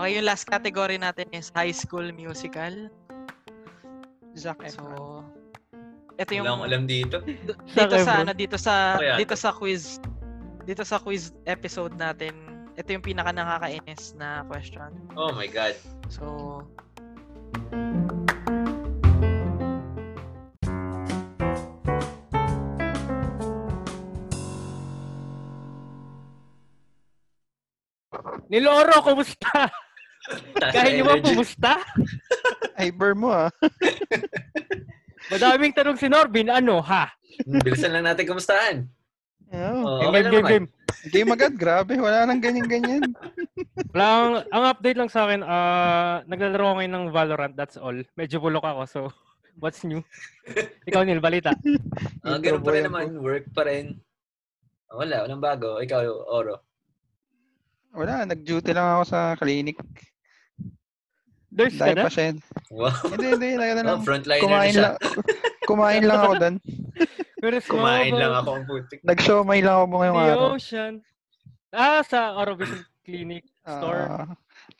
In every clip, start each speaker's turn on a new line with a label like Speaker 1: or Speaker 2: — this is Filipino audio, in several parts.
Speaker 1: Okay, yung last category natin is High School Musical.
Speaker 2: Zac Efron.
Speaker 1: So, ito
Speaker 3: Wala akong
Speaker 1: yung
Speaker 3: alam dito.
Speaker 1: dito
Speaker 2: Zac
Speaker 1: sa
Speaker 2: Efron.
Speaker 1: ano dito sa
Speaker 3: Ano yan?
Speaker 1: dito sa quiz dito sa quiz episode natin. Ito yung pinaka nakakainis na question.
Speaker 3: Oh my God.
Speaker 1: So,
Speaker 2: Niloro, kumusta? Kahit niyo ba
Speaker 3: Legit.
Speaker 2: kumusta?
Speaker 4: Ay, burn mo ah.
Speaker 2: Madaming tanong si Norbin, ano ha?
Speaker 3: Hmm, Bilisan lang natin kumustahan.
Speaker 4: Yeah.
Speaker 3: Oh, okay
Speaker 2: Game, game,
Speaker 3: lang
Speaker 2: game,
Speaker 3: naman.
Speaker 2: game.
Speaker 4: Game agad, grabe. Wala nang ganyan-ganyan.
Speaker 2: Wala akong- ang update lang sa akin, ah, naglalaro ako ngayon ng Valorant, that's all. Medyo bulok ako, so what's new? Ikaw, Neil, balita.
Speaker 3: Ah,
Speaker 4: Intro
Speaker 3: ganun pa
Speaker 4: boy
Speaker 3: rin
Speaker 4: ako.
Speaker 3: naman. Work pa rin. Ah, Wala, walang bago. Ikaw, Oro.
Speaker 4: Wala, nag-duty lang ako sa clinic.
Speaker 2: There's ano? ka
Speaker 4: Dahil
Speaker 2: na?
Speaker 4: pasyent.
Speaker 3: Wow.
Speaker 4: Hindi, hindi. Nagano lang.
Speaker 3: Oh, frontliner
Speaker 4: Ano?
Speaker 3: na
Speaker 4: Kumain
Speaker 3: siya.
Speaker 4: lang. Kumain lang ako doon.
Speaker 2: Where's
Speaker 3: Kumain
Speaker 2: Noble?
Speaker 3: lang ako ang putik.
Speaker 4: Nag-showmay lang ako ngayong
Speaker 2: The
Speaker 4: araw.
Speaker 2: ocean. Ah, sa Orovision Clinic. Store.
Speaker 4: Ah,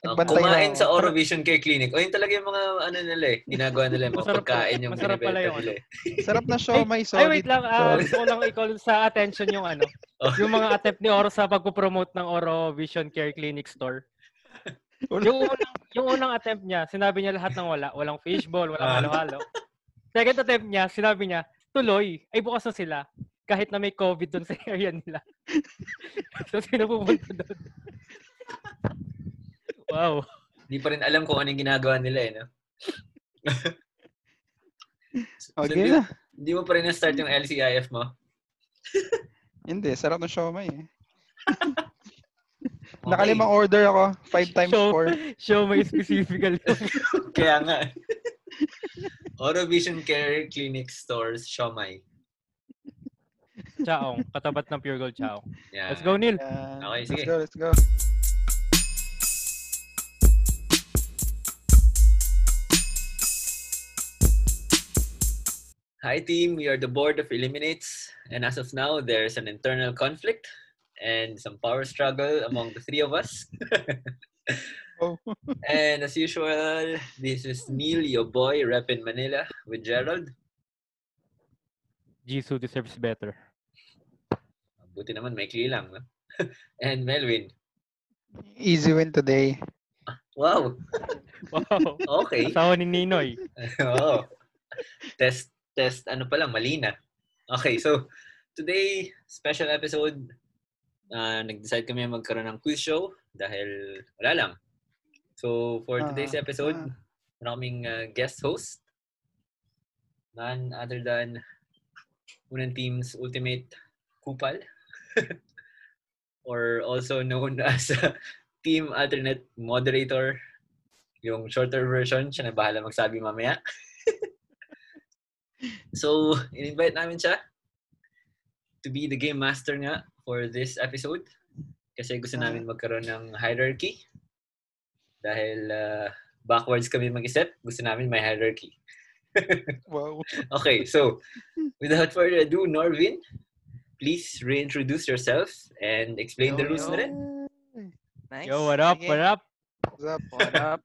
Speaker 3: Ah,
Speaker 4: nagbantay lang
Speaker 3: kumain
Speaker 4: ako.
Speaker 3: sa Orovision Care Clinic. O yun talaga yung mga ano nila eh. Ginagawa nila yung mga
Speaker 2: Masarap-
Speaker 3: pagkain yung
Speaker 2: masarap pala
Speaker 3: binibenta
Speaker 2: yun.
Speaker 3: nila eh.
Speaker 4: Sarap na showmay,
Speaker 2: Ay,
Speaker 4: solid.
Speaker 2: wait lang. ah,
Speaker 4: solid.
Speaker 2: gusto ko lang i-call sa attention yung ano.
Speaker 3: Oh.
Speaker 2: Yung mga attempt ni Oro sa pagpo-promote ng Oro Vision Care Clinic Store.
Speaker 4: Wala.
Speaker 2: yung unang yung unang attempt niya, sinabi niya lahat ng wala, walang fishball, walang
Speaker 3: Ah.
Speaker 2: halo-halo. Second attempt niya, sinabi niya, tuloy, ay bukas na sila kahit na may COVID doon sa area nila. so, sino pupunta doon? wow.
Speaker 3: Hindi pa rin alam kung anong ginagawa nila eh. No? So,
Speaker 4: Okay
Speaker 3: hindi,
Speaker 4: na.
Speaker 3: hindi mo pa rin na-start yung LCIF mo.
Speaker 4: Hindi, sarap na showmay eh.
Speaker 3: Okay.
Speaker 4: Nakalimang order ako. Five times
Speaker 2: Show-
Speaker 4: four.
Speaker 2: Show may specifical yung
Speaker 3: Kaya nga. eh. Orovision Care Clinic Stores, Shomai.
Speaker 2: Chaong. Katapat ng Pure Gold Chaong.
Speaker 3: Yeah.
Speaker 2: Let's go, Neil.
Speaker 4: Yan.
Speaker 3: Okay, sige.
Speaker 4: Let's go, let's go.
Speaker 3: Hi team, we are the board of Eliminates, and as of now, there's an internal conflict and some power struggle among the three of us.
Speaker 4: Oh.
Speaker 3: and as usual, this is Neil, your boy, rep in Manila with Gerald.
Speaker 2: Jisoo deserves better.
Speaker 3: Buti naman, may lang. No? and Melvin.
Speaker 4: Easy win today.
Speaker 3: Wow,
Speaker 2: Wow.
Speaker 3: okay.
Speaker 2: Asawa ni Ninoy.
Speaker 3: Oo. Test, test, ano pa lang, malina. Okay, so today, special episode. ah, nag-decide kami magkaroon ng quiz show dahil wala lang. So, for today's
Speaker 4: Ah,
Speaker 3: episode,
Speaker 4: ah.
Speaker 3: meron kaming ah, guest host. None other than Unang Team's Ultimate Kupal. or also known as Team Alternate Moderator. Yung shorter version, siya na bahala magsabi mamaya. So, in-invite namin siya to be the game master nga for this episode. Kasi gusto
Speaker 4: Ah.
Speaker 3: namin magkaroon ng hierarchy. Dahil ah, backwards kami mag-isip, gusto namin may hierarchy.
Speaker 4: Wow.
Speaker 3: Okay, so without further ado, Norvin, please reintroduce yourself and explain the
Speaker 1: Yo,
Speaker 3: rules na rin.
Speaker 1: nice.
Speaker 2: Yo, what up,
Speaker 1: Sige.
Speaker 2: what up?
Speaker 4: What's up?
Speaker 1: What up?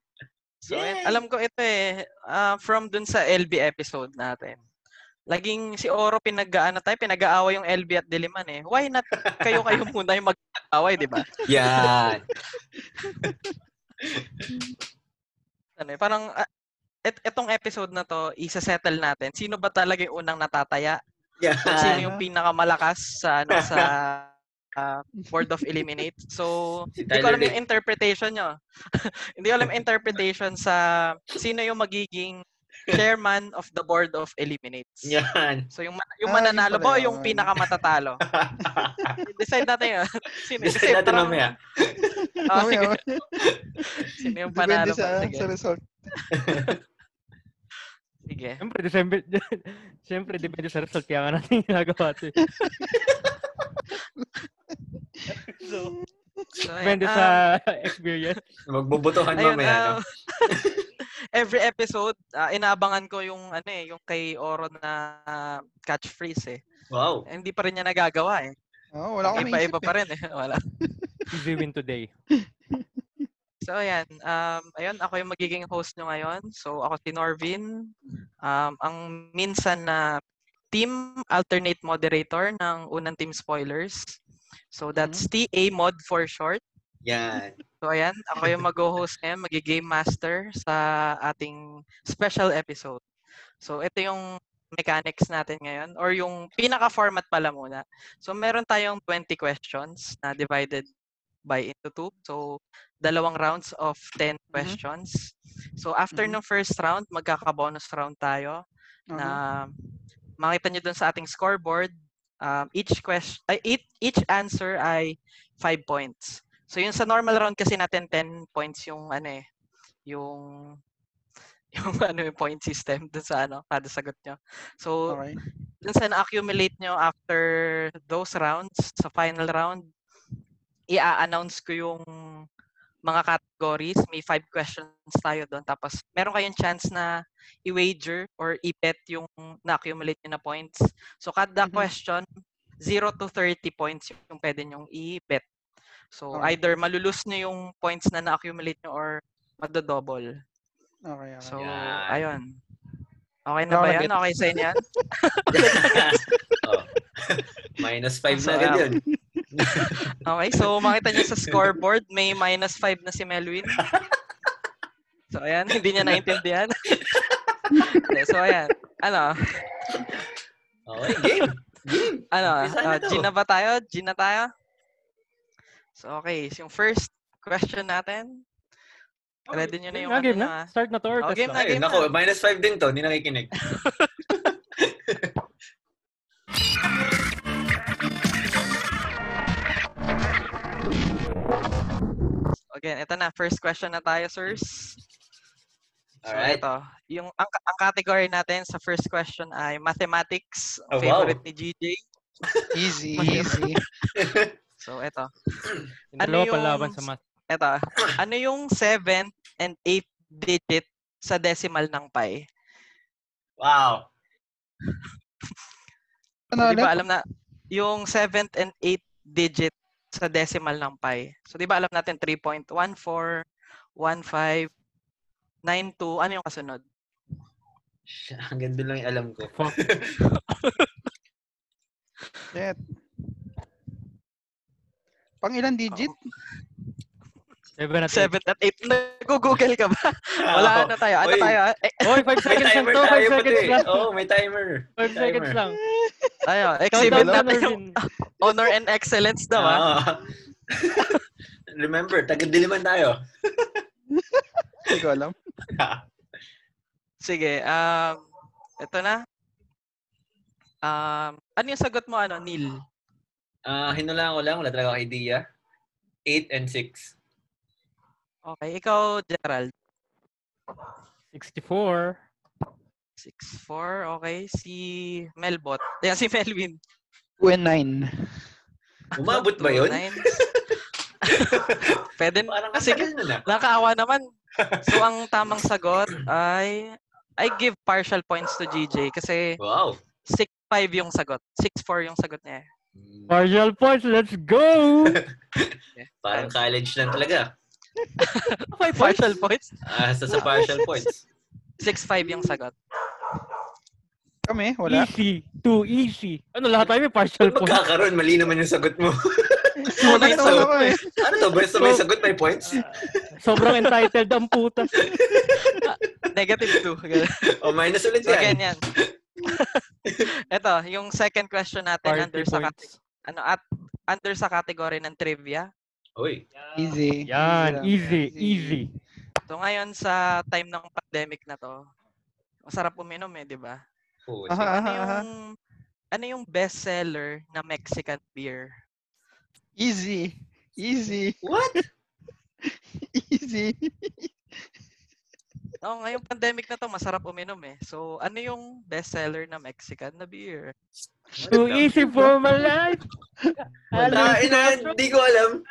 Speaker 1: So, yun,
Speaker 3: Yay!
Speaker 1: alam ko ito eh, ah, from dun sa LB episode natin. Laging si Oro pinag-ano tayo, pinag-aaway yung LB at Diliman eh. Why not kayo-kayo muna yung mag-aaway, di ba?
Speaker 3: Yan.
Speaker 1: Ano eh, parang ah, et, etong episode na to, isa-settle natin. Sino ba talaga yung unang natataya? At
Speaker 3: Yan.
Speaker 1: sino yung pinakamalakas sa ano sa ah, Board of Eliminate? So,
Speaker 3: Si
Speaker 1: Hindi ko
Speaker 3: Tyler
Speaker 1: alam yung
Speaker 3: Lake.
Speaker 1: interpretation nyo. Hindi ko alam yung interpretation sa sino yung magiging chairman of the board of eliminates.
Speaker 3: Yan.
Speaker 1: So yung man- yung
Speaker 4: Ah, yun
Speaker 1: mananalo
Speaker 4: pala
Speaker 1: ba o
Speaker 4: yun.
Speaker 1: yung pinakamatatalo? Decide natin yun. Sino, kasi
Speaker 3: Decide natin
Speaker 1: parang-
Speaker 3: mamaya.
Speaker 1: Ah,
Speaker 4: Mamaya,
Speaker 1: sige,
Speaker 4: mamaya.
Speaker 1: sino yung
Speaker 4: Depende
Speaker 1: panalo
Speaker 4: sa,
Speaker 1: ba? Sige.
Speaker 4: sa result.
Speaker 1: sige.
Speaker 2: Siyempre, December. Siyempre, depende sa result. Kaya nga natin ginagawa ito. eh.
Speaker 1: So, ayun.
Speaker 2: Depende
Speaker 1: Um,
Speaker 2: sa experience.
Speaker 3: Magbubutuhan
Speaker 1: Ayun,
Speaker 3: mamaya. no?
Speaker 1: ah, every episode, ah, inaabangan ko yung ano eh, yung kay Oro na ah, catchphrase eh.
Speaker 3: Wow.
Speaker 1: Hindi pa rin niya nagagawa eh.
Speaker 4: Oo, wala akong
Speaker 1: Iba-iba
Speaker 4: maisip
Speaker 1: pa
Speaker 4: eh.
Speaker 1: rin eh. Wala.
Speaker 2: Easy win today.
Speaker 1: So, ayan. Um, ayun, ako yung magiging host nyo ngayon. So, ako si Norvin. Um, ang minsan na team alternate moderator ng unang team spoilers. So, that's
Speaker 4: Mm-hmm.
Speaker 1: TA mod for short.
Speaker 3: Yan.
Speaker 1: So, ayan. Ako yung mag-host ngayon, magigame master sa ating special episode. So, ito yung mechanics natin ngayon or yung pinaka-format pala muna. So, meron tayong 20 questions na divided by into two. So, dalawang rounds of 10 questions. So, after
Speaker 4: Mhm.
Speaker 1: ng first round, magkaka-bonus round tayo
Speaker 4: Oo.
Speaker 1: na Uh-huh. makita nyo dun sa ating scoreboard, um, each question, each, each answer ay 5 points. So yung sa normal round kasi natin 10 points yung ano eh, yung yung ano yung point system dun sa ano, kada sagot nyo. So
Speaker 4: Alright.
Speaker 1: dun sa na-accumulate nyo after those rounds, sa final round, i-announce ko yung mga categories. May five questions tayo doon. Tapos, meron kayong chance na i-wager or i-bet yung na-accumulate nyo na points. So, kada
Speaker 4: Mhm.
Speaker 1: question, 0 to 30 points yung pwede nyong i-bet. So,
Speaker 4: Alright.
Speaker 1: either malulus nyo yung points na na-accumulate nyo or madodouble.
Speaker 4: Okay, okay.
Speaker 1: So,
Speaker 3: Yan.
Speaker 1: ayun. Okay na ba
Speaker 4: Ako
Speaker 1: yan?
Speaker 4: nag-gets.
Speaker 1: Okay sa inyo yan?
Speaker 3: oh. Minus 5 na
Speaker 1: So,
Speaker 3: agad
Speaker 1: um,
Speaker 3: yun.
Speaker 1: Okay, so makita niyo sa scoreboard, may minus 5 na si Melwin. So, ayan, hindi niya naintindihan. Hindi, so, ayan. Ano?
Speaker 3: Okay, game. Game.
Speaker 1: Ano?
Speaker 3: Umpisa na
Speaker 1: Uh,
Speaker 3: to.
Speaker 1: Gina ba tayo? Gina tayo? So, okay. so Yung first question natin. Ready niyo na yung
Speaker 2: Ah, game
Speaker 1: ano
Speaker 2: na.
Speaker 1: nyo, ah.
Speaker 2: Start na to or
Speaker 1: Oh,
Speaker 2: test
Speaker 1: game
Speaker 2: lang?
Speaker 1: na.
Speaker 3: Ay, nako, minus 5 din to. Hindi nakikinig.
Speaker 1: Again, ito na. First question na tayo, sirs. So,
Speaker 3: Alright.
Speaker 1: ito. Yung, ang, ang category natin sa first question ay mathematics.
Speaker 3: Oh, wow.
Speaker 1: favorite ni GJ.
Speaker 4: Easy,
Speaker 1: Mahirap.
Speaker 4: easy.
Speaker 1: So, ito.
Speaker 2: Yung
Speaker 1: Ano
Speaker 2: Dalawa
Speaker 1: yung-
Speaker 2: panlaban sa math.
Speaker 1: Eto, ano yung 7th and 8th digit sa decimal ng pi?
Speaker 3: Wow.
Speaker 1: So,
Speaker 4: Ano
Speaker 1: di
Speaker 4: ulit?
Speaker 1: ba alam na yung 7th and 8th digit sa decimal ng pi? So di ba alam natin 3.14, 15, 92, ano yung kasunod?
Speaker 3: Shit, Hanggang doon lang yung alam ko.
Speaker 2: Fuck.
Speaker 4: Shit. Pang ilan digit?
Speaker 2: Seven at eight.
Speaker 1: 7th at 8th. Nag-google ka ba? Wala na tayo. Ano
Speaker 3: Oy.
Speaker 1: tayo? Eh,
Speaker 2: Oy, five
Speaker 3: May
Speaker 2: seconds lang
Speaker 3: timer
Speaker 2: to.
Speaker 3: tayo
Speaker 2: Five seconds
Speaker 3: pati.
Speaker 2: lang.
Speaker 3: Oo, may timer.
Speaker 2: Five
Speaker 3: Timer.
Speaker 2: seconds lang.
Speaker 1: ayun, exhibit
Speaker 2: Countdown na,
Speaker 1: natin yung
Speaker 2: Norvin.
Speaker 1: honor and excellence daw. ah.
Speaker 3: Oo. Remember, taga-diliman tayo.
Speaker 4: Hindi ko alam.
Speaker 1: Sige, um, ito na. Um, ano yung sagot mo, ano, Neil?
Speaker 3: Ah, hinulaan ko lang. Wala talaga akong idea. 8 and 6.
Speaker 1: Okay, ikaw, Gerald.
Speaker 2: 64.
Speaker 1: 6'4", okay. Si Melbot. Ayan, si Melvin.
Speaker 4: 2 and 9.
Speaker 1: Ah,
Speaker 3: Umabot ba yun?
Speaker 1: 2'9". Pwede na. Ah,
Speaker 3: Parang
Speaker 1: Sige.
Speaker 3: kasagal na na.
Speaker 1: Nakakaawa naman. So, ang tamang sagot ay... I give partial points to GJ kasi
Speaker 3: Wow.
Speaker 1: 6'5 yung sagot. 6'4 yung sagot niya. eh.
Speaker 3: Mm,
Speaker 2: Partial points. Let's go!
Speaker 3: Parang college lang talaga.
Speaker 2: Five points.
Speaker 1: Partial points?
Speaker 3: Ah, sa, sa partial points.
Speaker 1: 6'5 yung sagot.
Speaker 4: Kami, wala.
Speaker 2: Easy. Too easy. Ano, lahat tayo may partial
Speaker 3: Ba't
Speaker 2: points.
Speaker 3: magkakaroon? Mali naman yung sagot mo.
Speaker 4: Wala
Speaker 1: Ay,
Speaker 4: na
Speaker 3: so-
Speaker 4: wala ko eh.
Speaker 3: ano to? Basta may sagot, may points?
Speaker 2: Sobrang entitled ang puta.
Speaker 1: Negative 2.
Speaker 3: O Oh, minus ulit
Speaker 1: So,
Speaker 3: yan.
Speaker 1: ganyan. Ito, yung second question natin under
Speaker 2: Party
Speaker 1: sa, kat-
Speaker 2: points.
Speaker 1: ano, at, under sa category ng trivia.
Speaker 3: Uy.
Speaker 4: Easy. lang.
Speaker 2: Yan. Easy. Easy.
Speaker 1: So ngayon sa time ng pandemic na to, masarap uminom eh, di ba?
Speaker 3: Oh,
Speaker 4: Aha,
Speaker 1: Ano
Speaker 4: aha, aha.
Speaker 1: yung ano yung best seller na Mexican beer?
Speaker 4: Easy. Easy.
Speaker 3: What?
Speaker 4: Easy.
Speaker 1: Oh, ngayong pandemic na to, masarap uminom eh. So ano yung best seller na Mexican na beer?
Speaker 2: Too easy for my life.
Speaker 3: Wala, ina, hindi ko alam.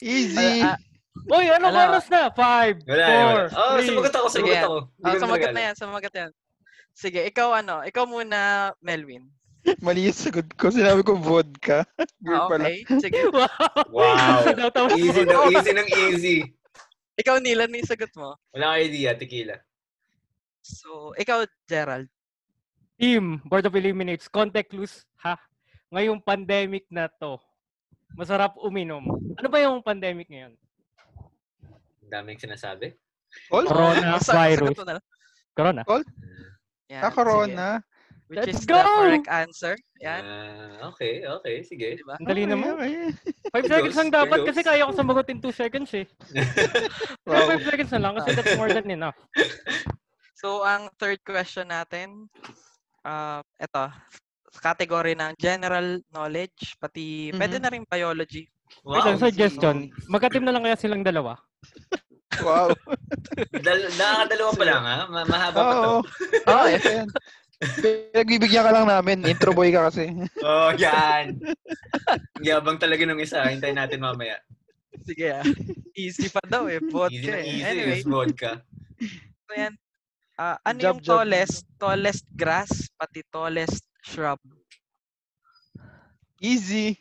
Speaker 4: Easy.
Speaker 1: Ah, ah,
Speaker 2: Uy, ano
Speaker 1: Wala.
Speaker 2: oras na? Five,
Speaker 3: Wala.
Speaker 2: four,
Speaker 3: wala. Oh,
Speaker 2: three.
Speaker 3: sumagot ako, sumagot
Speaker 1: Sige.
Speaker 3: ako. Hindi
Speaker 1: ah,
Speaker 3: ko
Speaker 1: sumagot na
Speaker 3: alam.
Speaker 1: yan, sumagot yan. Sige, ikaw ano? Ikaw muna, Melvin.
Speaker 4: Mali yung sagot ko. Sinabi ko vodka. Beer
Speaker 1: Ah,
Speaker 4: pala.
Speaker 1: okay. Sige.
Speaker 2: Wow.
Speaker 3: Wow.
Speaker 2: Easy daw tapos
Speaker 3: Easy na easy ng easy.
Speaker 1: Ikaw, Nila, ano yung sagot mo?
Speaker 3: Wala akong idea, tequila.
Speaker 1: So, ikaw, Gerald.
Speaker 2: Team, Board of Eliminates, contact clues, ha? Ngayong pandemic na to, masarap uminom. Ano ba yung pandemic ngayon?
Speaker 3: Ang daming sinasabi.
Speaker 4: Cold?
Speaker 2: Corona
Speaker 1: Sa-
Speaker 2: virus.
Speaker 1: sagot mo na lang.
Speaker 2: Corona.
Speaker 1: Yan,
Speaker 4: Ah, corona.
Speaker 1: sige. Which is
Speaker 2: Let's
Speaker 1: the
Speaker 2: go!
Speaker 1: correct answer. Yan.
Speaker 3: Ah, okay, okay, sige.
Speaker 1: Diba?
Speaker 2: Ang dali
Speaker 4: Okay,
Speaker 2: naman.
Speaker 4: okay.
Speaker 2: 5 seconds lang
Speaker 3: Kudos,
Speaker 2: dapat
Speaker 3: kudos.
Speaker 2: kasi kaya ko sumagot in 2 seconds eh.
Speaker 4: Wow.
Speaker 2: 5 seconds na lang kasi that's more than enough.
Speaker 1: So, ang third question natin, uh, ito, category ng general knowledge, pati,
Speaker 3: Mm-hmm.
Speaker 1: pwede
Speaker 4: Mhm.
Speaker 1: na rin biology.
Speaker 2: Wait
Speaker 3: Wow,
Speaker 2: lang, suggestion. Magka-team na lang kaya silang dalawa.
Speaker 4: Wow.
Speaker 3: Dal- nakakadalawa pa lang ha? Ma- mahaba pa to.
Speaker 4: Oo.
Speaker 1: Oh,
Speaker 4: Oo,
Speaker 1: eh,
Speaker 4: ito yan. Pinagbibigyan ka lang namin. Intro boy ka kasi.
Speaker 3: Oh, yan. Ang Yabang talaga nung isa. Hintayin natin mamaya.
Speaker 1: Sige ah. Easy pa daw eh.
Speaker 3: Easy na
Speaker 1: Vodka eh.
Speaker 3: easy.
Speaker 1: Anyway,
Speaker 3: Use vodka.
Speaker 1: so yan. Ah, ano
Speaker 4: Job,
Speaker 1: yung
Speaker 4: job.
Speaker 1: tallest? Tallest grass, pati tallest shrub.
Speaker 4: Easy.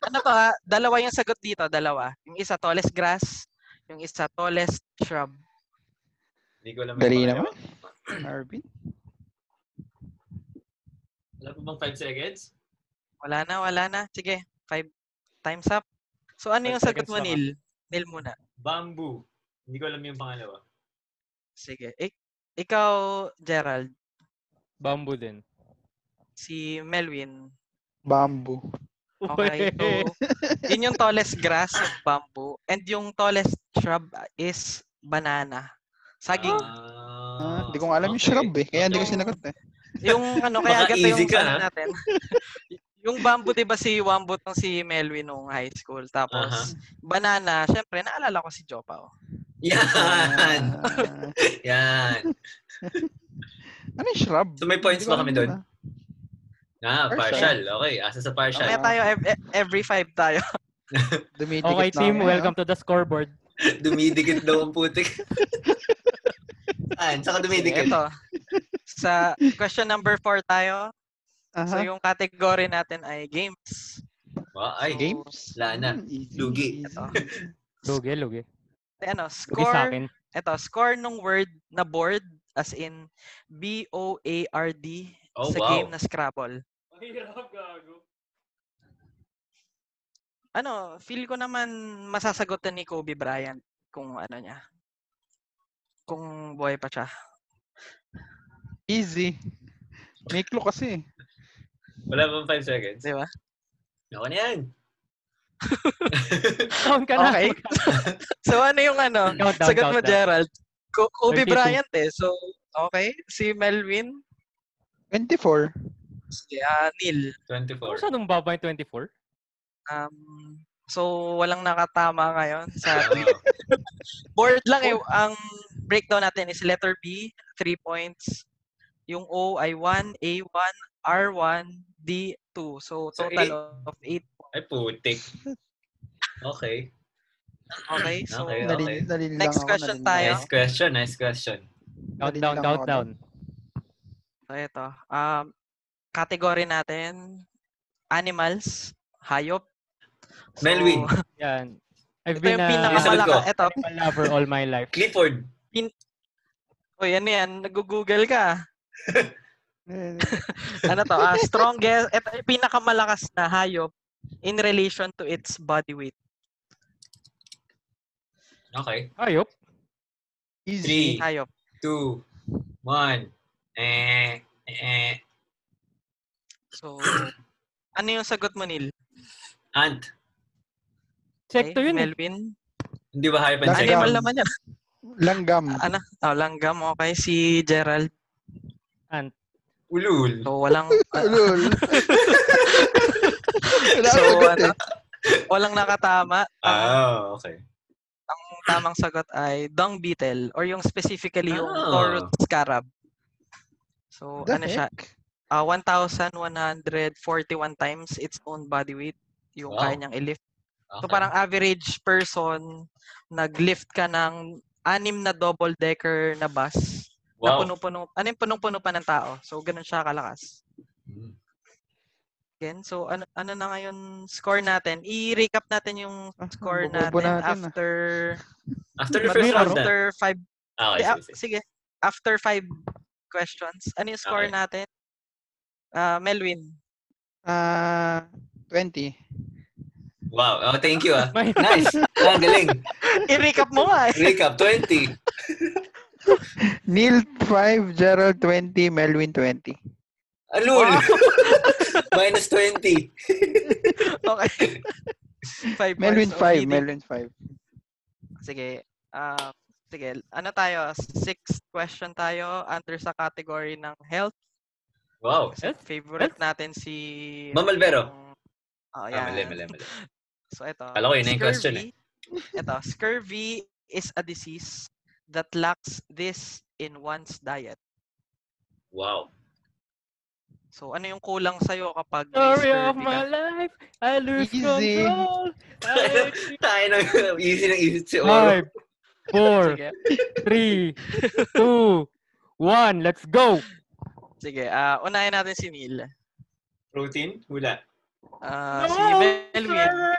Speaker 1: Ano to ha? Dalawa yung sagot dito. Dalawa. Yung isa tallest grass, yung isa tallest shrub.
Speaker 3: Hindi ko alam. yung
Speaker 4: Dali
Speaker 3: pangalan.
Speaker 4: naman. Arvin?
Speaker 3: Wala pa bang 5 seconds?
Speaker 1: Wala na, wala na. Sige. Five times up. So ano
Speaker 3: Five
Speaker 1: yung sagot
Speaker 3: seconds
Speaker 1: mo,
Speaker 3: lang, ah.
Speaker 1: Neil? Neil muna.
Speaker 3: Bamboo. Hindi ko alam yung pangalawa.
Speaker 1: Sige. Ik- ikaw, Gerald.
Speaker 2: Bamboo din.
Speaker 1: Si Melwin.
Speaker 4: Bamboo.
Speaker 1: Okay, so yun yung tallest grass, yung bamboo. And yung tallest shrub is banana. Saging.
Speaker 4: Ah,
Speaker 3: Ah,
Speaker 4: Hindi ko nga alam yung
Speaker 3: okay.
Speaker 4: shrub eh. Kaya hindi ko
Speaker 1: Okay.
Speaker 4: sinagot eh.
Speaker 1: Yung ano, kaya agad
Speaker 3: Baka
Speaker 1: na yung
Speaker 3: easy ka,
Speaker 1: sagot
Speaker 3: ha?
Speaker 1: natin. yung bamboo, di ba si Wambo tong si Melwin nung high school. Tapos,
Speaker 3: Aha.
Speaker 1: banana, syempre, naalala ko si oh. Jopao.
Speaker 3: Yan!
Speaker 4: Ah,
Speaker 3: Yan!
Speaker 4: ano yung shrub?
Speaker 3: So may points
Speaker 4: Hindi ko
Speaker 3: ba kami
Speaker 4: alam
Speaker 3: doon?
Speaker 4: yun, ah.
Speaker 3: Ah, partial.
Speaker 4: Partial.
Speaker 3: Okay, asa
Speaker 1: Kaya
Speaker 3: sa partial.
Speaker 4: Okay.
Speaker 1: tayo, ev- e- every five tayo.
Speaker 4: Dumidikit
Speaker 2: Okay,
Speaker 4: na
Speaker 2: team,
Speaker 4: kami,
Speaker 2: welcome to the scoreboard.
Speaker 3: dumidikit daw ang putik. Saan? Saan ka dumidikit?
Speaker 1: Ito. Sa question number four tayo.
Speaker 4: ah. Aha.
Speaker 1: So, yung category natin ay games.
Speaker 3: Wow, Ah, ay,
Speaker 1: Game?
Speaker 4: Games?
Speaker 3: Wala na.
Speaker 4: Mm, easy,
Speaker 3: Lugi.
Speaker 4: easy.
Speaker 1: Ito.
Speaker 2: Lugi, lugi.
Speaker 1: Ano,
Speaker 2: Lugi sa
Speaker 1: score
Speaker 2: akin.
Speaker 1: Eto, score nung word na board as in B-O-A-R-D
Speaker 3: Oh,
Speaker 1: sa
Speaker 3: wow.
Speaker 1: game na Scrabble. Ano, feel ko naman masasagutan ni Kobe Bryant kung ano niya. Kung buhay pa siya.
Speaker 4: Easy. May clue kasi.
Speaker 3: Wala bang 5 seconds?
Speaker 1: Di ba?
Speaker 3: Ako na yan.
Speaker 2: Count ka na.
Speaker 1: Okay. so ano yung ano?
Speaker 2: Count down,
Speaker 1: Sagot
Speaker 2: count
Speaker 1: mo,
Speaker 2: down.
Speaker 1: Gerald. Ko- Kobe
Speaker 2: 32.
Speaker 1: Bryant eh. So, okay. Si Melvin.
Speaker 4: 24.
Speaker 1: Si ah, Neil.
Speaker 3: 24.
Speaker 2: Ano siya nung baba yung 24?
Speaker 1: Um, so, walang nakatama ngayon sa
Speaker 3: Ah,
Speaker 1: board lang eh. Ang breakdown natin is letter B, 3 points. Yung O ay 1, A1, R1, D2. So,
Speaker 3: So,
Speaker 1: total
Speaker 3: eight.
Speaker 1: of 8.
Speaker 3: ay, putik.
Speaker 1: Okay?
Speaker 3: Okay.
Speaker 1: So,
Speaker 3: Okay, okay.
Speaker 4: Nalil, nalil lang
Speaker 1: Next
Speaker 4: ako,
Speaker 1: question
Speaker 4: nalil
Speaker 1: tayo.
Speaker 4: lang
Speaker 3: Nice question, nice question.
Speaker 2: Count
Speaker 4: Nalil
Speaker 2: down,
Speaker 4: lang
Speaker 2: count
Speaker 4: ako.
Speaker 2: down.
Speaker 1: so, ito. Um, category natin, animals, hayop.
Speaker 3: Melvin.
Speaker 2: Yan. I've
Speaker 1: Ito
Speaker 2: been
Speaker 1: yung
Speaker 2: a
Speaker 3: Yung sagot ko.
Speaker 1: pinakamalaka. Ito.
Speaker 2: animal lover all my life.
Speaker 3: Clifford.
Speaker 1: Uy, ano yan? Nag-google ka.
Speaker 4: Eh,
Speaker 1: Ano to? Ah, strongest. Ito yung pinakamalakas na hayop in relation to its body weight.
Speaker 3: Okay.
Speaker 2: Ayop.
Speaker 4: Easy.
Speaker 3: 3,
Speaker 1: Hayop.
Speaker 3: 2, 1. Eh, eh,
Speaker 1: So, ano yung sagot mo, Neil?
Speaker 3: ant.
Speaker 2: Check to
Speaker 1: Okay,
Speaker 2: yun eh.
Speaker 1: Melvin.
Speaker 3: Hindi ba hype and
Speaker 4: Langgam.
Speaker 3: second?
Speaker 1: Animal naman yan.
Speaker 4: Langgam.
Speaker 1: Ano? Oh, langgam. Okay, si Gerald.
Speaker 3: Ulul.
Speaker 1: So, walang... ah,
Speaker 4: Ah, Lol. Wala
Speaker 1: so,
Speaker 4: akong sagot
Speaker 1: ano,
Speaker 4: eh.
Speaker 1: walang nakatama. Ang,
Speaker 3: Ah, okay.
Speaker 1: ang tamang sagot ay dung beetle or yung specifically yung
Speaker 3: Ah.
Speaker 1: Taurus scarab. So,
Speaker 4: The
Speaker 1: ano siya?
Speaker 4: heck?
Speaker 1: Ah, 1,141 times its own body weight yung
Speaker 3: Wow.
Speaker 1: kaya niyang i-lift.
Speaker 3: okay.
Speaker 1: So, parang average person, nag-lift ka ng anim na double-decker na bus na
Speaker 3: Wow.
Speaker 1: puno-puno. Ano yung punong-puno pa ng tao. So, ganun siya kalakas.
Speaker 3: Mm.
Speaker 1: Again, so ano, ano na ngayon score natin? I-recap natin yung
Speaker 4: Ah,
Speaker 1: score natin,
Speaker 4: bobobo natin, ah.
Speaker 1: after
Speaker 3: After the
Speaker 1: but
Speaker 3: first round na.
Speaker 1: after five
Speaker 3: Ah,
Speaker 1: Hindi,
Speaker 3: okay, sige,
Speaker 1: af- sige.
Speaker 3: sige.
Speaker 1: After five questions, ano yung score
Speaker 3: Okay.
Speaker 1: natin? Ah, Melwin.
Speaker 4: Ah, 20.
Speaker 3: Wow. Oh, thank you ah.
Speaker 2: May-
Speaker 3: Nice. Ah, galing.
Speaker 1: I-recap mo nga eh.
Speaker 3: Recap, 20.
Speaker 4: Neil 5, Gerald 20, Melvin 20.
Speaker 3: Alul. Minus 20.
Speaker 1: Okay. five
Speaker 4: Melvin
Speaker 1: points.
Speaker 4: 5,
Speaker 1: Okay,
Speaker 4: Melvin 5.
Speaker 1: Sige. ah sige. Ano tayo? Sixth question tayo under sa category ng health.
Speaker 3: Wow.
Speaker 1: Kasi
Speaker 2: Health?
Speaker 1: favorite
Speaker 2: Health?
Speaker 1: natin si...
Speaker 3: Oh, Ma'am Alvero.
Speaker 1: Oh,
Speaker 3: Ah,
Speaker 1: yeah.
Speaker 3: mali, mali, mali.
Speaker 1: So, ito.
Speaker 3: Kala ko yun na yung question eh.
Speaker 1: Ito. Scurvy is a disease that lacks this in one's diet.
Speaker 3: Wow.
Speaker 1: So, ano yung kulang sa'yo kapag may
Speaker 2: Story of
Speaker 1: scurvy
Speaker 2: my
Speaker 1: ka?
Speaker 2: life, I lose
Speaker 4: Easy.
Speaker 2: control. I-
Speaker 3: Tayo na. Easy na easy si Oro.
Speaker 2: Five, four,
Speaker 1: Sige.
Speaker 2: three, two, one. Let's go!
Speaker 1: Sige. ah unahin natin si Neil.
Speaker 3: Protein? Hula.
Speaker 1: ah si
Speaker 2: No,
Speaker 1: Melwin.
Speaker 2: sir! Oh,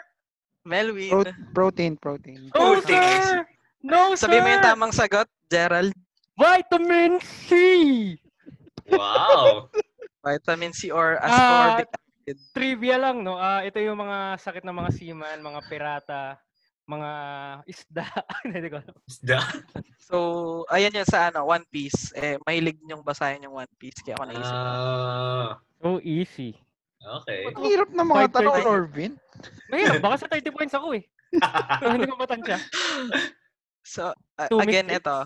Speaker 1: Melwin.
Speaker 4: Pro- protein, protein.
Speaker 2: No,
Speaker 3: Protein, I see.
Speaker 2: sir! No, sir!
Speaker 1: Sabi mo yung tamang sagot, Gerald.
Speaker 2: Vitamin C!
Speaker 3: Wow.
Speaker 1: Vitamin C or
Speaker 2: Ah,
Speaker 1: ascorbic.
Speaker 2: trivia lang, no? Ah, ito yung mga sakit ng mga seaman, mga pirata, mga isda. Hindi ko alam.
Speaker 3: Isda.
Speaker 1: so, ayan yun sa ano, One Piece. Eh, mahilig niyong basahin yung One Piece. Kaya ako naisip.
Speaker 3: Ah.
Speaker 2: So easy.
Speaker 3: Okay.
Speaker 4: Ang hirap na mga
Speaker 2: Five,
Speaker 4: tanong,
Speaker 1: thirty.
Speaker 4: Norvin.
Speaker 2: Mahirap, baka sa 30 points ako eh. So, hindi ko matansya.
Speaker 1: so, a-
Speaker 2: Two
Speaker 1: again,
Speaker 2: minutes.
Speaker 1: ito.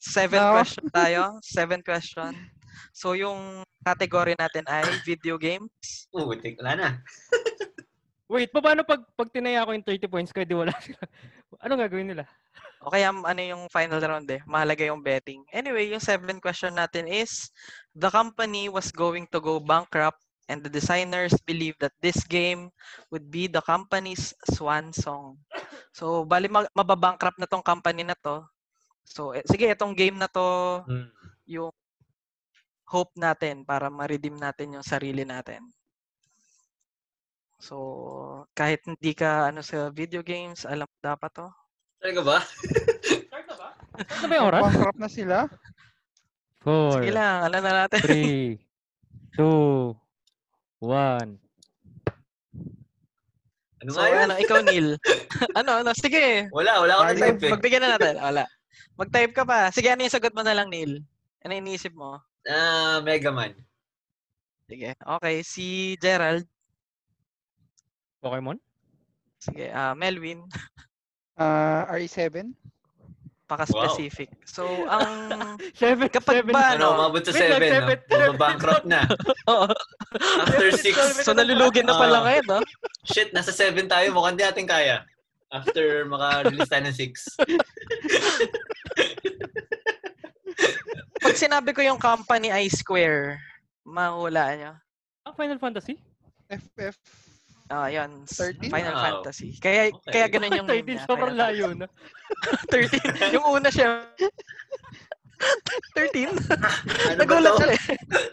Speaker 1: Seven
Speaker 4: No.
Speaker 1: question tayo. Seven question. So, yung category natin ay video game.
Speaker 3: Putik. Wala na.
Speaker 2: Wait, pa- paano pag, pag tinaya ko yung 30 points ko, eh, di wala sila? Anong gagawin nila?
Speaker 1: O kaya, m- ano yung final round eh. Mahalaga yung betting. Anyway, yung seven question natin is, the company was going to go bankrupt and the designers believed that this game would be the company's swan song. So, bali mag- mababankrupt na tong company na to. So, eh, sige, itong game na to,
Speaker 3: Hmm.
Speaker 1: yung hope natin para ma-redeem natin yung sarili natin. So, kahit hindi ka ano sa video games, alam mo dapat oh. to.
Speaker 3: Talaga ba?
Speaker 2: Ano ba yung oras?
Speaker 4: Bankrupt na sila.
Speaker 2: Four,
Speaker 1: Sige lang, alam na natin.
Speaker 2: three, two, one.
Speaker 3: Ano
Speaker 1: So,
Speaker 3: nga yun?
Speaker 1: ano, ikaw, Neil. ano, ano, sige.
Speaker 3: Wala, wala ako
Speaker 4: Ay,
Speaker 3: nag-type eh.
Speaker 1: Magbigyan na natin. Wala. Mag-type ka pa. Sige, ano yung sagot mo na lang, Neil? Ano yung iniisip mo?
Speaker 3: Ah, Mega Man.
Speaker 1: Sige. Okay, si Gerald.
Speaker 2: Pokemon?
Speaker 1: Sige, ah, Melvin.
Speaker 4: Ah, RE7.
Speaker 1: Paka-specific. So, ang...
Speaker 2: Seven,
Speaker 1: Kapag
Speaker 2: seven.
Speaker 1: ba- Ano?
Speaker 3: Ano, umabot sa
Speaker 2: Wait
Speaker 3: 7. No?
Speaker 2: lang, seven, seven.
Speaker 3: Mababankrupt na.
Speaker 1: Oo.
Speaker 3: After 6.
Speaker 1: so, nalulugin na pala
Speaker 3: Ah.
Speaker 1: kayo, no?
Speaker 3: Shit, nasa 7 tayo. Mukhang di natin kaya. After maka-release tayo ng 6.
Speaker 1: Pag sinabi ko yung company I square, mahulaan nyo.
Speaker 2: Ah, Final Fantasy?
Speaker 4: FF.
Speaker 1: Ah, yun.
Speaker 4: 13?
Speaker 1: Final
Speaker 3: Wow.
Speaker 1: Fantasy. Kaya
Speaker 3: Okay.
Speaker 1: kaya ganun Ano yung name
Speaker 2: 13,
Speaker 1: niya.
Speaker 2: sobrang
Speaker 1: Final
Speaker 2: layo na.
Speaker 1: Fantasy. 13. Yung una siya. 13?
Speaker 3: Ano ba
Speaker 1: Nagulat
Speaker 3: to?
Speaker 1: ka eh.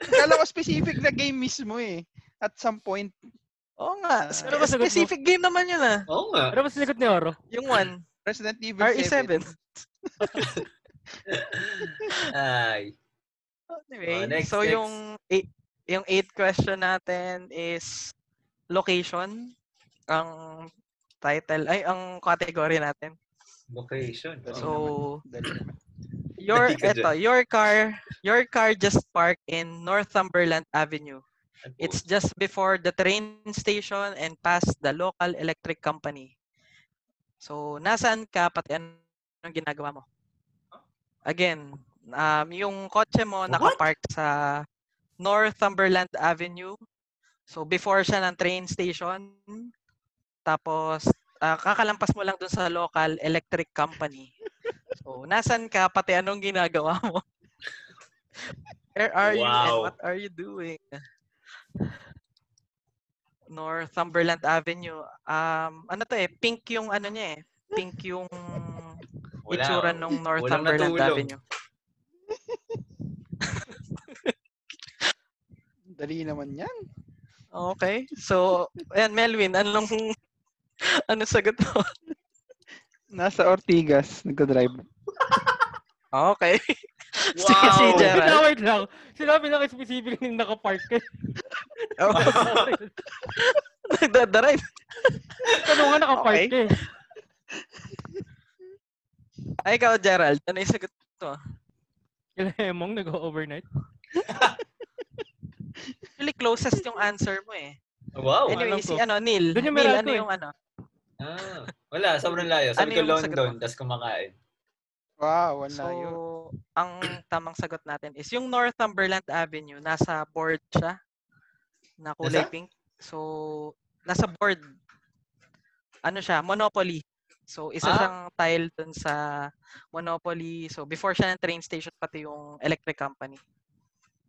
Speaker 4: Kala ko specific na game mismo eh. At some point.
Speaker 1: Oo nga. Spe-
Speaker 2: Ano ba sagot mo?
Speaker 1: specific game naman yun ah.
Speaker 3: Oo nga.
Speaker 2: Ano ba sinagot ni Oro?
Speaker 1: Yung one. E
Speaker 4: Resident Evil
Speaker 3: E
Speaker 4: 7.
Speaker 1: RE7.
Speaker 3: Ay.
Speaker 1: Anyway,
Speaker 3: Oh, next,
Speaker 1: so
Speaker 3: next.
Speaker 1: yung eight, yung eighth question natin is location. Ang title, ay, ang category natin.
Speaker 3: Location.
Speaker 4: Dali
Speaker 1: So,
Speaker 3: Oh.
Speaker 4: naman, dali naman.
Speaker 1: Your,
Speaker 3: Hindi ka
Speaker 1: eto, your car, your car just parked in Northumberland Avenue. It's just before the train station and past the local electric company. So, nasaan ka pati anong ginagawa mo? Again, um, yung kotse mo nakapark sa Northumberland Avenue. So, before siya ng train station. Tapos, ah, kakalampas mo lang dun sa local electric company. So, nasan ka pati anong ginagawa mo? Where are you and
Speaker 3: Wow.
Speaker 1: what are you doing? Northumberland Avenue. Um, ano to eh, pink yung ano niya eh. Pink yung
Speaker 3: Wala.
Speaker 1: itsura nung
Speaker 3: Walang
Speaker 1: Northumberland
Speaker 3: natulog.
Speaker 1: Avenue.
Speaker 4: Dali naman yan.
Speaker 1: Okay. So, ayan, Melvin, anong, ano sagot mo?
Speaker 4: Nasa Ortigas, nagka-drive.
Speaker 1: Okay. Sige, si
Speaker 3: Wow!
Speaker 1: Gerald.
Speaker 2: Wait lang, wait lang. Sinabi lang kayo specific yung nakapark kayo.
Speaker 1: Oh, Nagdadrive.
Speaker 2: Tanong nga eh. nakapark kayo.
Speaker 1: Ay, ikaw, Gerald. Ano yung sagot?
Speaker 2: Yung Lemong nag-overnight.
Speaker 1: Actually, closest yung answer mo eh.
Speaker 3: wow!
Speaker 2: Any-
Speaker 1: Anyway,
Speaker 2: Oh, alam
Speaker 1: si
Speaker 2: ko.
Speaker 1: ano, Neil.
Speaker 2: Doon yung
Speaker 1: Neil,
Speaker 2: Meralco
Speaker 1: ano
Speaker 2: eh.
Speaker 1: yung ano?
Speaker 3: Ah, wala, sobrang layo.
Speaker 1: Ano
Speaker 3: Sabi ko
Speaker 1: yung sagot
Speaker 3: London,
Speaker 1: mo?
Speaker 3: tapos kumakain.
Speaker 4: Wow, wala
Speaker 1: So,
Speaker 4: yun.
Speaker 1: ang tamang sagot natin is yung Northumberland Avenue, nasa board siya na kulay
Speaker 3: Nasa?
Speaker 1: pink. So, nasa board. Ano siya? Monopoly. So, isa
Speaker 3: Ah.
Speaker 1: siyang tile dun sa Monopoly. So, before siya ng train station, pati yung electric company.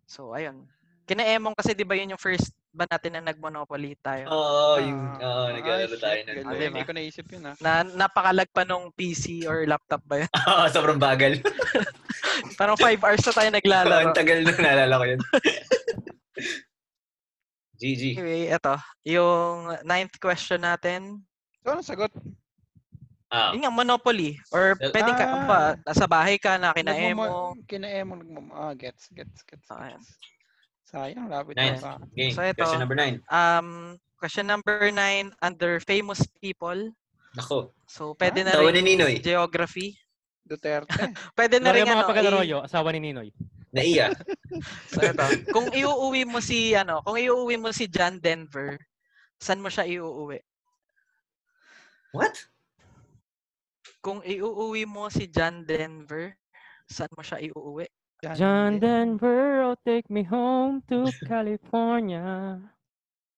Speaker 1: So, ayun. Kinaemong kasi di ba yun yung first ba natin na nag-monopoly tayo?
Speaker 2: Oh.
Speaker 3: Oo, Oh, yung,
Speaker 4: Ah,
Speaker 3: oo, naglalaro
Speaker 4: ah,
Speaker 3: tayo
Speaker 4: shit,
Speaker 3: ng
Speaker 4: galing.
Speaker 1: Ah, diba?
Speaker 4: Hindi ko naisip yun ah.
Speaker 1: Na napakalag pa nung PC or laptop ba yun?
Speaker 3: Oo, sobrang bagal.
Speaker 1: Parang 5 hours na tayo naglalaro.
Speaker 3: Ang tagal na naalala ko yun. GG.
Speaker 1: Anyway, eto. Yung ninth question natin.
Speaker 4: So, anong sagot?
Speaker 3: Ah,
Speaker 1: Yun nga, Monopoly. Or
Speaker 3: Well,
Speaker 1: pwede ka,
Speaker 4: ah.
Speaker 1: ba, nasa bahay ka na kinaemo.
Speaker 4: Kinaemo. nagmam- Ah, gets, gets, gets.
Speaker 1: Ah,
Speaker 4: gets. Sayang, ah. lapit na
Speaker 3: Nice.
Speaker 4: sa akin.
Speaker 3: game.
Speaker 1: So, ito.
Speaker 3: Question number 9.
Speaker 1: Um, question number nine, under famous people.
Speaker 3: Ako.
Speaker 1: So, pwede na
Speaker 3: Ah, Tawa
Speaker 1: rin
Speaker 3: ni Ninoy.
Speaker 1: geography.
Speaker 4: Duterte.
Speaker 1: Pwede na
Speaker 2: Maria
Speaker 1: rin, ano,
Speaker 2: mga
Speaker 1: i-
Speaker 2: pagkalaroyo, asawa ni Ninoy.
Speaker 3: Naiya.
Speaker 1: so, eto. Kung iuuwi mo si, ano, kung iuuwi mo si John Denver, saan mo siya iuuwi?
Speaker 3: What?
Speaker 1: Kung iuuwi mo si John Denver, saan mo siya iuuwi?
Speaker 2: John Denver, oh, take me home to California.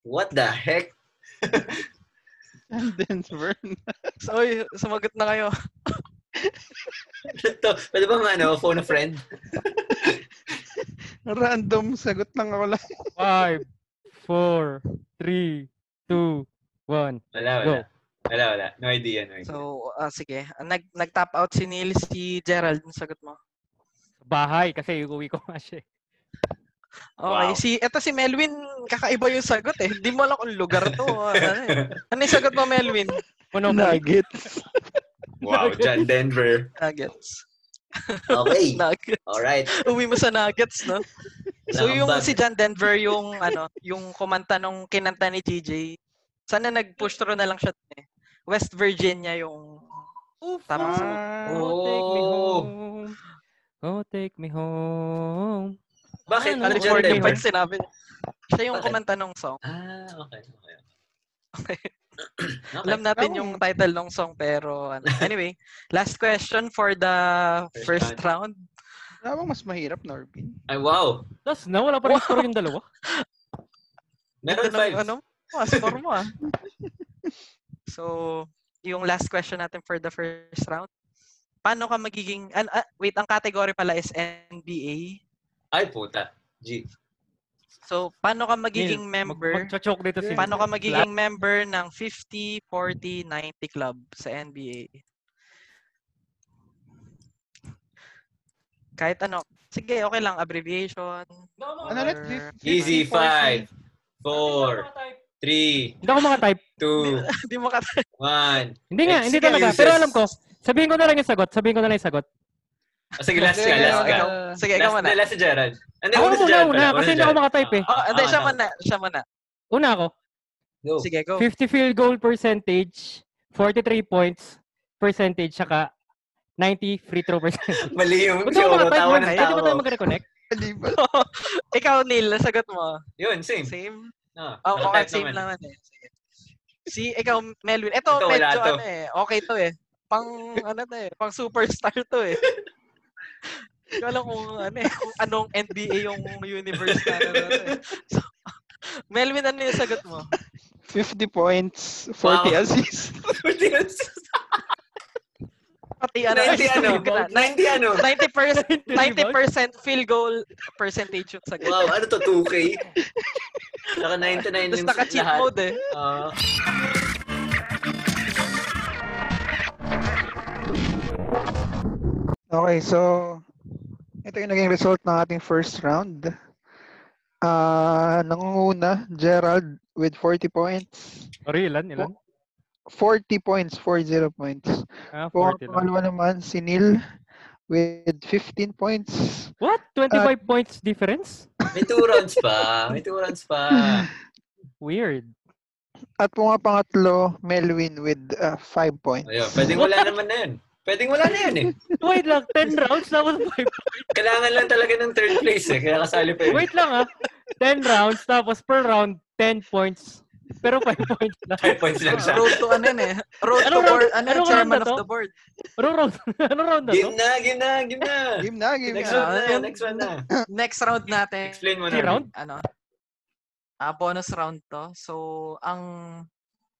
Speaker 3: What the heck?
Speaker 4: John Denver.
Speaker 1: So, oy, sumagot na kayo.
Speaker 3: Ito, pwede ba ano, phone a friend?
Speaker 4: Random sagot lang ah, ako lang.
Speaker 2: Five, four, three, two, one.
Speaker 3: Wala,
Speaker 2: Go.
Speaker 3: wala. Wala, wala. No idea, no idea.
Speaker 1: So, ah, sige. Nag, nag-top out si Neil, si Gerald, ang sagot mo.
Speaker 2: Bahay, kasi uuwi ko nga siya. eh.
Speaker 1: Okay,
Speaker 3: Wow.
Speaker 1: si, eto si Melvin, kakaiba yung sagot eh. Hindi mo alam kung lugar to. ah, Ano, eh. ano yung sagot mo, Melvin?
Speaker 2: Monopoly.
Speaker 4: Ano, Nuggets.
Speaker 3: wow, John Denver.
Speaker 1: Nuggets.
Speaker 3: Okay.
Speaker 1: Nuggets.
Speaker 3: Alright.
Speaker 1: Uwi mo sa Nuggets, no? So,
Speaker 3: Wala kang
Speaker 1: yung
Speaker 3: bag.
Speaker 1: si John Denver, yung, ano, yung kumanta nung kinanta ni GJ, sana nag-push through na lang siya dun eh. West Virginia yung tamang sagot.
Speaker 4: Ah,
Speaker 2: Oh, take me
Speaker 3: Oh.
Speaker 2: home. Oh, take me home.
Speaker 3: Bakit?
Speaker 2: Ano,
Speaker 3: Ano,
Speaker 2: ano,
Speaker 3: John
Speaker 2: Gordon
Speaker 3: Denver?
Speaker 1: Pag sinabi niya. Siya yung
Speaker 3: Bakit?
Speaker 1: kumanta nung song.
Speaker 3: Ah, okay. Okay.
Speaker 1: Okay.
Speaker 3: okay.
Speaker 1: Alam natin
Speaker 4: Ikaw.
Speaker 1: yung title ng song pero ano. anyway, last question for the first
Speaker 3: First
Speaker 1: round.
Speaker 4: Wala bang mas mahirap, Norbin?
Speaker 3: Ay, wow.
Speaker 2: Tapos na, wala pa rin score yung dalawa.
Speaker 3: Meron
Speaker 1: Ito na
Speaker 3: five.
Speaker 1: yung ano mo, ah, score mo ah. So, yung last question natin for the first round. Paano ka magiging an- ah, wait, ang category pala is NBA.
Speaker 3: Ay, puta. G.
Speaker 1: So, paano ka magiging
Speaker 2: Neil,
Speaker 1: member?
Speaker 2: Mag- choke dito si
Speaker 1: paano ka magiging member ng 50, 40, 90 club sa NBA? Kahit ano. Sige, okay lang. Abbreviation.
Speaker 4: Ano ulit? Fif-
Speaker 3: Easy
Speaker 4: 50, 40.
Speaker 3: five. Four. Three.
Speaker 2: Hindi ako makatype.
Speaker 3: Two.
Speaker 1: Hindi mo ka...
Speaker 3: One.
Speaker 2: Hindi nga, hindi
Speaker 3: Excuse
Speaker 2: talaga. Pero alam ko, sabihin ko na lang yung sagot. Sabihin ko na lang yung sagot.
Speaker 3: Ah, sige, last ka.
Speaker 4: Sige, ah,
Speaker 3: Last ka.
Speaker 4: ikaw.
Speaker 1: Sige,
Speaker 3: Last,
Speaker 1: ikaw muna.
Speaker 3: hindi, last si Gerald. Hindi,
Speaker 2: Ako
Speaker 3: una si
Speaker 2: muna,
Speaker 3: Gerald
Speaker 2: una,
Speaker 3: pala,
Speaker 2: kasi
Speaker 3: una si
Speaker 2: hindi ako
Speaker 3: Gerald.
Speaker 2: makatype eh.
Speaker 1: Oh, hindi.
Speaker 3: Ah,
Speaker 1: Siya
Speaker 3: ah,
Speaker 1: muna. Siya muna.
Speaker 2: Una ako,
Speaker 3: Go.
Speaker 1: Sige, go.
Speaker 2: 50 field goal percentage, 43 points percentage, saka 90 free throw percentage.
Speaker 3: Mali yung
Speaker 2: Ba't
Speaker 3: si
Speaker 2: ako
Speaker 3: Oro.
Speaker 2: makatype
Speaker 3: Tawa ng
Speaker 2: nun? Hindi ba tayo
Speaker 3: tawa.
Speaker 2: mag-reconnect?
Speaker 4: ah, Di ba?
Speaker 1: ikaw, Neil. Sagot mo.
Speaker 3: Yun, same.
Speaker 1: Same?
Speaker 3: Ah,
Speaker 1: Oh, okay.
Speaker 3: nakatype
Speaker 1: Same naman
Speaker 3: naman.
Speaker 1: eh. Sige. Si, ikaw, Melvin. Ito,
Speaker 3: Ito, wala
Speaker 1: medyo
Speaker 3: to.
Speaker 1: ano eh. Okay to eh. Pang, ano to eh. Pang superstar to eh. Hindi ko alam kung ano eh. Kung anong NBA yung universe na ano to eh. So, Melvin, ano yung sagot mo?
Speaker 4: 50 points, 40
Speaker 3: Wow.
Speaker 4: assists.
Speaker 3: Pwede yun.
Speaker 1: Pati ano.
Speaker 3: 90 ano?
Speaker 1: sabihin ko na,
Speaker 3: 90 ano?
Speaker 1: 90%, 90%
Speaker 2: 90
Speaker 1: field goal percentage yung sagot.
Speaker 3: Wow, ano to? 2K? Saka 99
Speaker 1: Tapos
Speaker 3: yung
Speaker 1: naka-cheat
Speaker 3: lahat.
Speaker 1: mode eh.
Speaker 3: Ah.
Speaker 4: Okay, so ito yung naging result ng ating first round. Ah, nangunguna, Gerald with 40 points.
Speaker 2: Sorry, ilan? Ilan?
Speaker 4: 40 points, 40 points.
Speaker 2: Ah,
Speaker 4: Po, ang
Speaker 2: 40 lang.
Speaker 4: pangalawa naman, si Neil with 15 points.
Speaker 2: What? 25 points difference?
Speaker 3: May two rounds pa. May two rounds pa.
Speaker 2: Weird.
Speaker 4: At po nga pangatlo, Melwin with 5 points.
Speaker 3: Ayun, pwedeng wala naman na yun. Pwedeng wala na yun eh.
Speaker 2: Wait lang, 10 rounds? Tapos 5
Speaker 3: Kailangan lang talaga ng third place eh. Kaya kasali pa yun.
Speaker 2: Wait lang ah. 10 rounds, tapos per round, 10 points. Pero 5 points na.
Speaker 3: Five points lang siya.
Speaker 1: Road to ano yun eh. Road to
Speaker 2: Anong round-
Speaker 1: board. Ano yun?
Speaker 2: anong round
Speaker 1: chairman
Speaker 2: na
Speaker 1: of
Speaker 2: to?
Speaker 1: the board.
Speaker 2: Anong round? Anong round na to?
Speaker 3: Game na, game na, game na.
Speaker 4: Game na, game
Speaker 3: Next
Speaker 4: na.
Speaker 3: round na, next round na.
Speaker 1: Next round natin.
Speaker 3: Explain mo
Speaker 2: Three
Speaker 3: na.
Speaker 2: round?
Speaker 1: ano, ah bonus round to. So, ang,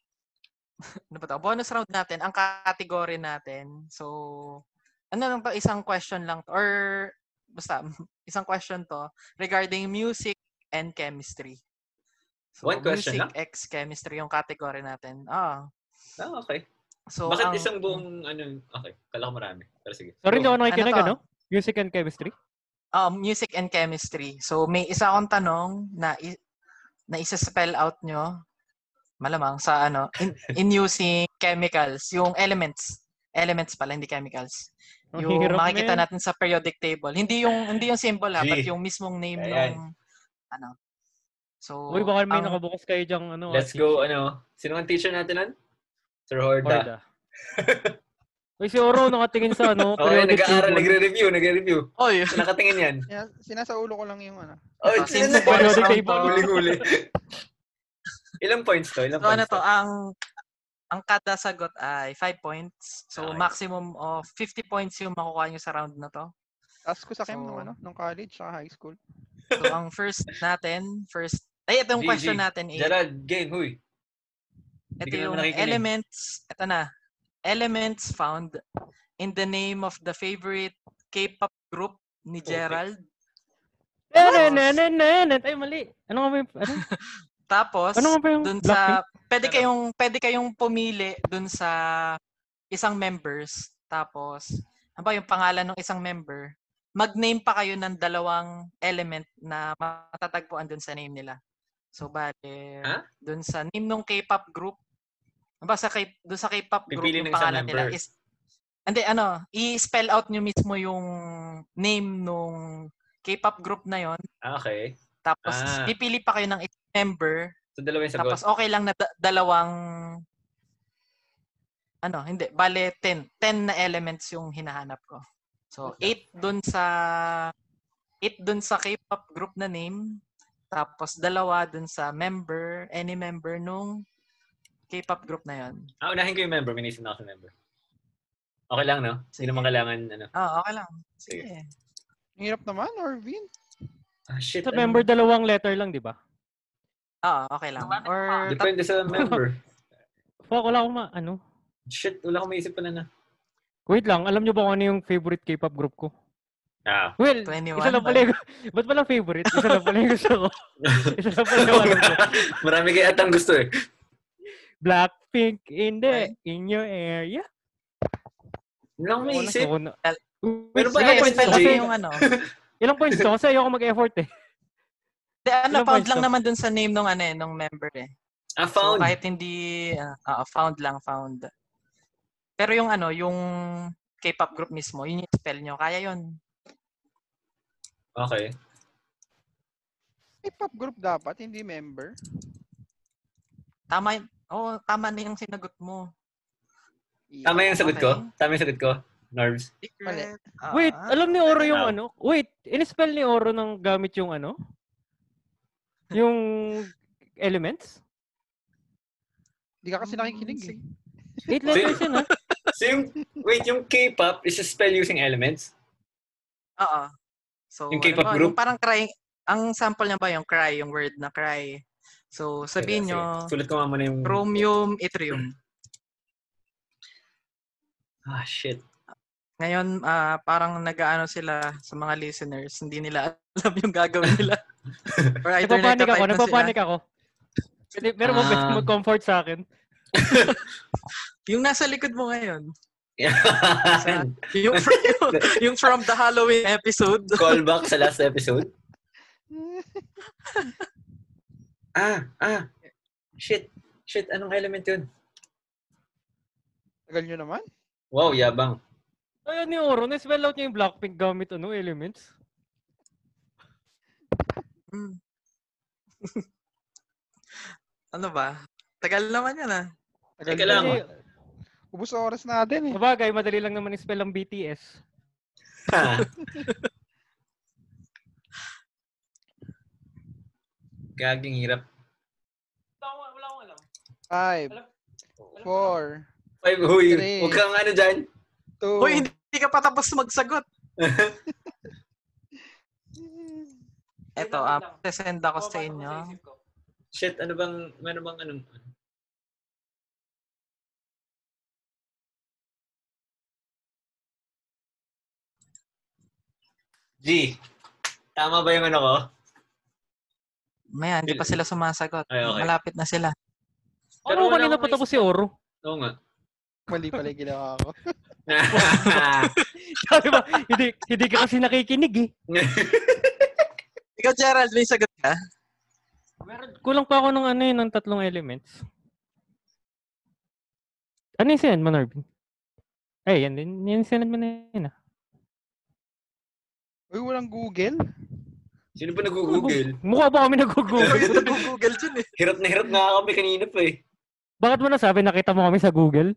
Speaker 1: ano ba to? Bonus round natin, ang category natin. So, ano lang to, isang question lang to, or basta, isang question to regarding music and chemistry. So,
Speaker 3: One
Speaker 1: music
Speaker 3: question lang?
Speaker 1: X chemistry yung category natin. Ah.
Speaker 3: Ah, okay.
Speaker 1: So, ang-
Speaker 3: Bakit isang buong, ano, okay. Kala ko marami. Pero sige.
Speaker 2: Sorry, hindi
Speaker 3: Go.
Speaker 2: ako nakikinig,
Speaker 1: Ano to?
Speaker 2: ano? Music and chemistry?
Speaker 1: ah music and chemistry. So, may isa akong tanong na i- na isa-spell out nyo, malamang, sa ano, in, in using chemicals, yung elements. Elements pala, hindi chemicals.
Speaker 2: Ang
Speaker 1: Yung
Speaker 2: hirap,
Speaker 1: makikita
Speaker 2: man.
Speaker 1: natin sa periodic table. Hindi yung hindi yung symbol ha, but
Speaker 3: Gee.
Speaker 1: yung mismong name
Speaker 3: Ayan.
Speaker 1: nung ano. So,
Speaker 2: Uy, baka may
Speaker 1: ang-
Speaker 2: nakabukas kayo dyang ano.
Speaker 3: Let's
Speaker 2: ah,
Speaker 3: go, ano. Sino ang teacher natin nun? Sir
Speaker 2: teacher.
Speaker 3: Horda.
Speaker 2: Horda. Uy, si Oro nakatingin sa ano.
Speaker 3: Okay,
Speaker 2: periodic
Speaker 3: nag-aaral,
Speaker 2: table.
Speaker 3: nagre-review, nagre-review.
Speaker 1: Oy,
Speaker 3: So, nakatingin yan.
Speaker 4: Sinas- Sinasaulo ko lang yung ano.
Speaker 3: Oh,
Speaker 1: ito, since
Speaker 3: sino na
Speaker 2: bonus
Speaker 1: round
Speaker 2: table.
Speaker 1: to-
Speaker 3: Huli-huli. Ilang points to? Ilang
Speaker 1: So ano
Speaker 3: points
Speaker 1: to, ang ang kada sagot ay 5 points. So
Speaker 3: Okay.
Speaker 1: maximum of 50 points yung makukuha nyo sa round na to.
Speaker 4: Task ko sa chem nung
Speaker 1: So-
Speaker 4: ano, nung college, sa high school.
Speaker 1: So ang first natin, first ay ito yung
Speaker 3: GG.
Speaker 1: question natin eh.
Speaker 3: Gerald, game, huy.
Speaker 1: Ito
Speaker 3: Hindi ka naman
Speaker 1: yung
Speaker 3: nakikinig.
Speaker 1: elements, ito na. Elements found in the name of the favorite K-pop group ni
Speaker 3: Okay.
Speaker 1: Gerald.
Speaker 2: Nananananan. Ay, mali. Ano nga ba yung... Ano,
Speaker 1: Tapos
Speaker 2: ano nga ba yung...
Speaker 1: dun
Speaker 2: Blackpink?
Speaker 1: sa pwede kayong pwede kayong pumili dun sa isang members. Tapos ano ba yung pangalan ng isang member? Mag-name pa kayo ng dalawang element na matatagpuan dun sa name nila. So bale,
Speaker 3: Ha?
Speaker 1: dun sa name ng K-pop group, ano ba sa K- dun sa K-pop group
Speaker 3: Pipili
Speaker 1: yung
Speaker 3: ng isang
Speaker 1: pangalan nila
Speaker 3: member.
Speaker 1: is hindi, ano, i-spell out nyo mismo yung name nung K-pop group na yon
Speaker 3: Ah, okay.
Speaker 1: Tapos,
Speaker 3: Ah.
Speaker 1: pipili pa kayo ng isang member
Speaker 3: So, dalawa yung sagot.
Speaker 1: tapos okay lang na da- dalawang ano, hindi, bale 10. 10 na elements yung hinahanap ko. So 8 dun sa 8 dun sa K-pop group na name, tapos dalawa dun sa member, any member nung K-pop group na 'yon.
Speaker 3: Ah, unahin ko yung member. May naisip na ako sa member. Okay lang, no? Hindi naman kailangan, ano.
Speaker 1: Ah, okay lang. Sige.
Speaker 4: Ang hirap naman, Orvin.
Speaker 3: Ah, shit.
Speaker 2: Sa
Speaker 3: ano?
Speaker 2: member, dalawang letter lang, di ba?
Speaker 1: Ah, okay lang. Or
Speaker 3: Depende sa member.
Speaker 2: Fuck, wala akong ma... Ano?
Speaker 3: Shit, wala akong maisip pala na.
Speaker 2: Wait lang, alam nyo ba kung ano yung favorite K-pop group ko?
Speaker 3: Ah.
Speaker 2: Well,
Speaker 1: 21
Speaker 2: isa lang
Speaker 1: ba?
Speaker 2: pala yung... Ba't pala favorite? Isa lang pala yung gusto ko. Isa lang pala
Speaker 3: ano
Speaker 2: yung alam ko.
Speaker 3: Marami kaya atang gusto eh.
Speaker 2: Blackpink in the... In your area.
Speaker 3: Wala akong
Speaker 2: Wala
Speaker 3: maisip.
Speaker 2: ko na-
Speaker 1: Al-
Speaker 2: Wait,
Speaker 3: Meron ba
Speaker 2: ilang
Speaker 3: Ay,
Speaker 2: points
Speaker 1: spell
Speaker 2: to?
Speaker 3: SLG?
Speaker 1: out
Speaker 2: Kasi,
Speaker 1: yung ano.
Speaker 2: ilang points to? Kasi ayoko mag-effort eh.
Speaker 1: Di, ano, found
Speaker 2: Ilang points
Speaker 1: lang
Speaker 2: to?
Speaker 1: naman dun sa name nung ano eh, nung member eh.
Speaker 3: Ah,
Speaker 1: So,
Speaker 3: found.
Speaker 1: kahit hindi, ah, ah, found lang, found. Pero yung ano, yung K-pop group mismo, yun yung spell nyo. Kaya yun.
Speaker 3: Okay.
Speaker 4: May pop group dapat, hindi member.
Speaker 1: Tama, y- oo, tama na yung sinagot mo.
Speaker 3: Tama yung sagot ko?
Speaker 1: Okay.
Speaker 3: Tama yung sagot ko? Norms.
Speaker 1: Secret. Ah,
Speaker 2: Wait, alam ni Oro yung
Speaker 3: Wow.
Speaker 2: ano? Wait, in-spell ni Oro ng gamit yung ano? Yung elements?
Speaker 4: Hindi ka kasi nakikinig eh.
Speaker 2: Eight letters yun, ha?
Speaker 3: So yung, wait, yung K-pop is a spell using elements?
Speaker 1: Oo. So,
Speaker 3: Yung
Speaker 1: ano
Speaker 3: K-pop
Speaker 1: ba,
Speaker 3: group?
Speaker 1: Yung parang cry, ang sample niya ba yung cry, yung word na cry. So, sabihin
Speaker 3: Sige,
Speaker 1: nyo,
Speaker 3: sige. Sulat ko nga muna yung...
Speaker 1: chromium, yttrium.
Speaker 3: Ah, shit.
Speaker 1: Ngayon, ah, parang nag-ano sila sa mga listeners, hindi nila alam yung gagawin nila. Or either
Speaker 2: Nagpapanik ako,
Speaker 1: nagtatype na sila.
Speaker 2: nagpapanik ako. Pwede, meron mo
Speaker 3: Ah.
Speaker 2: mag-comfort sa akin.
Speaker 1: Yung nasa likod mo ngayon.
Speaker 3: Yan.
Speaker 1: Yung from, yung from the Halloween episode.
Speaker 3: Callback sa last episode.
Speaker 4: Eh,
Speaker 3: Ah, ah. Shit. Shit, anong element yun?
Speaker 4: Tagal nyo naman.
Speaker 3: Wow, yabang.
Speaker 2: Ayun ni Oro, na-spell out niya yung Blackpink gamit ano, elements.
Speaker 1: Mm. ano ba? Tagal naman yan ah.
Speaker 4: Tagal
Speaker 3: Teka
Speaker 4: nyo
Speaker 3: lang.
Speaker 4: naman. Ubus ang oras natin eh.
Speaker 2: Sabagay, madali lang naman i-spell ang BTS.
Speaker 3: Ha. Gaging hirap.
Speaker 2: Wala akong alam.
Speaker 4: Five, four,
Speaker 3: Five, huy.
Speaker 4: Three.
Speaker 3: Huwag kang ano dyan.
Speaker 4: two.
Speaker 1: Hoy, hindi hindi ka pa tapos magsagot. Eto, ah, send ako sa inyo.
Speaker 3: Shit, ano bang, ano bang, ano? G, tama ba yung ano ko?
Speaker 1: Mayan, hindi pa sila sumasagot.
Speaker 3: Ay, okay.
Speaker 1: Malapit na sila.
Speaker 3: Pero
Speaker 2: Ano,
Speaker 3: wala
Speaker 2: kanina
Speaker 3: akong
Speaker 2: pa tapos si Oro.
Speaker 3: Oo nga.
Speaker 4: Mali pala yung ginawa ko.
Speaker 2: Sabi ba, hindi, hindi ka kasi nakikinig eh.
Speaker 1: Ikaw, Gerald, may sagot ka?
Speaker 2: Kulang pa ako ng ano yun, ng tatlong elements. Ano yung sinend mo, Norvin? Ay, Eh, yan din. Yan yung sinend mo na yun ah.
Speaker 4: Uy, walang Google.
Speaker 3: Sino pa nag-google?
Speaker 2: Mukha ba kami nag-google?
Speaker 1: Nag-google dyan eh.
Speaker 3: Hirap na hirap nga kami kanina pa eh.
Speaker 2: Bakit mo nasabi nakita mo kami sa Google?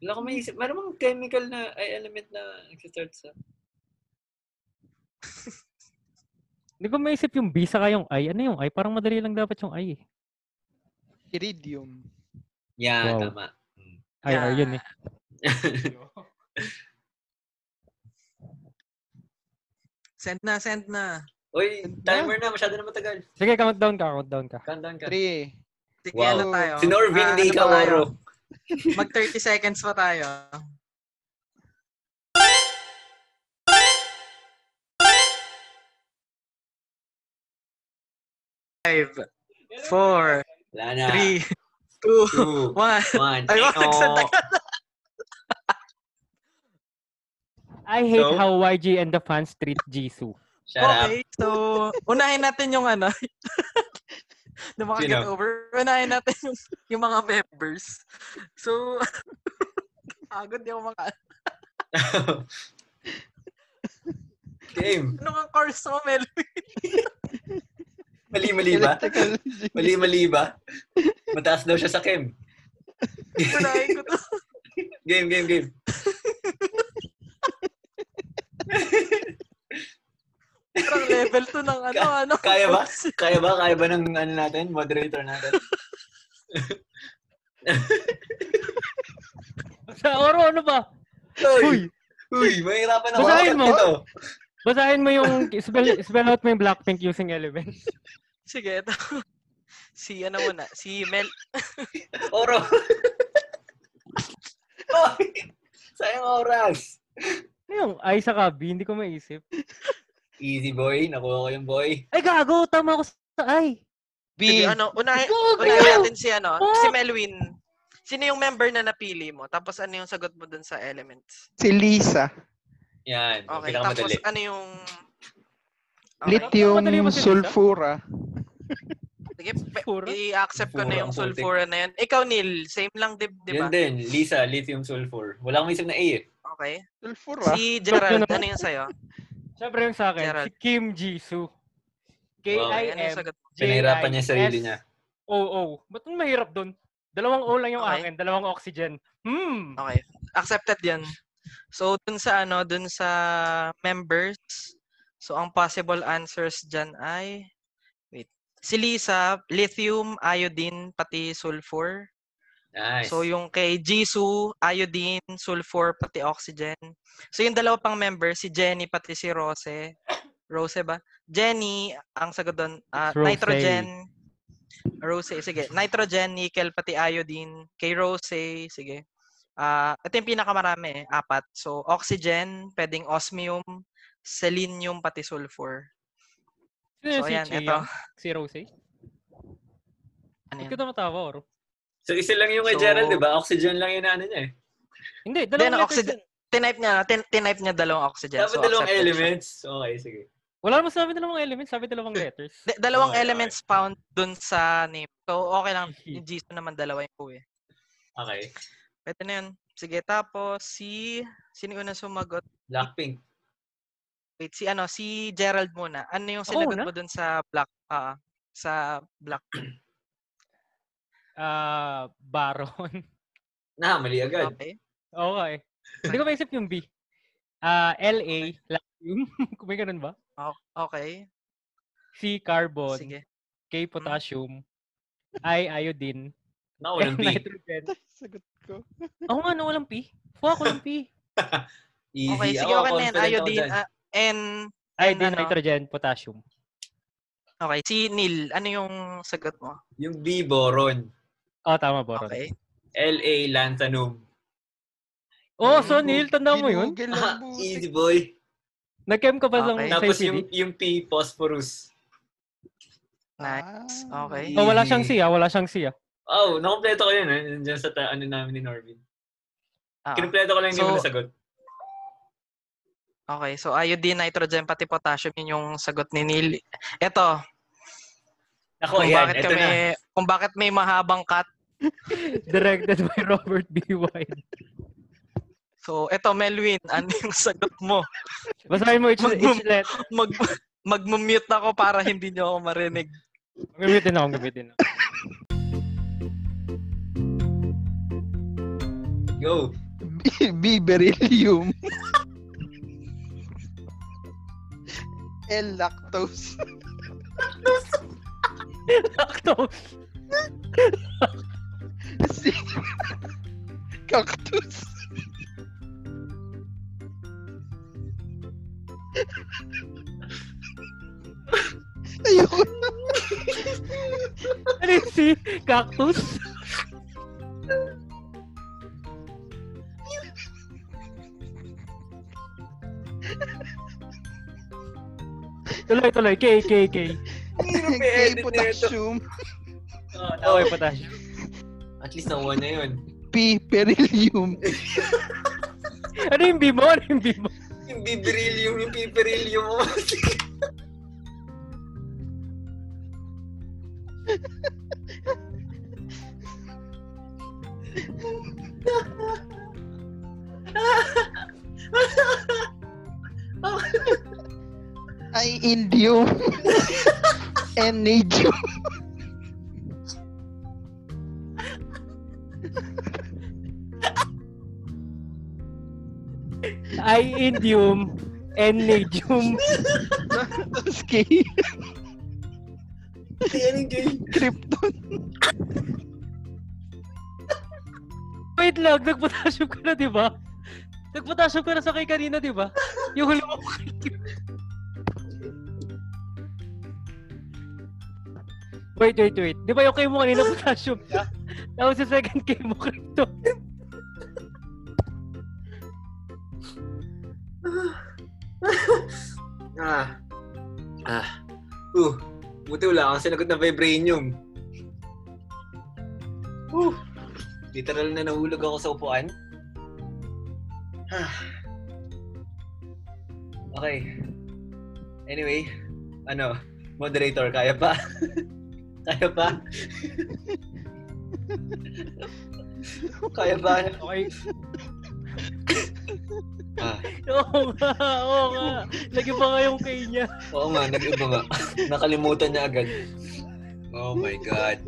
Speaker 3: Wala ko maisip. Meron bang chemical na ay, element na nagsistart sa...
Speaker 2: Hindi ko maisip yung B saka yung I. Ano yung I? Parang madali lang dapat yung I eh.
Speaker 4: Iridium.
Speaker 3: Yan,
Speaker 2: Wow.
Speaker 3: tama. Mm.
Speaker 2: I, R, yun eh.
Speaker 1: Send na, send na.
Speaker 3: Uy, timer na. Masyado na matagal.
Speaker 2: Sige, countdown ka, countdown ka.
Speaker 3: Countdown ka.
Speaker 4: Three.
Speaker 1: Sige,
Speaker 3: Wow.
Speaker 1: ano tayo?
Speaker 3: Si Norvin,
Speaker 1: Ah,
Speaker 3: hindi
Speaker 1: ano
Speaker 3: ikaw,
Speaker 1: ba tayo?
Speaker 3: Oro.
Speaker 1: Mag 30 seconds pa tayo. Five, four,
Speaker 3: Wala na.
Speaker 1: three, two,
Speaker 3: Two,
Speaker 1: one.
Speaker 3: one.
Speaker 1: Ay, wag,
Speaker 3: Eno.
Speaker 1: nagsandakan.
Speaker 2: I hate
Speaker 3: So?
Speaker 2: how YG and the fans treat Jisoo.
Speaker 3: Shut up.
Speaker 1: Okay, so unahin natin yung ano. na makaget
Speaker 3: Sino?
Speaker 1: over. Unahin natin yung, yung mga members. So, agad di ako maka...
Speaker 3: Game.
Speaker 1: Ano ang course mo, Mel?
Speaker 3: Mali-mali ba?
Speaker 4: Electrical.
Speaker 3: Mali-mali ba? Mataas daw siya sa chem.
Speaker 1: Unahin ko to.
Speaker 3: Game, game, game.
Speaker 1: Parang level to ng ano,
Speaker 3: Ka-
Speaker 1: ano.
Speaker 3: Kaya ba? Kaya ba? Kaya ba ng ano natin? Moderator natin?
Speaker 2: Sa Oro, ano ba?
Speaker 3: Uy! Uy, mahirapan ako.
Speaker 2: Basahin mo.
Speaker 3: Ito.
Speaker 2: Basahin mo yung, spell, spell out mo yung Blackpink using elements.
Speaker 1: Sige, ito. Si ano muna, si Mel.
Speaker 3: Oro. Uy, Sayang oras.
Speaker 2: Ano yung I saka B? Hindi ko maisip.
Speaker 3: Easy boy. Nakuha ko yung boy.
Speaker 2: Ay, gago! Tama ako sa I!
Speaker 1: Sige,
Speaker 4: B.
Speaker 1: ano, unahin,
Speaker 2: Gago!
Speaker 1: unahin natin si ano,
Speaker 2: Fuck!
Speaker 1: si Melwin. Sino yung member na napili mo? Tapos ano yung sagot mo dun sa elements?
Speaker 4: Si Lisa.
Speaker 3: Yan.
Speaker 1: Okay, tapos
Speaker 3: pinakamadali.
Speaker 1: ano yung... Okay.
Speaker 4: Lithium
Speaker 2: Madali ba si Lisa?
Speaker 4: sulfura.
Speaker 1: Sige, pe-
Speaker 2: Sulfura?
Speaker 1: i-accept ko na
Speaker 3: Sulfura,
Speaker 1: yung
Speaker 3: ang putik.
Speaker 1: sulfura na yun. Ikaw, Neil, same lang, di, di ba?
Speaker 3: Yun din. Lisa, lithium sulfur. Wala akong isip na A eh.
Speaker 1: Okay.
Speaker 4: Sulfura.
Speaker 1: Si Gerald,
Speaker 2: Bakit yun
Speaker 1: ano yung sa'yo?
Speaker 2: Siyempre yung sa akin,
Speaker 1: Gerald.
Speaker 2: si Kim Jisoo.
Speaker 1: Okay, ano yung
Speaker 2: K-I-M.
Speaker 1: sagot mo?
Speaker 3: Pinahirapan niya yung sarili niya.
Speaker 2: Oo. Ba't ang mahirap dun? Dalawang O lang yung
Speaker 1: Okay.
Speaker 2: akin, dalawang oxygen. Hmm.
Speaker 1: Okay. Accepted yan. So, dun sa ano, dun sa members, so ang possible answers dyan ay, wait, si Lisa, lithium, iodine, pati sulfur.
Speaker 3: Nice.
Speaker 1: So, yung kay Jisoo, iodine, sulfur, pati oxygen. So, yung dalawa pang member, si Jenny, pati si Rose. Rose ba? Jenny, ang sagot doon, ah,
Speaker 2: It's Rose.
Speaker 1: nitrogen, Rose, sige. Nitrogen, nickel, pati iodine. Kay Rose, sige. Ah, ito yung pinakamarami, eh, apat. So, oxygen, pwedeng osmium, selenium, pati sulfur.
Speaker 2: Sino
Speaker 1: So,
Speaker 2: si
Speaker 1: ayan,
Speaker 2: Chia?
Speaker 1: ito.
Speaker 2: Si Rose?
Speaker 1: Ano
Speaker 2: Ba't
Speaker 1: yan?
Speaker 2: ka tumatawa, Oro?
Speaker 3: So, isa lang yung kay
Speaker 1: So-
Speaker 3: Gerald, di ba? Oxygen lang yun na ano niya eh.
Speaker 2: Hindi,
Speaker 1: Then,
Speaker 2: dalawang letters
Speaker 1: oxygen-
Speaker 2: yun.
Speaker 1: tinipe niya, tin, tinipe niya dalawang oxygen.
Speaker 3: Dapat
Speaker 1: so
Speaker 3: dalawang
Speaker 1: accepted siya.
Speaker 3: elements. Okay, sige.
Speaker 2: Wala naman sabi dalawang elements, sabi dalawang letters.
Speaker 1: Da- dalawang
Speaker 3: Oh, Okay, okay.
Speaker 1: elements found dun sa name. So, okay lang. Yung Jisoo naman dalawa yung ko eh.
Speaker 3: Okay.
Speaker 1: Pwede na yun. Sige, tapos si... Sino yung unang sumagot?
Speaker 3: Blackpink.
Speaker 1: Wait, si ano? Si Gerald muna. Ano yung
Speaker 2: Ako
Speaker 1: sinagot
Speaker 2: muna?
Speaker 1: mo dun sa black? ah sa black.
Speaker 2: Ah, Baron.
Speaker 3: Nah, mali agad.
Speaker 1: Okay.
Speaker 2: okay. Hindi ko maisip yung B. Ah, LA, Latium. Kung may ganun ba?
Speaker 1: O- Okay.
Speaker 2: C, Carbon.
Speaker 1: Sige. Hmm.
Speaker 2: K, Potassium. I, Iodine.
Speaker 3: Naku,
Speaker 2: N,
Speaker 3: walang B.
Speaker 2: Nitrogen.
Speaker 4: Sagot ko.
Speaker 2: Oo nga, no, walang P. Fuck, walang P.
Speaker 3: Easy.
Speaker 1: Okay, sige,
Speaker 3: Ako,
Speaker 1: okay na yan.
Speaker 3: confident ako
Speaker 1: Iodine,
Speaker 3: dyan.
Speaker 1: ah, and...
Speaker 2: Iodine,
Speaker 1: ano?
Speaker 2: nitrogen, potassium.
Speaker 1: Okay, si Neil, ano yung sagot mo?
Speaker 3: Yung B, Boron.
Speaker 2: Oh, tama, Boron.
Speaker 1: Okay.
Speaker 3: LA, Lantanum.
Speaker 2: Oh, so Neil, tanda mo yun?
Speaker 4: Ginugol
Speaker 3: Ah,
Speaker 4: ang butik.
Speaker 3: easy boy.
Speaker 2: Nag-chem ka
Speaker 1: Okay.
Speaker 2: ba lang
Speaker 3: Tapos
Speaker 2: sa CD?
Speaker 3: yung, yung P, Phosphorus.
Speaker 1: Nice.
Speaker 4: Ah.
Speaker 1: Okay.
Speaker 2: Oh, wala siyang C, ah. Wala siyang C, ah.
Speaker 3: Oh, nakompleto ko yun. Eh. Diyan sa ta- ano namin ni Norvin.
Speaker 1: Ah,
Speaker 3: Kinumpleto ko lang hindi
Speaker 1: So-
Speaker 3: mo nasagot.
Speaker 1: okay, so iodine, nitrogen, pati potassium, yun yung sagot ni Neil. Ito, kung
Speaker 3: Ako, ayan.
Speaker 1: bakit
Speaker 3: Ito
Speaker 1: kami,
Speaker 3: na.
Speaker 1: kung bakit may mahabang cut.
Speaker 2: Directed by Robert B. Wine.
Speaker 1: So, ito, Melwin, ano yung sagot mo?
Speaker 2: Basahin mo each, each
Speaker 1: Mag-mum-
Speaker 2: letter.
Speaker 1: Mag, mag-mute ako para hindi niyo ako marinig.
Speaker 2: Gamitin ako, gamitin ako.
Speaker 3: Go.
Speaker 4: B, beryllium. L, lactose.
Speaker 2: Lactose.
Speaker 4: C, cactus. Ayun.
Speaker 2: Ano yung C? Cactus? tuloy, tuloy. K, K,
Speaker 3: Hirap
Speaker 2: K.
Speaker 4: K,
Speaker 3: i-edit na ito.
Speaker 4: potassium.
Speaker 3: Oh,
Speaker 2: Oh,
Speaker 3: tama.
Speaker 2: potassium.
Speaker 3: At least nakuha na yun.
Speaker 4: P, beryllium.
Speaker 2: Ano yung B mo? Ano yung B mo?
Speaker 3: Yung biberilium, yung piperilium mo.
Speaker 4: I, indium. N, nadium.
Speaker 2: I, indium. N, nadium.
Speaker 4: Tapos K,
Speaker 3: Yan Ano yung gay.
Speaker 4: krypton.
Speaker 2: Wait lang, nag-potassium ka na, di ba? Nag-potassium ka na sa kay kanina, di ba? Yung huli mo kay Wait, wait, wait. Di ba yung kay mo kanina potassium ka? Tapos sa second kay mo crypto.
Speaker 3: Ah. Ah. Uh. Buti wala akong sinagot na vibranium. Uh. Literal na nahulog ako sa upuan. Ah. Okay. Anyway, ano, moderator, kaya pa? kaya pa? kaya pa?
Speaker 2: Okay.
Speaker 3: Ah.
Speaker 2: Oo nga, oo nga. Lagi pa kayong kay niya.
Speaker 3: Oo nga, nag-iba nga. Nakalimutan niya agad. Oh my God.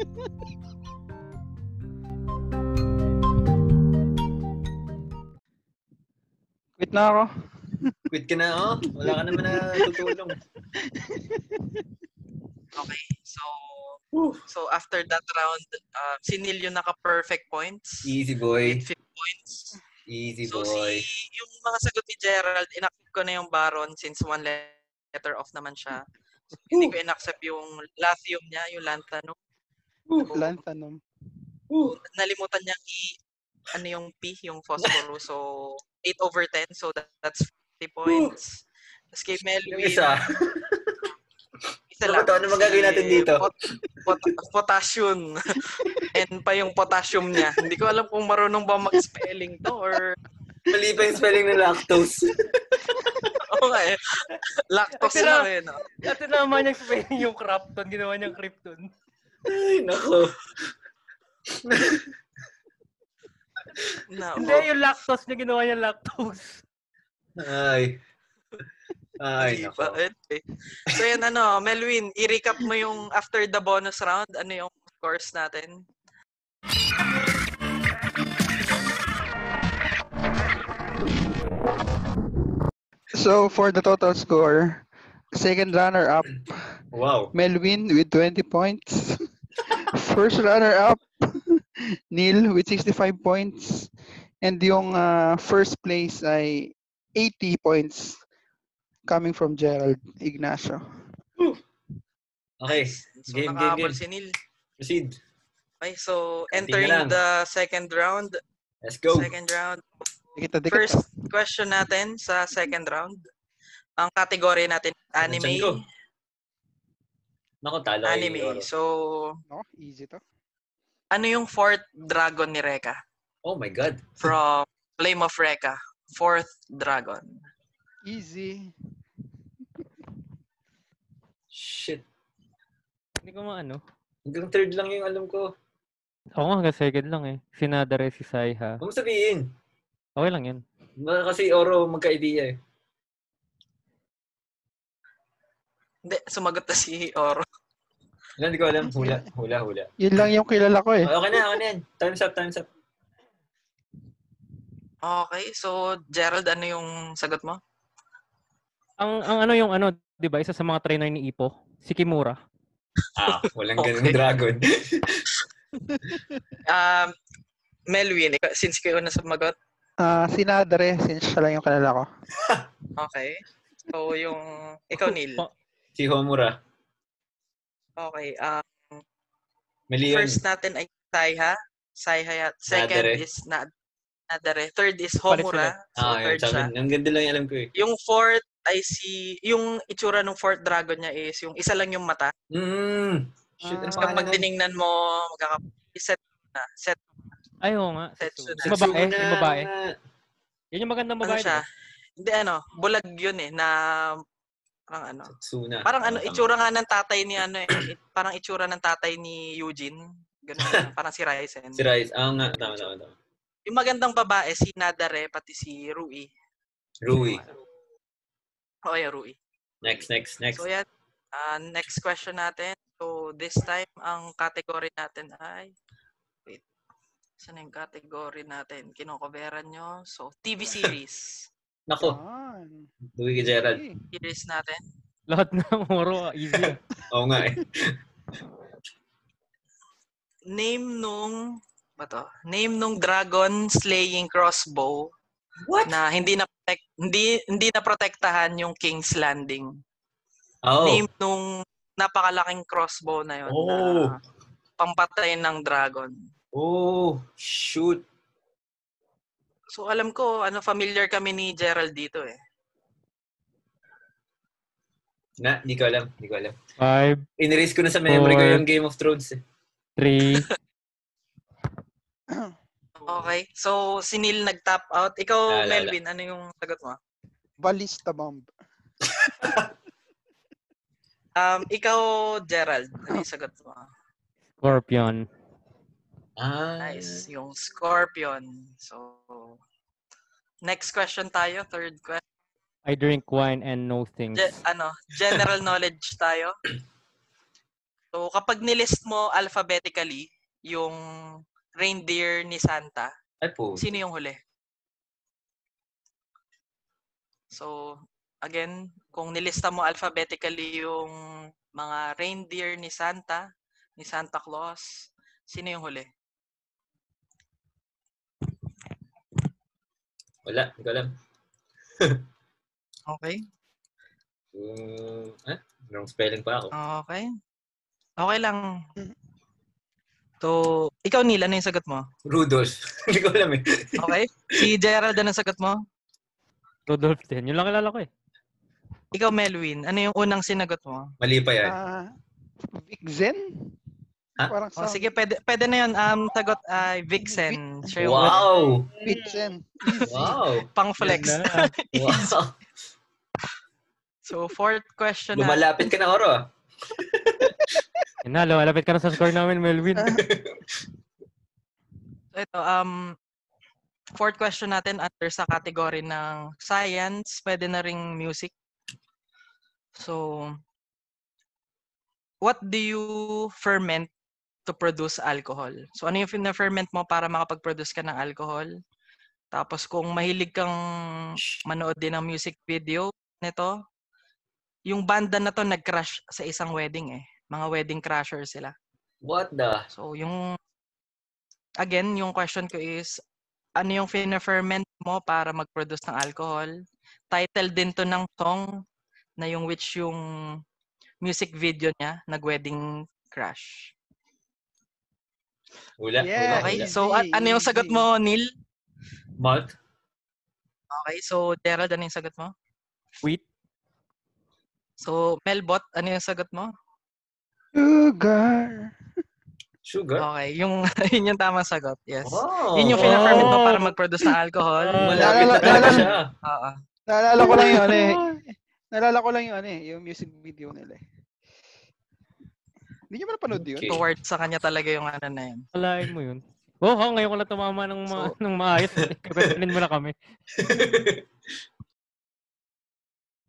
Speaker 4: Wait na ako.
Speaker 3: Quit ka na, oh. Wala ka naman na tutulong.
Speaker 1: Okay. So, so after that round, uh, si Neil yung naka-perfect points.
Speaker 3: Easy boy.
Speaker 1: With 50 points.
Speaker 3: Easy
Speaker 1: So,
Speaker 3: boy.
Speaker 1: si, yung mga sagot ni Gerald, inaccept ko na yung Baron since one letter off naman siya. So, hindi ko inaccept yung Lathium niya, yung Lantanum.
Speaker 4: Lan, tanong.
Speaker 1: Nalimutan niyang i, ano yung P, yung Phosphorus. So, 8 over 10. So, that, that's 50 points. Tapos kay
Speaker 3: Yung
Speaker 1: Melvin,
Speaker 3: isa.
Speaker 1: isa
Speaker 3: Ano ba to? Ano magagawin natin dito?
Speaker 1: Pot, pot, potassium. N pa yung potassium niya. Hindi ko alam kung marunong ba mag-spelling to or
Speaker 3: Mali pa yung spelling ng lactose.
Speaker 1: Okay. Lactose
Speaker 2: Pero-
Speaker 1: na rin. oh. no?
Speaker 2: At naman yung spelling yung Krypton, ginawa niyang Krypton.
Speaker 3: Ay, nako.
Speaker 1: No.
Speaker 2: Hindi, yung lactose niya, ginawa niya lactose.
Speaker 3: Ay.
Speaker 1: Hindi
Speaker 3: Ay, nako.
Speaker 1: ba? Anyway. So yan ano, Melwin, i-recap mo yung after the bonus round, ano yung scores natin?
Speaker 4: So, for the total score, second runner-up,
Speaker 3: Wow.
Speaker 4: Melvin with 20 points. First runner-up, Neil with 65 points. And yung uh, first place ay 80 points coming from Gerald Ignacio.
Speaker 3: Okay.
Speaker 1: So
Speaker 3: Game, game,
Speaker 1: nakahabol
Speaker 3: game.
Speaker 1: si Neil.
Speaker 3: Proceed.
Speaker 1: Okay, so
Speaker 3: Konti na
Speaker 1: entering
Speaker 3: lang.
Speaker 1: the second round,
Speaker 3: Let's go.
Speaker 1: second round,
Speaker 4: Dikit na dikit.
Speaker 1: First question natin sa second round. Ang kategory natin,
Speaker 3: Nandiyan
Speaker 1: anime.
Speaker 3: ko. Nako, talo kayo,
Speaker 1: Anime.
Speaker 3: Yoro.
Speaker 1: So,
Speaker 4: No? Easy to.
Speaker 1: ano yung fourth dragon ni Reka?
Speaker 3: Oh my God.
Speaker 1: From Flame of Reka. Fourth dragon.
Speaker 4: Easy.
Speaker 3: Shit.
Speaker 2: Hindi ko maano.
Speaker 3: Hanggang third lang yung alam ko.
Speaker 2: Ako nga, hanggang second lang eh. Sinadare si Saiha.
Speaker 3: Huwag mo sabihin.
Speaker 2: Okay lang yun.
Speaker 3: Baka Kasi Oro magka-idea eh.
Speaker 1: Hindi, sumagot na si Oro.
Speaker 3: Wala, Hindi ko alam. Hula, hula, hula.
Speaker 4: Yun lang yung kilala ko eh.
Speaker 3: Oh, Okay na, okay na yan. Time's up, time's up.
Speaker 1: Okay, so Gerald, ano yung sagot mo?
Speaker 2: Ang, ang ano yung ano, di ba? Isa sa mga trainer ni Ipo, si Kimura.
Speaker 3: Ah, walang
Speaker 1: Okay.
Speaker 3: ganung dragon.
Speaker 1: Um, Melwin, ikaw- since kayo na sumagot.
Speaker 4: Ah, si Nadre, since siya lang yung kilala ko.
Speaker 1: Okay. So, yung ikaw, Neil.
Speaker 2: Pa-
Speaker 3: si Homura.
Speaker 1: Okay. Um,
Speaker 3: Mali yun.
Speaker 1: First natin ay Saiha. Saiha yat. Second
Speaker 3: Nadare.
Speaker 1: is na Nadare. Third is
Speaker 2: Palit
Speaker 1: Homura. So
Speaker 3: ah, yun.
Speaker 1: third siya.
Speaker 3: Sabi, ang ganda lang yung alam ko eh.
Speaker 1: Yung fourth ay si... Yung itsura ng fourth dragon niya is yung isa lang yung mata.
Speaker 3: Mm. Shit, ang
Speaker 1: Kapag
Speaker 4: Ah.
Speaker 3: pangalan nun?
Speaker 1: tiningnan mo, magkakap... Set na. Set. ano
Speaker 2: Ay, oo nga.
Speaker 1: Set na.
Speaker 2: Setsuna. Yung babae,
Speaker 3: Setsuna.
Speaker 2: yung babae. Yun yung magandang
Speaker 1: Ano
Speaker 2: babae.
Speaker 1: siya?
Speaker 2: di ba?
Speaker 1: Hindi ano. Bulag yun eh. Na... Parang ano.
Speaker 3: Setsuna.
Speaker 1: Parang ano,
Speaker 3: Tama.
Speaker 1: itsura nga ng tatay ni ano eh. Parang itsura ng tatay ni Eugene. Ganun. parang si Ryzen.
Speaker 3: Si Rice. Ah, nga. Tama, tama, tama.
Speaker 1: Yung magandang babae, si Nadare, pati si Rui.
Speaker 3: Rui.
Speaker 1: Oo, yung Rui.
Speaker 3: Next, next, next.
Speaker 1: So yan, Ah, next question natin. So this time, ang category natin ay, wait, saan yung category natin? Kinokoveran nyo. So TV series.
Speaker 3: Nako,
Speaker 4: Yan.
Speaker 3: Louis Gerald.
Speaker 4: Easy.
Speaker 1: series natin.
Speaker 2: Lahat na muro, easy.
Speaker 3: Oo nga eh.
Speaker 1: Name nung, ba to? Name nung dragon slaying crossbow
Speaker 3: What?
Speaker 1: na hindi na protect, hindi hindi na protektahan yung King's Landing.
Speaker 3: Oh.
Speaker 1: Name nung napakalaking crossbow na yon
Speaker 3: Oh.
Speaker 1: na pampatay ng dragon.
Speaker 3: Oh, shoot.
Speaker 1: So alam ko, ano familiar kami ni Gerald dito eh.
Speaker 3: Na, di ko alam. Di ko alam.
Speaker 2: Five,
Speaker 3: Inerase ko na sa memory ko
Speaker 2: Four.
Speaker 3: yung Game of Thrones eh.
Speaker 2: three,
Speaker 1: Okay. So si Neil nag-tap out. Ikaw,
Speaker 3: Wala,
Speaker 1: Melvin, ano yung sagot mo?
Speaker 4: Ballista bomb.
Speaker 1: Um, ikaw, Gerald, ano yung sagot mo?
Speaker 2: scorpion.
Speaker 3: Ah.
Speaker 1: Nice. Yung Scorpion. So, next question tayo. Third question.
Speaker 2: I drink wine and no things.
Speaker 1: Ge- ano, general knowledge tayo. So, kapag nilist mo alphabetically yung reindeer ni Santa,
Speaker 3: Ay po.
Speaker 1: Sino yung huli? So, again, kung nilista mo alphabetically yung mga reindeer ni Santa, ni Santa Claus, sino yung huli?
Speaker 3: Wala, di ko alam.
Speaker 1: Okay.
Speaker 3: Um, eh? Wrong spelling pa ako.
Speaker 1: Okay. Okay lang. So, ikaw Neil, ano yung sagot mo?
Speaker 3: Rudolph. Hindi ko alam eh.
Speaker 1: Okay? si Gerald, ano yung sagot mo?
Speaker 2: Rodolph din. Yun lang kilala ko eh.
Speaker 1: Ikaw Melwin, ano yung unang sinagot mo?
Speaker 3: Mali pa yan.
Speaker 4: Ah, Vixen?
Speaker 3: Ha?
Speaker 4: Parang
Speaker 1: Oh,
Speaker 4: sound.
Speaker 1: sige, pwede, pwede na yun. Um, sagot ay Vixen. Siya yung
Speaker 3: Wow!
Speaker 4: Vixen.
Speaker 3: Wow!
Speaker 1: pang flex.
Speaker 2: Yan na.
Speaker 3: Wow!
Speaker 1: So, fourth question na.
Speaker 3: Lumalapit ka na, Oro. ah.
Speaker 2: Yan na, lumalapit ka na sa score namin, Melvin.
Speaker 4: Ah.
Speaker 1: Ito, um, fourth question natin under sa category ng science, pwede na ring music. So, what do you ferment to produce alcohol? So, ano yung ferment mo para makapag-produce ka ng alcohol? Tapos, kung mahilig kang manood din ng music video nito, yung banda na to nag-crash sa isang wedding eh. Mga wedding crasher sila.
Speaker 3: What the?
Speaker 1: So, yung again, yung question ko is ano yung fina-ferment mo para mag-produce ng alcohol? Title din to ng song na yung which yung music video niya, nag-wedding crash.
Speaker 3: Wala.
Speaker 4: Yeah.
Speaker 3: wala,
Speaker 1: Okay,
Speaker 3: wala.
Speaker 1: so a- ano yung sagot mo, Neil?
Speaker 3: Malt?
Speaker 1: Okay, so Gerald, ano yung sagot mo?
Speaker 2: Wheat.
Speaker 1: So Melbot, ano yung sagot mo?
Speaker 4: Sugar.
Speaker 3: Sugar?
Speaker 1: Okay, yung yun yung tamang sagot. Yes.
Speaker 3: Wow! Oh,
Speaker 1: Yun yung
Speaker 2: fina-
Speaker 1: fina-ferment mo
Speaker 2: Wow.
Speaker 1: para mag-produce ng alcohol.
Speaker 3: Malapit na
Speaker 4: Lala-
Speaker 3: talaga
Speaker 4: lala-
Speaker 3: siya.
Speaker 1: Oo.
Speaker 4: Naalala ko lang yun eh. Naalala ko lang yung ano eh, yung music video nila eh. Hindi nyo ba napanood
Speaker 3: Okay.
Speaker 4: yun?
Speaker 1: Toward sa kanya talaga yung ano na yun.
Speaker 2: Alain mo yun. Wow, ha, ngayon ko lang tumama ng, ma-
Speaker 1: So-
Speaker 2: ng maayos. Kagawin mo na kami.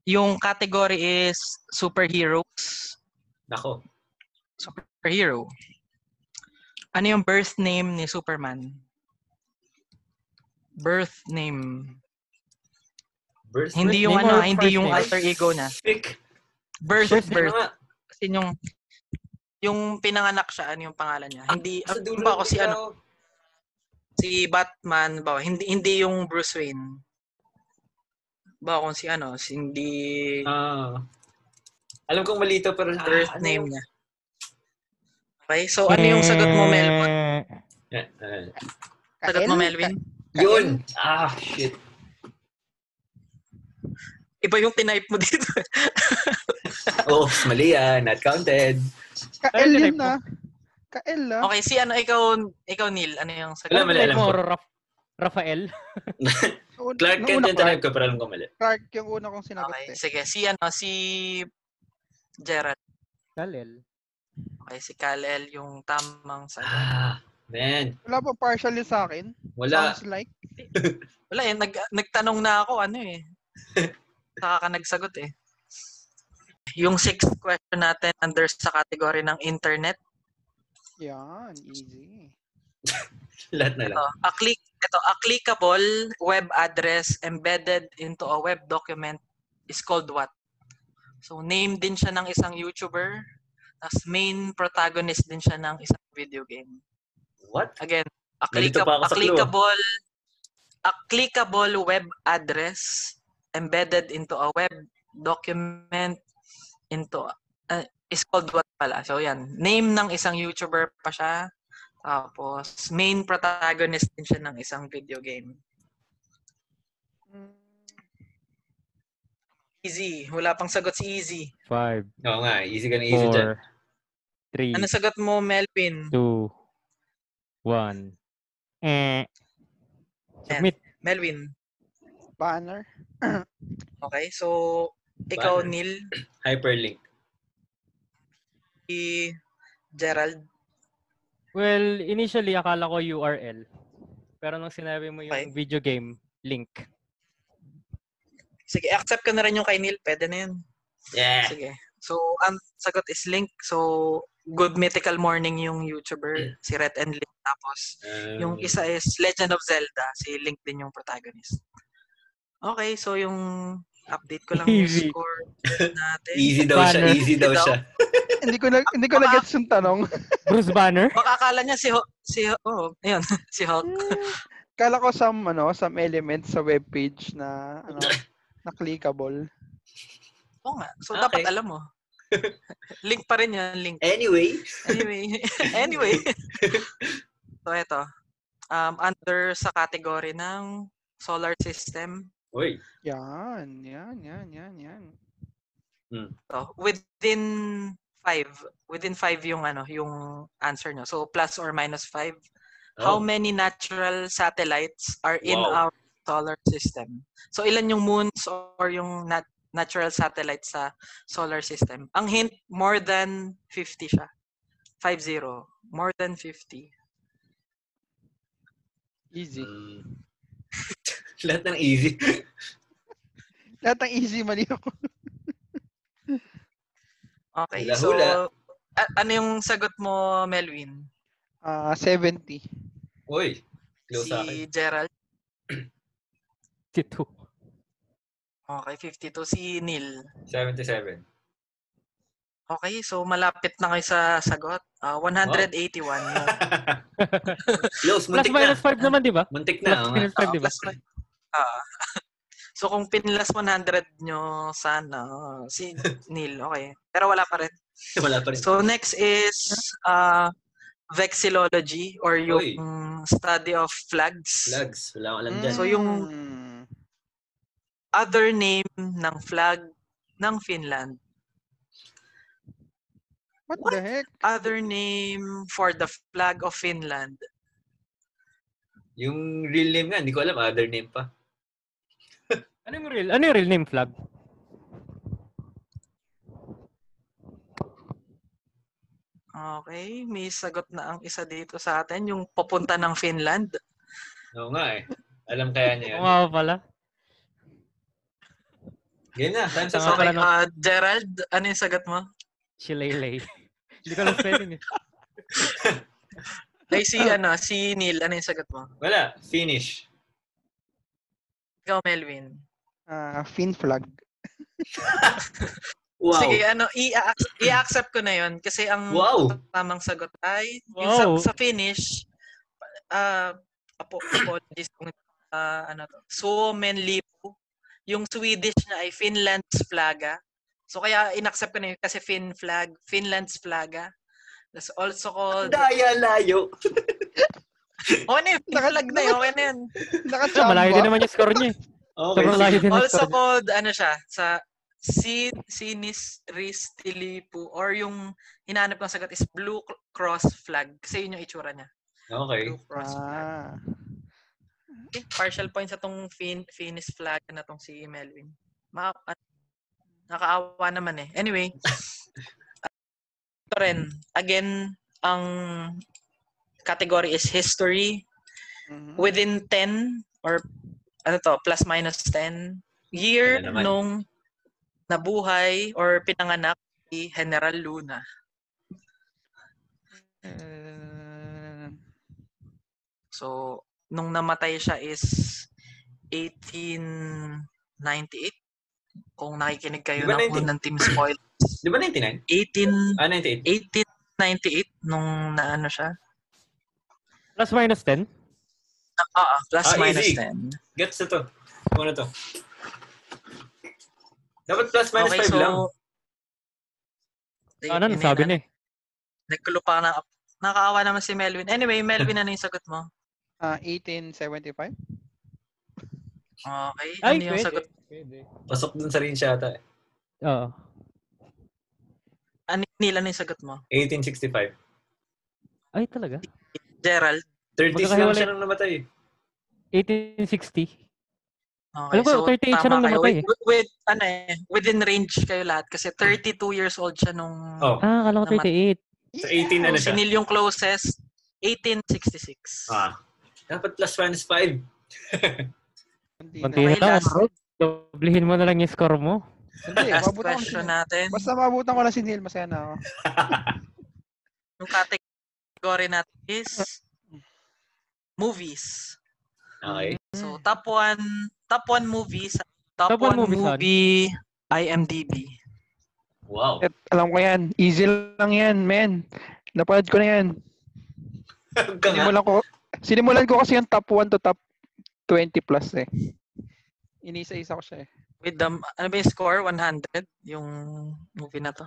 Speaker 1: Yung category is superheroes.
Speaker 3: Nako.
Speaker 1: Superhero. Ano yung birth name ni Superman? Birth name.
Speaker 3: Birth
Speaker 1: Hindi yung
Speaker 2: name
Speaker 1: ano,
Speaker 2: or
Speaker 1: hindi
Speaker 2: first
Speaker 1: yung
Speaker 2: name?
Speaker 1: alter ego na.
Speaker 3: Sick.
Speaker 1: Birth,
Speaker 2: First
Speaker 1: birth.
Speaker 3: Nga.
Speaker 1: Kasi yung, yung pinanganak siya, ano yung pangalan niya? Hindi,
Speaker 3: Sa dulo.
Speaker 1: ano ba ako si ano,
Speaker 3: ikaw.
Speaker 1: si Batman ba? Hindi hindi yung Bruce Wayne. Ba kung si ano, si hindi
Speaker 3: Ah. Alam kong malito pero...
Speaker 1: birth
Speaker 3: ah, ano?
Speaker 1: name niya. Okay, so ano yung sagot mo, Mel?
Speaker 2: Eh,
Speaker 3: Yeah, ah.
Speaker 1: Sagot mo, Melvin?
Speaker 3: Yun! Ah, shit.
Speaker 1: Iba yung tinype mo dito.
Speaker 3: Oops, Oh, mali yan. Not counted.
Speaker 4: Kael yun
Speaker 2: Ay,
Speaker 4: ah.
Speaker 2: direct mo.
Speaker 4: na. Kael na.
Speaker 1: Okay, si ano, ikaw, ikaw Neil, ano yung
Speaker 3: Wala,
Speaker 1: sagot?
Speaker 3: mali,
Speaker 2: type
Speaker 3: alam
Speaker 2: mo,
Speaker 3: ko.
Speaker 2: Ra- Rafael.
Speaker 3: Clark Kent yung type ko, pero alam ko mali.
Speaker 4: ah. Clark yung una kong sinagot
Speaker 1: Okay,
Speaker 4: eh.
Speaker 1: sige. Si ano, si Gerald.
Speaker 2: Dalel.
Speaker 1: Okay, si Kalel yung tamang sagot.
Speaker 3: Ah, man.
Speaker 4: Wala pa partial yun sa akin.
Speaker 1: Ah.
Speaker 3: Wala.
Speaker 4: Sounds like.
Speaker 1: Wala eh, nag, nagtanong na ako, ano eh. Saka ka nagsagot eh. Yung sixth question natin under sa category ng internet.
Speaker 4: Yan, easy.
Speaker 3: Lahat na lang.
Speaker 1: Ito, a click, ito, a clickable web address embedded into a web document is called what? So, name din siya ng isang YouTuber. Tapos main protagonist din siya ng isang video game.
Speaker 3: What?
Speaker 1: Again, a,
Speaker 3: Nandito
Speaker 1: clicka-
Speaker 3: pa ako
Speaker 1: a
Speaker 3: sa clue, ah.
Speaker 1: clickable a clickable web address embedded into a web document into uh, is called what pala. So yan, name ng isang YouTuber pa siya. Tapos main protagonist din siya ng isang video game.
Speaker 4: Mm,
Speaker 1: Easy, wala pang sagot si Easy.
Speaker 2: Five,
Speaker 3: Oo nga, easy ka na easy dyan.
Speaker 2: four, three,
Speaker 1: Ano sagot mo, Melvin?
Speaker 2: two, one. Eh. Submit.
Speaker 1: Melvin.
Speaker 4: Banner.
Speaker 1: Okay, so ikaw,
Speaker 3: Banner.
Speaker 1: Neil,
Speaker 3: Hyperlink.
Speaker 1: si Gerald.
Speaker 2: Well, initially, akala ko URL. Pero nung sinabi mo yung
Speaker 1: Okay.
Speaker 2: video game, link.
Speaker 1: Sige, accept ka na rin yung kay Neil. Pwede na yun.
Speaker 3: Yeah.
Speaker 1: Sige. So, ang sagot is Link. So, Good Mythical Morning yung
Speaker 3: Eh.
Speaker 1: YouTuber, si Red and Link. Tapos,
Speaker 3: Um,
Speaker 1: yung isa is Legend of Zelda. Si Link din yung protagonist. Okay, so yung update ko lang yung
Speaker 2: Easy.
Speaker 1: score natin.
Speaker 3: Easy daw siya,
Speaker 2: Banner.
Speaker 3: easy daw
Speaker 1: Easy daw.
Speaker 3: siya.
Speaker 4: hindi ko na hindi ko na gets yung tanong.
Speaker 2: Bruce Banner?
Speaker 1: Baka akala niya si Hulk. Si, Hu- oh, ayun, si Hulk.
Speaker 4: Kala ko some ano, some element sa webpage na ano, na clickable.
Speaker 1: Oo nga. So,
Speaker 3: Okay.
Speaker 1: dapat alam mo. Link pa rin yan, Link.
Speaker 3: Anyway,
Speaker 1: Anyway. anyway. so, eto. Um, under sa category ng solar system,
Speaker 3: Uy,
Speaker 4: Yan, yan, yan, yan, yan.
Speaker 1: to within five. Within five yung ano, yung answer nyo. So, plus or minus five. How many natural satellites are in
Speaker 3: Oh. Wow.
Speaker 1: our solar system? So, ilan yung moons or yung nat- natural satellites sa solar system? Ang hint, more than 50 siya. 50. More than 50.
Speaker 4: Easy.
Speaker 3: Mm. Lahat ng easy.
Speaker 4: Lahat ng easy, mali ako.
Speaker 1: Okay,
Speaker 3: Hula,
Speaker 1: so
Speaker 3: hula.
Speaker 1: a- ano yung sagot mo, Melwin?
Speaker 4: Ah, 70.
Speaker 3: Uy, close
Speaker 1: si
Speaker 3: sa akin.
Speaker 1: Gerald?
Speaker 2: Dito.
Speaker 1: Okay, 52. Si Neil?
Speaker 3: 77.
Speaker 1: Okay, so malapit na kayo sa sagot. Ah, 181. yung-
Speaker 3: close,
Speaker 2: Plus
Speaker 3: muntik na.
Speaker 2: minus 5 naman, di ba?
Speaker 3: Muntik na.
Speaker 2: Plus
Speaker 3: oo nga.
Speaker 2: minus 5, di ba?
Speaker 1: plus one. Ah. so kung pinlas 100 nyo sana, si Neil, okay. Pero wala pa rin.
Speaker 3: Wala pa rin.
Speaker 1: So next is uh, vexillology or yung
Speaker 3: Oy.
Speaker 1: study of flags.
Speaker 3: Flags. Wala akong alam dyan.
Speaker 1: So, yung-
Speaker 4: Mm.
Speaker 1: Other name ng flag ng Finland.
Speaker 4: What,
Speaker 1: What?
Speaker 4: the heck?
Speaker 1: Other name for the flag of Finland.
Speaker 3: Yung real name nga, hindi ko alam. Other name pa.
Speaker 2: Ano yung real, ano yung real name flag?
Speaker 1: Okay, may sagot na ang isa dito sa atin, yung papunta ng Finland.
Speaker 3: Oo nga eh. Alam kaya niya yun.
Speaker 2: Oo nga pala.
Speaker 3: Yun na. Time sa
Speaker 2: Tama
Speaker 1: So,
Speaker 2: pala,
Speaker 1: okay,
Speaker 2: no?
Speaker 1: uh, Gerald, ano yung sagot mo?
Speaker 2: Chilele. Hindi ko alam spelling eh.
Speaker 1: Ay, si, ano, si Neil, ano yung sagot mo?
Speaker 3: Wala. Finish.
Speaker 1: Ikaw, Melvin.
Speaker 4: Ah, fin flag.
Speaker 3: Wow.
Speaker 1: Sige, ano, i-ac- i-accept ko na yon kasi ang
Speaker 3: Wow.
Speaker 1: tamang sagot ay yung
Speaker 2: Wow.
Speaker 1: sa, sa finish, ah apo, apologies kung ah, ano to, Suomenlipu. Yung Swedish na ay Finland's flaga. So kaya inaccept ko na yun kasi Finn flag, Finland's flaga. That's also called...
Speaker 3: Daya layo.
Speaker 1: Oh, ano yun? Flag na yun. Okay na yun.
Speaker 4: Nakachamba.
Speaker 2: Ah, Malayo din naman yung score niya eh.
Speaker 3: Okay.
Speaker 2: Sobrang layo din yung
Speaker 1: also
Speaker 2: score niya.
Speaker 1: called ano siya sa sin sinistilipu or yung hinanap kong sagot is blue cr- cross flag kasi yun yung itsura niya
Speaker 3: Okay.
Speaker 1: blue cross flag
Speaker 4: Ah.
Speaker 1: okay, partial points sa tong fin Finnish flag na tong si Melvin Ma ano, nakaawa naman eh anyway ito rin again ang category is history
Speaker 4: Mhm.
Speaker 1: within 10 or ano to, plus minus 10 year
Speaker 3: Wala naman.
Speaker 1: nung nabuhay or pinanganak si General Luna.
Speaker 4: Uh,
Speaker 1: So, nung namatay siya is 1898. Kung nakikinig kayo
Speaker 3: Di ba
Speaker 1: ng
Speaker 3: 19?
Speaker 1: unang team spoil.
Speaker 3: Di ba 99?
Speaker 1: 18,
Speaker 3: Ah, 98.
Speaker 1: 1898 nung naano siya.
Speaker 2: Plus minus 10?
Speaker 1: Oo, plus
Speaker 3: Ah,
Speaker 1: minus
Speaker 3: easy.
Speaker 1: 10.
Speaker 3: Gets na to. Ano to? Dapat plus minus
Speaker 1: Okay,
Speaker 3: 5
Speaker 1: so...
Speaker 3: lang.
Speaker 2: Ano, nasabi na eh.
Speaker 1: Nagkulo pa na. Nakakaawa naman si Melvin. Anyway, Melvin, ano yung sagot mo?
Speaker 4: ah, 1875?
Speaker 1: Okay.
Speaker 2: Ay,
Speaker 1: ano yung sagot?
Speaker 2: pwede. pwede.
Speaker 3: Pasok dun sa rin siya ata. eh.
Speaker 2: Oo.
Speaker 1: Ano nila na yung sagot mo?
Speaker 3: 1865.
Speaker 2: Ay, talaga?
Speaker 1: Gerald.
Speaker 3: 30s
Speaker 2: Magkakahiwalay.
Speaker 3: lang siya nang namatay. eh.
Speaker 2: 1860?
Speaker 1: Okay,
Speaker 2: Alam ko, 38 siya
Speaker 1: tama
Speaker 2: nung
Speaker 1: kayo.
Speaker 2: namatay eh.
Speaker 1: With, with, ano eh, within range kayo lahat. Kasi 32 years old siya nung...
Speaker 3: Oh.
Speaker 2: Ah, akala ko 38.
Speaker 3: So 18 na na
Speaker 1: si
Speaker 3: siya.
Speaker 1: Neil yung closest. 1866.
Speaker 3: Ah. Dapat plus minus 5.
Speaker 4: Hindi
Speaker 2: Konti
Speaker 4: na.
Speaker 2: na
Speaker 1: Okay,
Speaker 2: lang,
Speaker 1: last-
Speaker 2: bro. Doblehin mo na lang yung score mo.
Speaker 4: Hindi,
Speaker 1: Last
Speaker 4: mabutan ko si
Speaker 1: question
Speaker 4: Neil.
Speaker 1: natin.
Speaker 4: Basta mabutan ko lang si Neil, masaya na ako.
Speaker 1: Yung category natin is movies.
Speaker 3: okay.
Speaker 4: Hmm.
Speaker 1: So, top 1, top 1 movies. Top,
Speaker 2: Top
Speaker 1: 1
Speaker 2: one movies, hon.
Speaker 1: movie, IMDb.
Speaker 3: Wow.
Speaker 4: Eh, alam ko yan. Easy lang yan, men. Napanood ko na yan.
Speaker 3: Huwag ka nga.
Speaker 4: Sinimulan ko, sinimulan ko kasi yung top 1 to top 20 plus eh. Inisa-isa ko siya eh.
Speaker 1: With the, ano ba yung score? 100? Yung movie na to.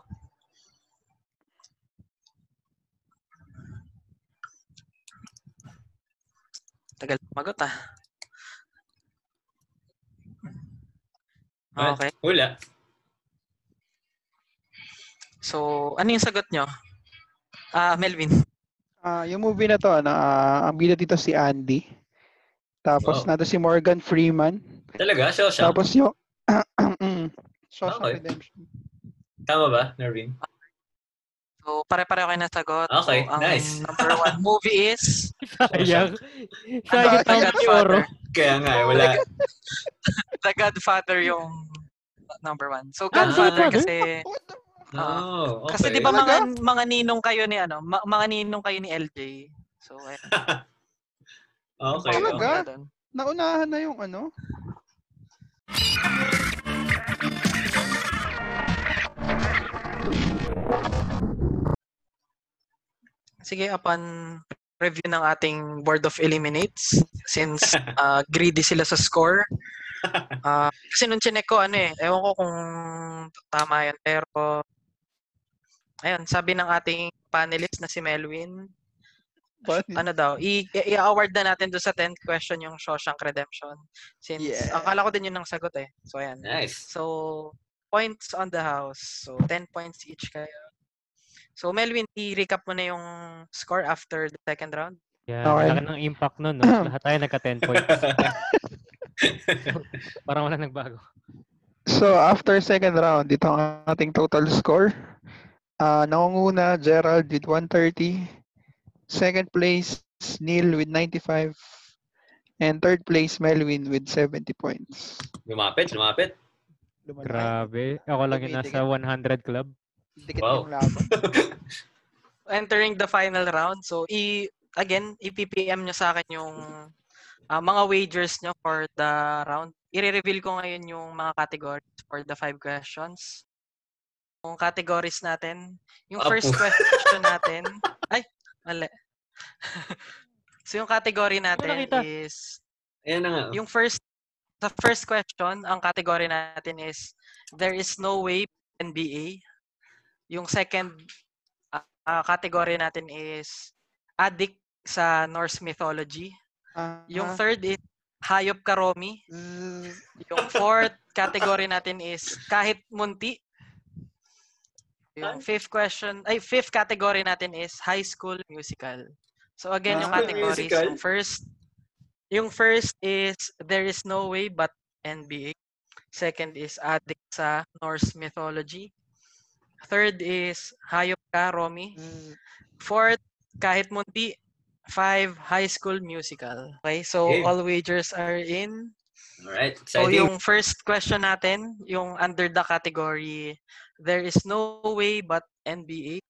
Speaker 1: Tagal magot ah.
Speaker 3: Ah,
Speaker 1: Okay.
Speaker 3: Wala.
Speaker 1: So, ano yung sagot nyo? Ah, Melvin.
Speaker 4: Ah, yung movie na to, ano, ah, ang bida dito si Andy. Tapos
Speaker 3: Wow.
Speaker 4: nado si Morgan Freeman.
Speaker 3: Talaga? Shawshank?
Speaker 4: Tapos yung mm, Shawshank
Speaker 3: Okay.
Speaker 4: Redemption.
Speaker 3: Tama ba, Nervin?
Speaker 1: So, pare-pareho kayo ng sagot.
Speaker 3: Okay,
Speaker 1: so, ang
Speaker 3: nice.
Speaker 1: number one movie is
Speaker 2: Sayang.
Speaker 1: ano,
Speaker 2: Sayang
Speaker 1: The
Speaker 2: tayo ni Oro.
Speaker 1: Godfather.
Speaker 3: Kaya nga, eh, wala.
Speaker 1: The Godfather yung number one. So,
Speaker 2: Godfather?
Speaker 1: Godfather kasi...
Speaker 4: What the-
Speaker 3: Oh, okay.
Speaker 1: Kasi di ba
Speaker 4: Talaga?
Speaker 1: mga, mga ninong kayo ni ano, ma- mga ninong kayo ni LJ. So, ayun.
Speaker 3: Okay. oh.
Speaker 1: Ang
Speaker 4: Talaga?
Speaker 1: pangalawa doon.
Speaker 4: Naunahan na yung ano?
Speaker 1: Sige, upon review ng ating Board of Eliminates, since uh, greedy sila sa score. Uh, kasi nung chinek ko, ano eh, ewan ko kung tama yan, pero ayun, sabi ng ating panelist na si Melwin,
Speaker 4: What?
Speaker 1: ano daw, i- i- i-award na natin doon sa 10th question yung Shawshank Redemption. Since,
Speaker 4: Yeah.
Speaker 1: akala ko din yun ang sagot eh. So, ayan.
Speaker 3: Nice.
Speaker 1: So, points on the house. So, 10 points each kayo. So, Melvin, i-recap mo na yung score after the second round.
Speaker 2: Yan,
Speaker 4: Okay.
Speaker 2: laki ng impact nun. No? Lahat tayo nagka 10 points. Parang wala nagbago.
Speaker 4: So, after second round, ito ang ating total score. Ah, nangunguna, Gerald with 130. Second place, Neil with 95. And third place, Melvin with 70 points.
Speaker 3: lumapit, lumapit.
Speaker 4: Lumalaki.
Speaker 2: Grabe. Ako lang yung nasa 100 club.
Speaker 4: Dikit
Speaker 3: Wow.
Speaker 4: yung laban.
Speaker 1: Entering the final round. So, i- again, i-PPM nyo sa akin yung ah, mga wagers nyo for the round. I-reveal ko ngayon yung mga categories for the five questions. Yung categories natin. Yung
Speaker 3: Apo.
Speaker 1: first question natin. ay, mali. so, yung category natin
Speaker 2: nakita.
Speaker 1: is
Speaker 3: Ayan na nga. oh.
Speaker 1: Yung first, the first question, ang category natin is, there is no way NBA. Yung second ah, ah, category natin is, addict sa Norse mythology.
Speaker 4: Ah,
Speaker 1: Yung third is, hayop karomi.
Speaker 4: zzz.
Speaker 1: Yung fourth category natin is, kahit munti. Yung fifth question, ay fifth category natin is, high school musical. So again, yung
Speaker 4: Ah,
Speaker 1: categories,
Speaker 3: musical.
Speaker 1: yung first, yung first is There is no way but NBA. Second is Addict sa Norse mythology. Third is Hayop ka, Romy. Fourth, Kahit Munti. Five, High School Musical. Okay, so
Speaker 3: Okay.
Speaker 1: all wagers are in.
Speaker 3: Alright,
Speaker 1: So
Speaker 3: exciting.
Speaker 1: yung first question natin, yung under the category, There is no way but NBA.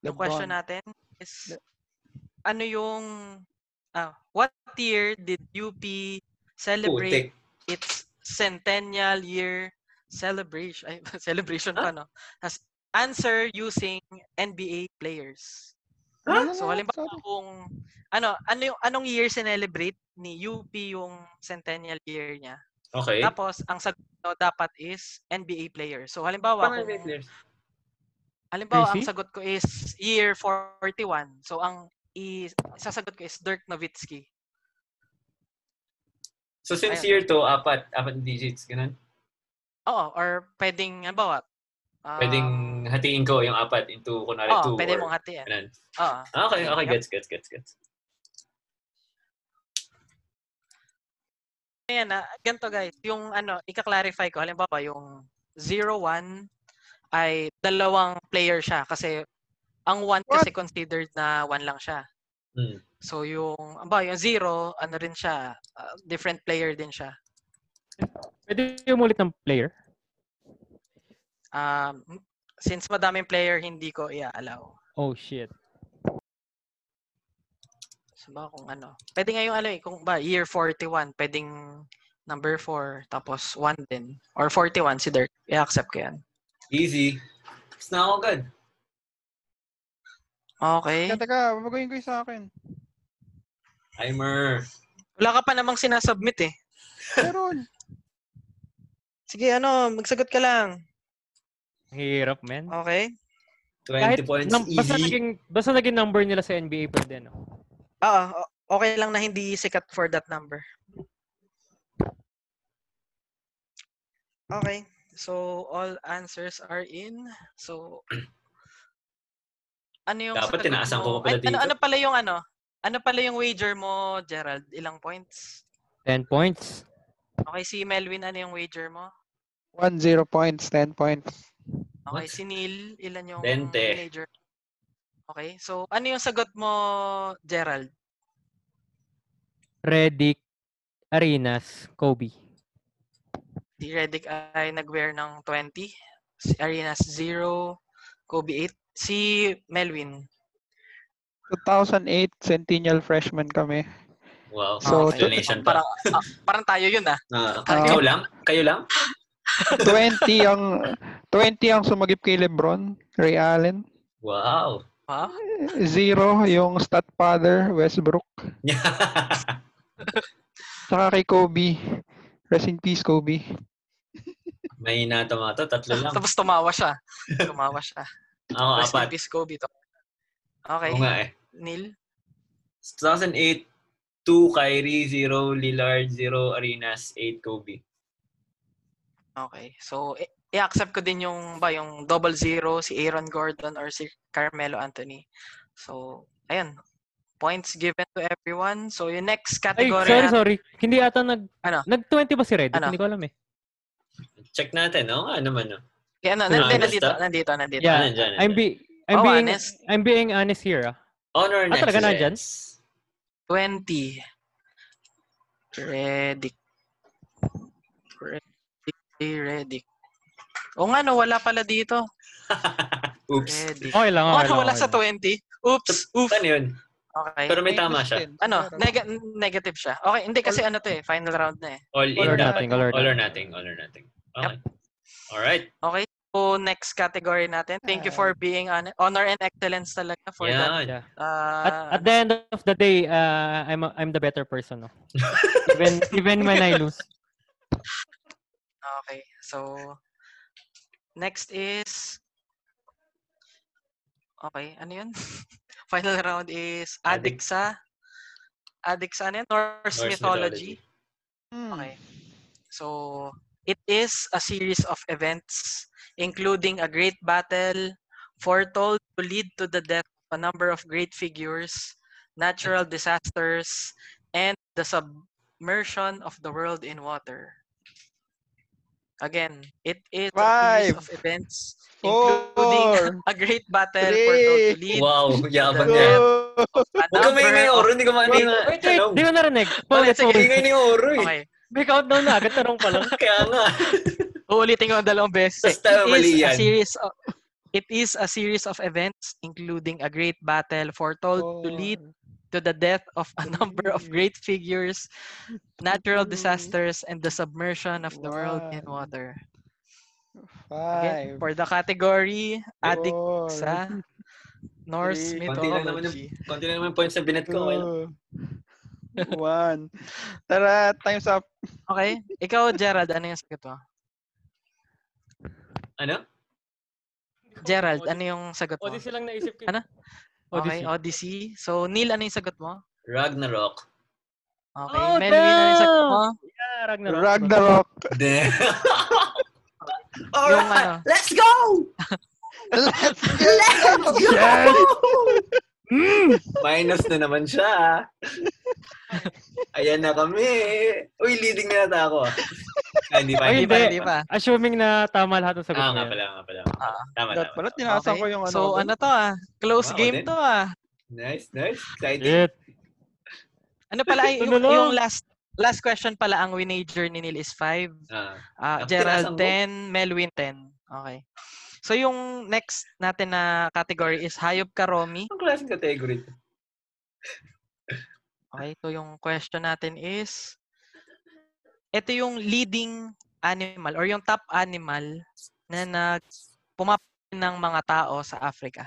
Speaker 1: Yung question
Speaker 4: Lebron.
Speaker 1: natin is, ano yung, ah, what year did UP celebrate
Speaker 3: Putik.
Speaker 1: its centennial year celebration? Ay, celebration pa, no? Has answer using NBA players.
Speaker 4: Ano
Speaker 1: So,
Speaker 4: na,
Speaker 1: halimbawa
Speaker 4: sorry.
Speaker 1: kung, ano, ano yung, anong year sinelebrate ni UP yung centennial year niya?
Speaker 3: Okay.
Speaker 1: Tapos, ang sagot nyo dapat is NBA player. So, halimbawa, kung
Speaker 3: Parang Wigglers.
Speaker 1: Halimbawa, ang
Speaker 2: Casey?
Speaker 1: sagot ko is year 41. So, ang is, sasagot ko is Dirk Nowitzki.
Speaker 3: So since
Speaker 1: Ayun.
Speaker 3: year to, apat, apat na digits, ganun.
Speaker 1: Oo, or pwedeng, halimbawa, um,
Speaker 3: Pwedeng
Speaker 2: Ah.
Speaker 3: hatiin ko yung apat into, kunwari,
Speaker 1: oo,
Speaker 2: Oh,
Speaker 3: two.
Speaker 1: pwede
Speaker 3: or-
Speaker 1: mong hatiin.
Speaker 3: Ganun.
Speaker 1: Oo.
Speaker 3: Okay, okay,
Speaker 1: Yep.
Speaker 3: gets, gets, gets, gets.
Speaker 1: Ayan, ah, ganito guys. Yung ano, ika-clarify ko. Halimbawa, yung 0-1 ay dalawang player siya kasi ang 1
Speaker 4: What?
Speaker 1: kasi considered na 1 lang siya.
Speaker 3: Hmm.
Speaker 1: So, yung, ba, yung 0, ano rin siya, ah, different player din siya.
Speaker 2: Pwede yung ulit ng player?
Speaker 1: Um, since madaming player, hindi ko i-allow.
Speaker 2: Oh, shit.
Speaker 1: So ba kung ano. Pwede nga yung ano eh, kung ba year 41, pwedeng number 4 tapos 1 din or 41 si Dirk. I-accept ko 'yan.
Speaker 3: Easy. It's na ako agad.
Speaker 1: Okay.
Speaker 3: Eh?
Speaker 4: Teka, teka, babaguhin ko yung sa akin.
Speaker 3: Timer.
Speaker 1: Wala ka pa namang sinasubmit eh.
Speaker 4: Meron.
Speaker 1: Sige, ano, magsagot ka lang.
Speaker 2: Ang hirap, man.
Speaker 1: Okay?
Speaker 3: 20 points.
Speaker 2: nam- basta,
Speaker 3: easy.
Speaker 2: naging, basta naging number nila sa NBA pwede, no?
Speaker 1: Oo, o- okay lang na hindi sikat for that number. Okay. So, all answers are in. So, ano yung
Speaker 3: Dapat
Speaker 1: sagot
Speaker 3: tinaasan ko
Speaker 1: mo?
Speaker 3: pa
Speaker 1: Ay,
Speaker 3: pala
Speaker 1: Ano,
Speaker 3: dito.
Speaker 1: ano pala yung ano? Ano pala yung wager mo, Gerald? Ilang points?
Speaker 2: 10 points.
Speaker 1: Okay, si Melvin, ano yung wager mo?
Speaker 4: One, zero points, 10 points.
Speaker 1: Okay,
Speaker 3: What?
Speaker 1: si Neil, ilan yung
Speaker 3: 20.
Speaker 1: wager? Okay, so ano yung sagot mo, Gerald?
Speaker 2: Redick, Arenas, Kobe.
Speaker 1: Si Redick ay nag-wear ng 20. Si Arenas 0. Kobe 8. Si Melvin.
Speaker 4: 2008, Centennial freshman kami.
Speaker 2: Ah,
Speaker 3: Wow.
Speaker 4: So,
Speaker 3: explanation pa.
Speaker 1: parang, ah, parang tayo yun ah.
Speaker 3: Ah,
Speaker 4: Ah.
Speaker 3: ikaw lang? Kayo lang?
Speaker 4: 20 ang 20 ang sumagip kay LeBron, Ray Allen.
Speaker 3: Wow.
Speaker 1: Wow.
Speaker 4: Zero yung stat father, Westbrook. Saka kay Kobe. Rest in peace, Kobe.
Speaker 3: May natama to. Tatlo lang.
Speaker 1: Tapos tumawa siya. Tumawa siya.
Speaker 3: Ako,
Speaker 1: Rest in
Speaker 3: apat.
Speaker 1: peace, Kobe. To. Okay.
Speaker 3: Oo nga eh.
Speaker 1: Neil?
Speaker 3: 2008, 2 Kyrie, 0 Lillard, 0 Arenas, 8 Kobe.
Speaker 1: Okay. So, i- i-accept ko din yung ba yung double zero si Aaron Gordon or si Carmelo Anthony. So, ayun. Points given to everyone. So, yung next
Speaker 2: Ay,
Speaker 1: category
Speaker 2: sorry,
Speaker 1: nat-
Speaker 2: sorry. Hindi ata nag...
Speaker 1: Ano?
Speaker 2: Nag-20 ba si Redick?
Speaker 1: Ano?
Speaker 2: Hindi ko alam eh.
Speaker 3: Check natin, no? Ano man, no?
Speaker 1: Okay, ano, nandito,
Speaker 3: Ano, honest
Speaker 1: nandito,
Speaker 3: ah?
Speaker 1: nandito, nandito.
Speaker 2: Yeah.
Speaker 3: Ano dyan?
Speaker 2: I'm, be, I'm,
Speaker 1: Oh,
Speaker 2: being,
Speaker 1: honest.
Speaker 2: I'm being honest here. Ah.
Speaker 3: Honor
Speaker 2: Ah, talaga
Speaker 3: Nexus.
Speaker 2: nandyan?
Speaker 1: 20. Redick. Redick. Redick. O nga, no, wala pala dito.
Speaker 3: Oops.
Speaker 1: Redick.
Speaker 2: Okay lang,
Speaker 1: Oh,
Speaker 2: okay lang.
Speaker 1: ano, wala
Speaker 2: okay
Speaker 1: sa
Speaker 2: lang.
Speaker 1: 20. Oops, oops.
Speaker 3: Ano yun?
Speaker 1: Okay.
Speaker 3: Pero
Speaker 2: Eh,
Speaker 3: may tama siya.
Speaker 1: Ano, neg- negative siya. Okay, hindi kasi ano to eh, final round na eh.
Speaker 3: All in
Speaker 4: All
Speaker 2: Color
Speaker 4: or
Speaker 3: dapat.
Speaker 2: natin, color
Speaker 3: All or
Speaker 2: natin.
Speaker 3: nothing. All or nothing. Okay. Alright.
Speaker 1: Okay, so next category natin. Thank you for being on honor and excellence talaga for that.
Speaker 3: Yan.
Speaker 2: Yeah.
Speaker 1: Uh,
Speaker 2: At, at the end of the day, uh, I'm a- I'm the better person. No? even even when I lose.
Speaker 1: Okay, so next is Okay, ano yun? Final round is
Speaker 3: Addict.
Speaker 1: Addixa. Addixa, ano yun? Norse,
Speaker 3: Norse
Speaker 1: mythology.
Speaker 3: mythology.
Speaker 4: Hmm.
Speaker 1: Okay. So, it is a series of events, including a great battle foretold to lead to the death of a number of great figures, natural disasters, and the submersion of the world in water. Again, it is a series
Speaker 4: Five,
Speaker 1: of events,
Speaker 4: four,
Speaker 1: including a great battle foretold to lead
Speaker 3: Wow. Yabang
Speaker 1: Yeah.
Speaker 3: yan.
Speaker 4: Go!
Speaker 1: a
Speaker 3: Huwag ka maingay oh,
Speaker 1: number
Speaker 3: oro.
Speaker 1: of...
Speaker 3: Hindi ko maano yung
Speaker 2: Wait, wait,
Speaker 3: tanong.
Speaker 2: di ko narinig.
Speaker 1: Okay,
Speaker 2: Paulit,
Speaker 1: sige.
Speaker 2: paulit.
Speaker 3: Maingay ni oro eh.
Speaker 1: Okay.
Speaker 2: May countdown na agad, tanong pa lang.
Speaker 3: Kaya nga.
Speaker 1: Uulitin ko ang dalawang beses. eh.
Speaker 3: Tas tayo
Speaker 1: it
Speaker 3: mali
Speaker 1: is a
Speaker 3: yan.
Speaker 1: series of It is a series of events including a great battle foretold
Speaker 4: Oh.
Speaker 1: to lead to the death of a number
Speaker 4: Mm.
Speaker 1: of great figures, natural
Speaker 4: Two,
Speaker 1: disasters and the submersion of the world in
Speaker 4: one.
Speaker 1: water.
Speaker 4: Five.
Speaker 1: Again, for the category Addict
Speaker 4: four,
Speaker 1: sa Norse
Speaker 4: three,
Speaker 3: Konti lang naman
Speaker 1: mythology.
Speaker 3: Konti lang naman points na binet ko. Okay lang.
Speaker 4: two, One. Tara, time's up.
Speaker 1: Okay? Ikaw, Gerald, ano yung sagot mo?
Speaker 3: Ano?
Speaker 1: Gerald, ano yung sagot mo?
Speaker 2: Odyssey lang naisip ko.
Speaker 1: Ano? Okay, Odyssey. So, Neil, ano yung sagot mo?
Speaker 3: Ragnarok.
Speaker 1: Okay,
Speaker 2: Oh,
Speaker 1: Melvin, ano yung sagot mo?
Speaker 2: Yeah, Ah, Ragnarok.
Speaker 4: Ragnarok.
Speaker 3: Damn.
Speaker 1: Yung ano,
Speaker 3: Let's go!
Speaker 4: Let's
Speaker 3: Yes!
Speaker 2: Hmm!
Speaker 3: Minus na naman siya. ah. Ayan na kami. Uy, leading na nata ako. Ah, hindi pa.
Speaker 1: hindi
Speaker 2: Ay,
Speaker 3: Hindi
Speaker 1: pa,
Speaker 3: pa.
Speaker 1: hindi pa.
Speaker 2: Assuming na tama lahat ng sagot
Speaker 3: Ah,
Speaker 2: mo
Speaker 3: nga
Speaker 2: yan.
Speaker 3: pala, nga pala.
Speaker 1: Ah.
Speaker 3: Tama,
Speaker 4: Dapat
Speaker 3: tama.
Speaker 4: pala tinasa ko yung ano.
Speaker 1: So,
Speaker 4: dun.
Speaker 1: ano to ah? Close
Speaker 3: Wow,
Speaker 1: game
Speaker 3: din.
Speaker 1: to ah.
Speaker 3: Nice, nice. Exciting.
Speaker 2: Shit.
Speaker 1: Ano pala, ay, yung,
Speaker 2: Ano lang?
Speaker 1: yung last last question pala, ang winager ni Neil is 5.
Speaker 3: Ah,
Speaker 1: ah
Speaker 3: Ako,
Speaker 1: Gerald
Speaker 3: tinasan
Speaker 1: 10,
Speaker 3: ko.
Speaker 1: Melwin 10. Okay. So, yung next natin na category is Hayop Karomi.
Speaker 3: ang klaseng category. to?
Speaker 1: Okay. So, yung question natin is, ito yung leading animal or yung top animal na nag pumapain ng mga tao sa Africa.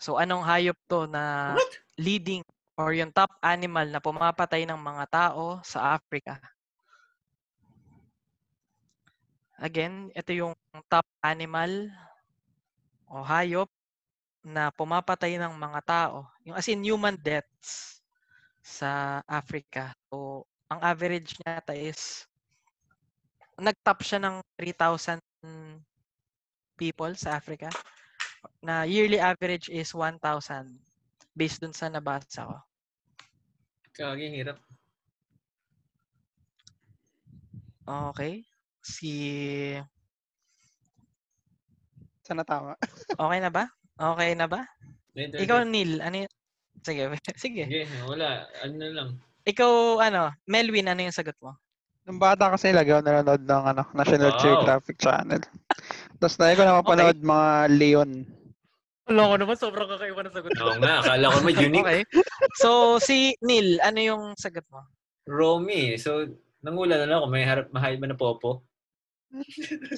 Speaker 1: So, anong hayop to na leading or yung top animal na pumapatay ng mga tao sa Africa? Again, ito yung top animal o hayop na pumapatay ng mga tao. Yung as in human deaths sa Africa. So, ang average niya ata is nag-top siya ng 3,000 people sa Africa na yearly average is 1,000 based dun sa nabasa ko.
Speaker 3: Kagi, hirap.
Speaker 1: Okay. Si ano?
Speaker 4: Sana tama.
Speaker 1: Okay na ba? Okay na ba?
Speaker 3: Wait, wait,
Speaker 1: Ikaw
Speaker 3: wait.
Speaker 1: Neil, ano y- Sige, sige.
Speaker 3: Sige, wala. Ano na lang.
Speaker 1: Ikaw ano, Melvin ano yung sagot mo?
Speaker 4: Nung bata kasi lagaw nanonood ng ano, National
Speaker 3: Wow.
Speaker 4: Geographic Channel. Tapos dahil ko na mapanood mga leon.
Speaker 2: Wala ko naman, sobrang kakaiba na sagot.
Speaker 3: Oo nga, akala ko naman unique.
Speaker 1: Okay. So si Neil, ano yung sagot mo?
Speaker 3: Romy. So, nangula na lang ako. May harap mahal ba na popo?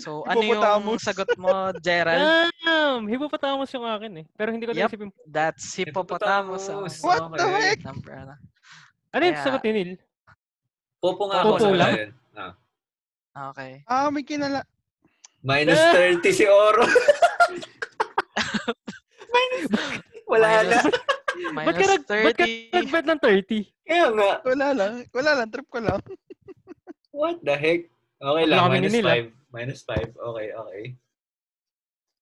Speaker 1: So ano yung
Speaker 4: Hippopotamus.
Speaker 1: sagot mo, Gerald?
Speaker 2: Damn! Hipopotamus yung akin eh. Pero hindi ko
Speaker 1: Yep.
Speaker 2: naisipin.
Speaker 1: That's hippopotamus. Oh,
Speaker 3: Hippopotamus.
Speaker 4: What the
Speaker 3: Okay.
Speaker 4: heck?
Speaker 1: Number ano.
Speaker 2: Ano yung
Speaker 1: Kaya- Eh.
Speaker 2: sagot ni Neil?
Speaker 3: Popo nga ako
Speaker 2: Popo
Speaker 3: sa
Speaker 2: lang?
Speaker 3: ngayon. Ah.
Speaker 1: Okay.
Speaker 4: Ah, may kinala.
Speaker 3: Minus
Speaker 2: Ah!
Speaker 3: 30 si Oro. Wala na.
Speaker 1: Minus-
Speaker 2: Ba't ka,
Speaker 1: Minus
Speaker 2: nag, ba't ka
Speaker 1: 30.
Speaker 2: nagbet ng 30?
Speaker 3: Kaya nga.
Speaker 4: Wala lang. Wala lang. Trip ko lang.
Speaker 3: What the heck? Okay
Speaker 2: Wala
Speaker 3: lang,
Speaker 2: kami
Speaker 3: minus
Speaker 2: ninila.
Speaker 3: 5. Minus 5. Okay, okay.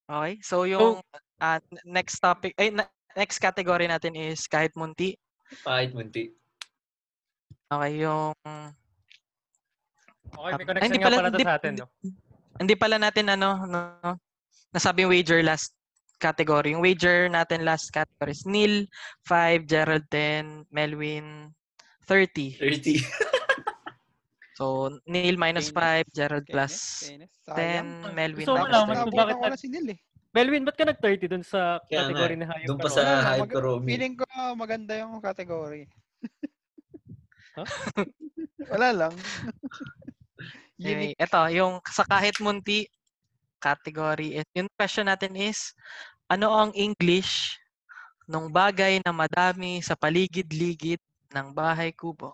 Speaker 1: Okay. So yung
Speaker 2: Oh.
Speaker 1: ah, n- next topic, ay na- next category natin is kahit munti.
Speaker 3: Kahit munti.
Speaker 1: Okay, yung
Speaker 2: Okay,
Speaker 1: Ah,
Speaker 2: may connection
Speaker 1: hindi
Speaker 2: nga
Speaker 1: pala-
Speaker 2: pala to
Speaker 1: hindi-
Speaker 2: sa atin, no?
Speaker 1: hindi pala natin ano, no, nasabi yung wager last category. Yung wager natin last category is Neil, 5, Gerald, 10, Melvin, 30.
Speaker 3: 30.
Speaker 1: So, Neil minus
Speaker 4: Kainis.
Speaker 1: 5, Gerald plus
Speaker 4: Kainis, kainis. Sayang.
Speaker 1: 10, Melvin
Speaker 2: Gusto ko
Speaker 1: minus
Speaker 2: malaman kung
Speaker 1: 30.
Speaker 2: bakit
Speaker 4: Nabutan ko na si Nil eh.
Speaker 2: Melvin, ba't ka nag-30 dun sa
Speaker 3: Kaya nga,
Speaker 2: category
Speaker 1: eh.
Speaker 2: na hayop
Speaker 3: dun pa
Speaker 2: ka
Speaker 3: sa-
Speaker 2: raw?
Speaker 4: Wala lang,
Speaker 3: hype ko, Romy.
Speaker 4: Feeling ko ah, maganda yung category.
Speaker 2: Huh?
Speaker 4: Wala lang.
Speaker 1: Anyway,
Speaker 4: Unique.
Speaker 1: ito, yung sa kahit munti category. is- Yung question natin is, ano ang English nung bagay na madami sa paligid-ligid ng bahay kubo?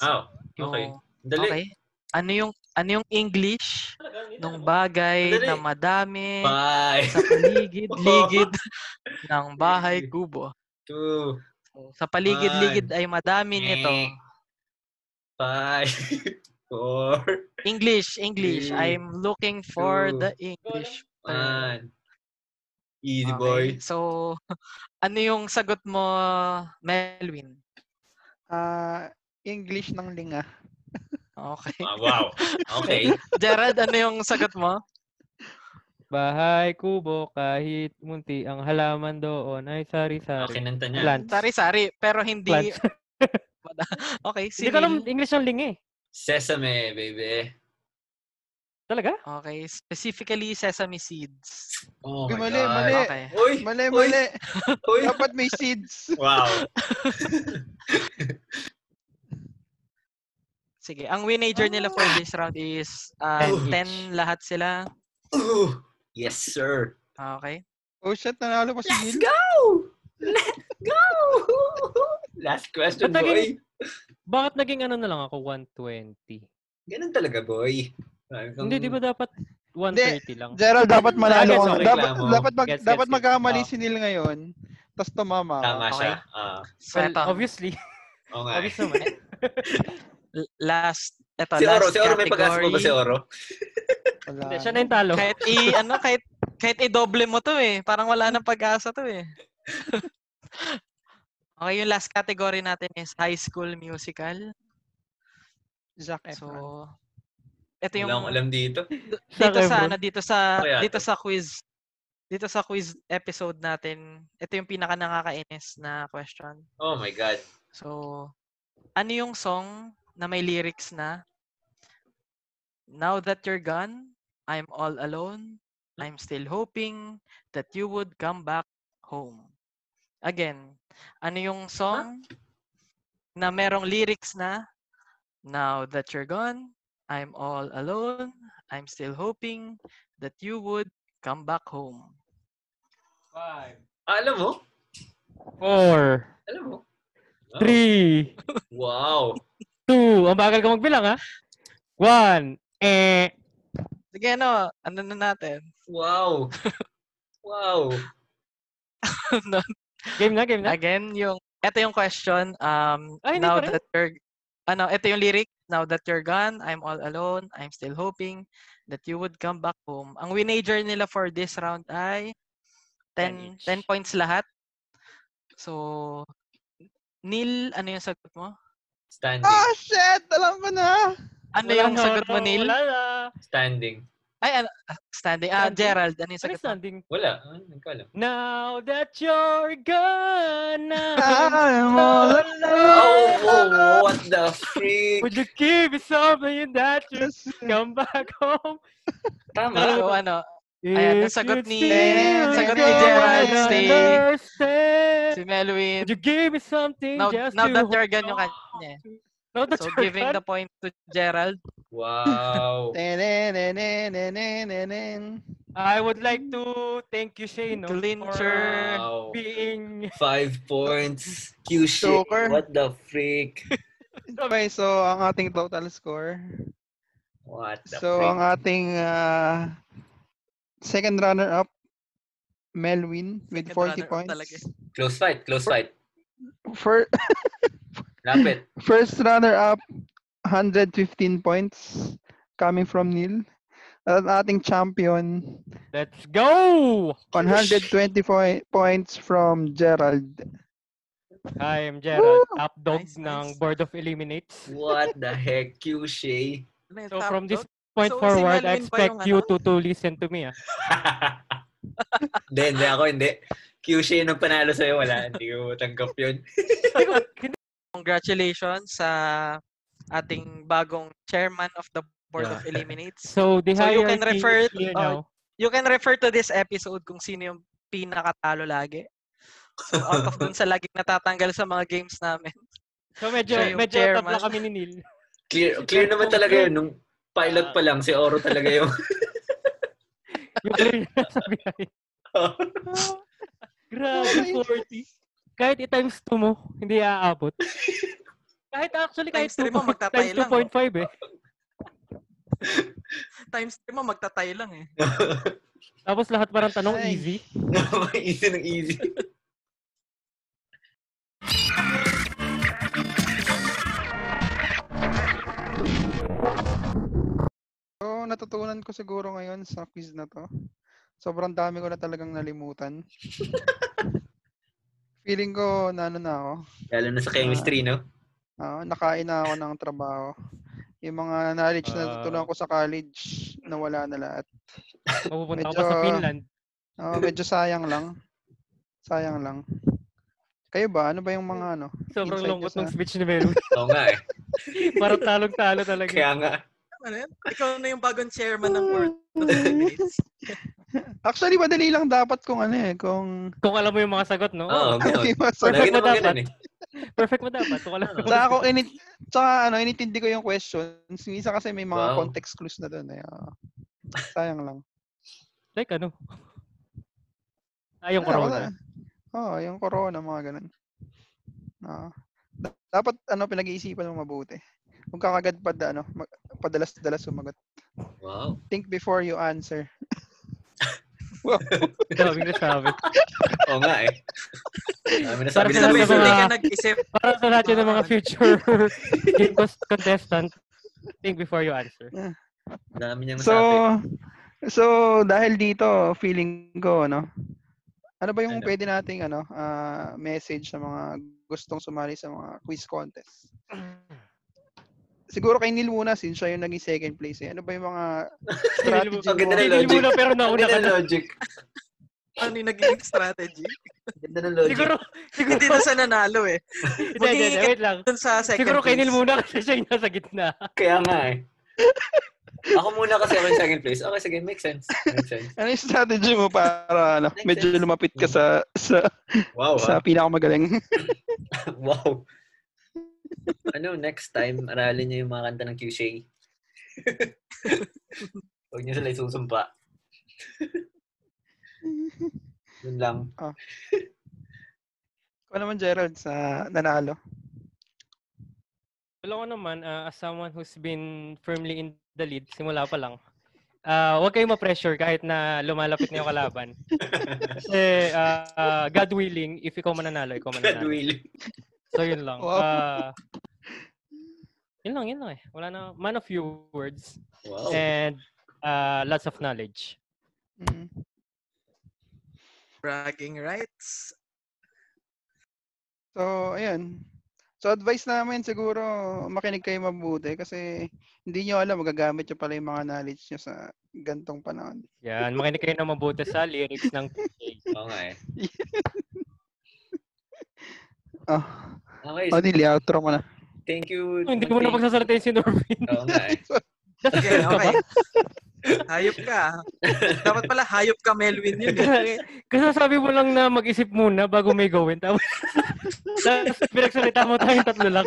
Speaker 3: Oh, okay.
Speaker 1: Yung-
Speaker 3: Dali.
Speaker 1: Okay. Ano yung ano yung English nung bagay
Speaker 3: Madali.
Speaker 1: na madami
Speaker 3: Five,
Speaker 1: sa paligid-ligid ng bahay kubo?
Speaker 3: two,
Speaker 1: So, Sa paligid-ligid ay madami nito.
Speaker 3: Eh. five, four,
Speaker 1: English, English.
Speaker 3: Three,
Speaker 1: I'm looking for
Speaker 3: two,
Speaker 1: the English. term.
Speaker 3: one. Easy
Speaker 1: Okay.
Speaker 3: boy.
Speaker 1: So, ano yung sagot mo, Melvin?
Speaker 4: Ah, English ng linga.
Speaker 1: Okay.
Speaker 3: Ah, wow. Okay.
Speaker 1: Jared, ano yung sagot mo?
Speaker 2: Bahay, kubo, kahit munti, ang halaman doon ay
Speaker 3: Okay
Speaker 2: sari-sari.
Speaker 3: ng tanya.
Speaker 2: Plants.
Speaker 1: Sari-sari, pero hindi.
Speaker 2: Plants.
Speaker 1: Okay, si
Speaker 2: Hindi ko alam
Speaker 1: Neil.
Speaker 2: English ng lingi.
Speaker 3: Sesame, baby.
Speaker 2: Talaga?
Speaker 1: Okay, specifically sesame seeds.
Speaker 3: Oh
Speaker 4: Uy,
Speaker 3: my
Speaker 4: mali,
Speaker 3: God.
Speaker 4: mali.
Speaker 1: Okay.
Speaker 3: Uy,
Speaker 4: Mali,
Speaker 3: uy,
Speaker 4: mali.
Speaker 3: uy.
Speaker 4: Dapat may seeds.
Speaker 3: Wow.
Speaker 1: Sige, ang winager nila for this round is uh,
Speaker 3: ah. Oh.
Speaker 1: 10 lahat sila.
Speaker 3: Ooh. Yes, sir.
Speaker 1: Okay.
Speaker 4: Oh shit, nanalo pa si
Speaker 3: Let's
Speaker 4: Neil.
Speaker 3: go! Let's go! Last question,
Speaker 2: Ba't
Speaker 3: boy.
Speaker 2: naging- Bakit naging ano na lang ako, 120?
Speaker 3: Ganun talaga, boy. Marami kang-
Speaker 2: Hindi, di ba dapat 130 lang?
Speaker 4: Gerald, dapat
Speaker 2: Agad,
Speaker 4: manalo ka.
Speaker 2: sorry,
Speaker 4: Dapat,
Speaker 3: reklamo.
Speaker 4: dapat, mag,
Speaker 2: Yes, yes,
Speaker 4: dapat
Speaker 2: yes.
Speaker 4: magkamali
Speaker 3: Ah.
Speaker 4: si Neil ngayon. Tapos tumama ka.
Speaker 3: hmm, Tama siya.
Speaker 1: Okay.
Speaker 3: Ah,
Speaker 1: So,
Speaker 2: Well,
Speaker 1: eto,
Speaker 2: obviously.
Speaker 3: oo nga. eh.
Speaker 2: Obvious naman.
Speaker 1: l- last, eto,
Speaker 3: Si
Speaker 1: last
Speaker 3: Oro, si Oro, may pag-asa
Speaker 1: category.
Speaker 3: mo ba si Oro?
Speaker 4: Wala.
Speaker 2: Hindi, siya na yung talo.
Speaker 1: Kahit i, ano, kahit, kahit i-doble mo to eh. Parang wala nang pag-asa to eh. okay, yung last category natin is high school musical.
Speaker 4: Zac Efron.
Speaker 1: So, ito
Speaker 3: Wala akong
Speaker 1: yung,
Speaker 3: alam dito.
Speaker 1: dito
Speaker 2: Zac
Speaker 1: sa,
Speaker 2: Efron.
Speaker 1: ano, dito sa,
Speaker 3: Kaya
Speaker 1: dito
Speaker 3: to.
Speaker 1: sa quiz, dito sa quiz episode natin, ito yung pinaka nakakainis na question.
Speaker 3: Oh my God.
Speaker 1: So, ano yung song na may lyrics na Now that you're gone, I'm all alone. I'm still hoping that you would come back home. Again, ano yung song na merong lyrics na Now that you're gone, I'm all alone. I'm still hoping that you would come back home.
Speaker 3: Ah, alam mo?
Speaker 2: 4,
Speaker 3: Alam mo? Wow.
Speaker 2: 3,
Speaker 3: Wow.
Speaker 2: 2. Ang bagal ka magbilang, ha? 1, eh.
Speaker 1: Sige, ano? Ano na natin?
Speaker 3: Wow. Wow.
Speaker 1: No,
Speaker 2: Game na, game na.
Speaker 1: Again, yung ito yung question um
Speaker 2: Ay, hindi
Speaker 1: now
Speaker 2: pa rin?
Speaker 1: that you're ano, ito yung lyric Now that you're gone, I'm all alone. I'm still hoping that you would come back home. Ang winager nila for this round ay 10,
Speaker 3: 10
Speaker 1: 10
Speaker 3: each.
Speaker 1: points lahat. So, Neil, ano yung sagot mo?
Speaker 3: Standing.
Speaker 4: Ah, shit! Alam ko na!
Speaker 1: Ano
Speaker 2: Wala
Speaker 1: yung
Speaker 2: na,
Speaker 1: sagot mo, Neil?
Speaker 2: Wala na.
Speaker 3: Standing.
Speaker 1: Ay, ano, standing. Ah,
Speaker 2: Standing.
Speaker 1: Gerald, ano yung
Speaker 2: Ano
Speaker 1: sagot
Speaker 2: yung
Speaker 1: mo?
Speaker 2: standing?
Speaker 3: Wala. Ah, Hindi ko alam.
Speaker 2: Now that you're gone, I'm
Speaker 4: I'm all
Speaker 3: Oh, oh,
Speaker 4: alone!
Speaker 3: what the freak?
Speaker 2: would you give me something that you
Speaker 4: Just-
Speaker 2: come back home?
Speaker 3: Tama.
Speaker 1: So, ano, Ayan, ang
Speaker 2: If
Speaker 1: sagot
Speaker 2: you'd
Speaker 1: ni-
Speaker 2: still
Speaker 4: sagot ni
Speaker 2: go,
Speaker 4: Gerald,
Speaker 2: I
Speaker 4: stay.
Speaker 2: understand.
Speaker 1: si Melwin,
Speaker 2: Would you give me something
Speaker 1: now,
Speaker 2: just
Speaker 1: now
Speaker 2: to
Speaker 1: that
Speaker 2: hold
Speaker 1: you're gone yung
Speaker 2: on
Speaker 1: kanya. eh.
Speaker 2: to? Now that
Speaker 1: So,
Speaker 2: you're
Speaker 1: giving
Speaker 2: gone?
Speaker 1: the point to Gerald.
Speaker 3: Wow.
Speaker 4: Tenenenenenenen.
Speaker 2: I would like to thank you, Shane, no, for
Speaker 1: Glincher.
Speaker 3: Wow.
Speaker 2: being
Speaker 3: Five points. Q shit.
Speaker 4: Joker.
Speaker 3: What the freak?
Speaker 4: Okay, so ang ating total score.
Speaker 3: What the
Speaker 4: So ang
Speaker 3: freak?
Speaker 4: ating ah, second runner-up, Melwin with
Speaker 1: Second runner-up
Speaker 4: 40
Speaker 1: talaga
Speaker 4: points.
Speaker 3: Close fight. Close fight.
Speaker 4: Fir-
Speaker 3: Lapit.
Speaker 4: First runner-up, 115 points coming from Neil. At ang ating champion,
Speaker 2: Let's go!
Speaker 4: 120 poi- points from Gerald.
Speaker 2: I am Gerald,
Speaker 4: Woo!
Speaker 2: ah, top dog
Speaker 1: Nice,
Speaker 2: ng
Speaker 1: nice.
Speaker 2: Board of Eliminates.
Speaker 3: What the heck? Q Shay.
Speaker 1: Ano yung
Speaker 2: So
Speaker 1: top
Speaker 2: from this
Speaker 1: dog?
Speaker 2: point
Speaker 1: So, si
Speaker 2: forward,
Speaker 1: Melvin
Speaker 2: I
Speaker 1: ba yung
Speaker 2: expect you
Speaker 1: ano?
Speaker 2: to, to listen to me. Ah.
Speaker 3: Hindi, hindi ako, hindi. Q Shay nung panalo sa'yo, wala. Hindi ko tanggap yun.
Speaker 1: Congratulations sa ating bagong chairman of the Board of
Speaker 3: Yeah.
Speaker 1: Eliminates.
Speaker 2: So the
Speaker 1: So, you
Speaker 2: hierarchy
Speaker 1: can refer-
Speaker 2: is here
Speaker 1: oh,
Speaker 2: now.
Speaker 1: You can refer to this episode kung sino yung pinakatalo lagi. So out of dun sa laging natatanggal sa mga games namin.
Speaker 2: So medyo,
Speaker 1: siya yung
Speaker 2: medyo top
Speaker 1: chairman.
Speaker 2: lang kami ni Neil.
Speaker 3: Clear, clear naman talaga yun. Nung pilot pa lang, si Oro talaga yung...
Speaker 2: Yung clear na sabi namin. Grabe, 40. Kahit i-times 2 mo, hindi aabot. Kahit actually, kahit
Speaker 1: Times three
Speaker 2: 2
Speaker 1: mo, magtatay
Speaker 2: times
Speaker 1: lang. oh.
Speaker 2: 2.5 eh.
Speaker 1: Times 3 mo, magtatay lang eh.
Speaker 2: Tapos lahat parang tanong
Speaker 4: Ay.
Speaker 2: easy.
Speaker 3: easy ng easy.
Speaker 4: So, natutunan ko siguro ngayon sa quiz na to. Sobrang dami ko na talagang nalimutan. Feeling ko, na ano na ako,
Speaker 3: Lalo na sa chemistry, no?
Speaker 4: ah, nakain na ako ng trabaho. Yung mga knowledge na natutunan ko sa college, nawala na lahat.
Speaker 2: Mapupunta ka
Speaker 4: Medyo-
Speaker 2: pa sa Finland.
Speaker 4: Oo, medyo sayang lang. Sayang lang. Kayo ba? Ano ba yung mga ano?
Speaker 2: Sobrang
Speaker 4: Inside nyo
Speaker 2: lungkot
Speaker 4: sa-
Speaker 2: ng speech ni Melo.
Speaker 3: Oo nga eh.
Speaker 2: parang talong-talo talaga.
Speaker 3: Kaya nga.
Speaker 1: Ano yan? Ikaw na yung bagong chairman ng Board of Eliminates.
Speaker 4: Actually, madali lang dapat kung ano eh, kung
Speaker 2: Kung alam mo yung mga sagot, no?
Speaker 3: Oo, ganun.
Speaker 4: hindi masagot.
Speaker 3: Lagi
Speaker 2: Perfect mo
Speaker 3: naman ganun
Speaker 2: dapat.
Speaker 3: eh.
Speaker 2: Perfect mo dapat. Kung alam mo.
Speaker 4: Tsaka ako init tsaka ano, initindi ko yung questions. Yung isa kasi may mga
Speaker 3: Wow.
Speaker 4: context clues na doon eh. Ah, sayang lang.
Speaker 2: Like ano? Ah,
Speaker 4: Ah,
Speaker 2: yung
Speaker 4: wala.
Speaker 2: corona.
Speaker 4: Oo, yung corona, mga ganun. Ah. da- dapat ano pinag-iisipan mo mabuti. Huwag ka kagad pa ano, mag- padalas-dalas sumagot.
Speaker 3: Wow.
Speaker 4: Think before you answer.
Speaker 2: Sabi na sabi.
Speaker 3: Oo nga eh. Dami na
Speaker 2: Parang
Speaker 3: sabi
Speaker 1: Kasi
Speaker 3: na
Speaker 2: sinasabi
Speaker 1: sabi
Speaker 3: sabi.
Speaker 2: ko
Speaker 1: hindi
Speaker 2: nga-
Speaker 1: ka nag-isip.
Speaker 2: Para sa lahat yun ng mga future game cons- contestant, think before you answer.
Speaker 3: Dami niyang
Speaker 4: So,
Speaker 3: nasabi.
Speaker 4: so dahil dito, feeling ko, ano, ano ba yung
Speaker 3: Ano?
Speaker 4: pwede nating ano, ah, message sa mga gustong sumali sa mga quiz contest? Siguro kay Neil muna since siya yung naging second place. Eh. Ano ba yung mga strategy
Speaker 3: Ang ganda
Speaker 4: mo?
Speaker 3: ng
Speaker 2: Hindi
Speaker 3: logic.
Speaker 2: muna pero
Speaker 3: Ang
Speaker 2: nauna
Speaker 3: ganda
Speaker 2: ka
Speaker 3: ng
Speaker 2: na.
Speaker 3: logic.
Speaker 1: Ano yung naging strategy?
Speaker 3: Ang ganda ng logic.
Speaker 2: Siguro, siguro,
Speaker 1: Hindi na siya nanalo eh.
Speaker 2: hindi, hindi, hindi, wait lang.
Speaker 1: Dun sa second
Speaker 2: Siguro kay
Speaker 1: place.
Speaker 2: Neil muna kasi siya yung nasa gitna.
Speaker 3: Kaya nga eh. Ako muna kasi ako yung second place. Okay, sige. Makes sense. Makes sense.
Speaker 4: Ano yung strategy mo para ano,
Speaker 3: Makes
Speaker 4: medyo
Speaker 3: sense.
Speaker 4: lumapit ka sa sa,
Speaker 3: Oh, Wow, ah.
Speaker 4: sa
Speaker 3: ha?
Speaker 4: pinakamagaling?
Speaker 3: Wow. Ano, next time, aralin niyo yung mga kanta ng QC. Huwag niyo sila isusumpa. Yun lang.
Speaker 4: Ikaw naman Gerald sa nanalo.
Speaker 2: Wala ko naman, ah, as someone who's been firmly in the lead, simula pa lang, Ah, huwag kayong ma-pressure kahit na lumalapit na yung kalaban. Kasi, ah, ah, God willing, if ikaw mananalo, ikaw
Speaker 3: God
Speaker 2: mananalo.
Speaker 3: willing.
Speaker 2: So, yun lang.
Speaker 4: Wow.
Speaker 2: Ah, Yun lang, yun lang eh. Wala na, man of few words
Speaker 3: Wow.
Speaker 2: and uh, lots of knowledge.
Speaker 4: Mm.
Speaker 1: Bragging rights.
Speaker 4: So, ayun. So, advice namin siguro makinig kayo mabuti kasi hindi nyo alam magagamit nyo pala yung mga knowledge nyo sa gantong panahon.
Speaker 2: Yan, makinig kayo na mabuti sa lyrics ng PK.
Speaker 3: Oo nga eh.
Speaker 4: Oh,
Speaker 3: Okay.
Speaker 4: oh Neil, outro mo na.
Speaker 3: Thank you.
Speaker 2: Oh, Hindi mo na
Speaker 3: Thank-
Speaker 2: pagsasalitain si Norvin.
Speaker 3: Oo nga eh.
Speaker 1: Okay, okay. hayop ka. ah. Dapat pala hayop ka, Melwin yun. eh.
Speaker 2: Kasi kasi sabi mo lang na mag-isip muna bago may gawin. Tapos, tapos pinagsalita mo tayong tatlo lang.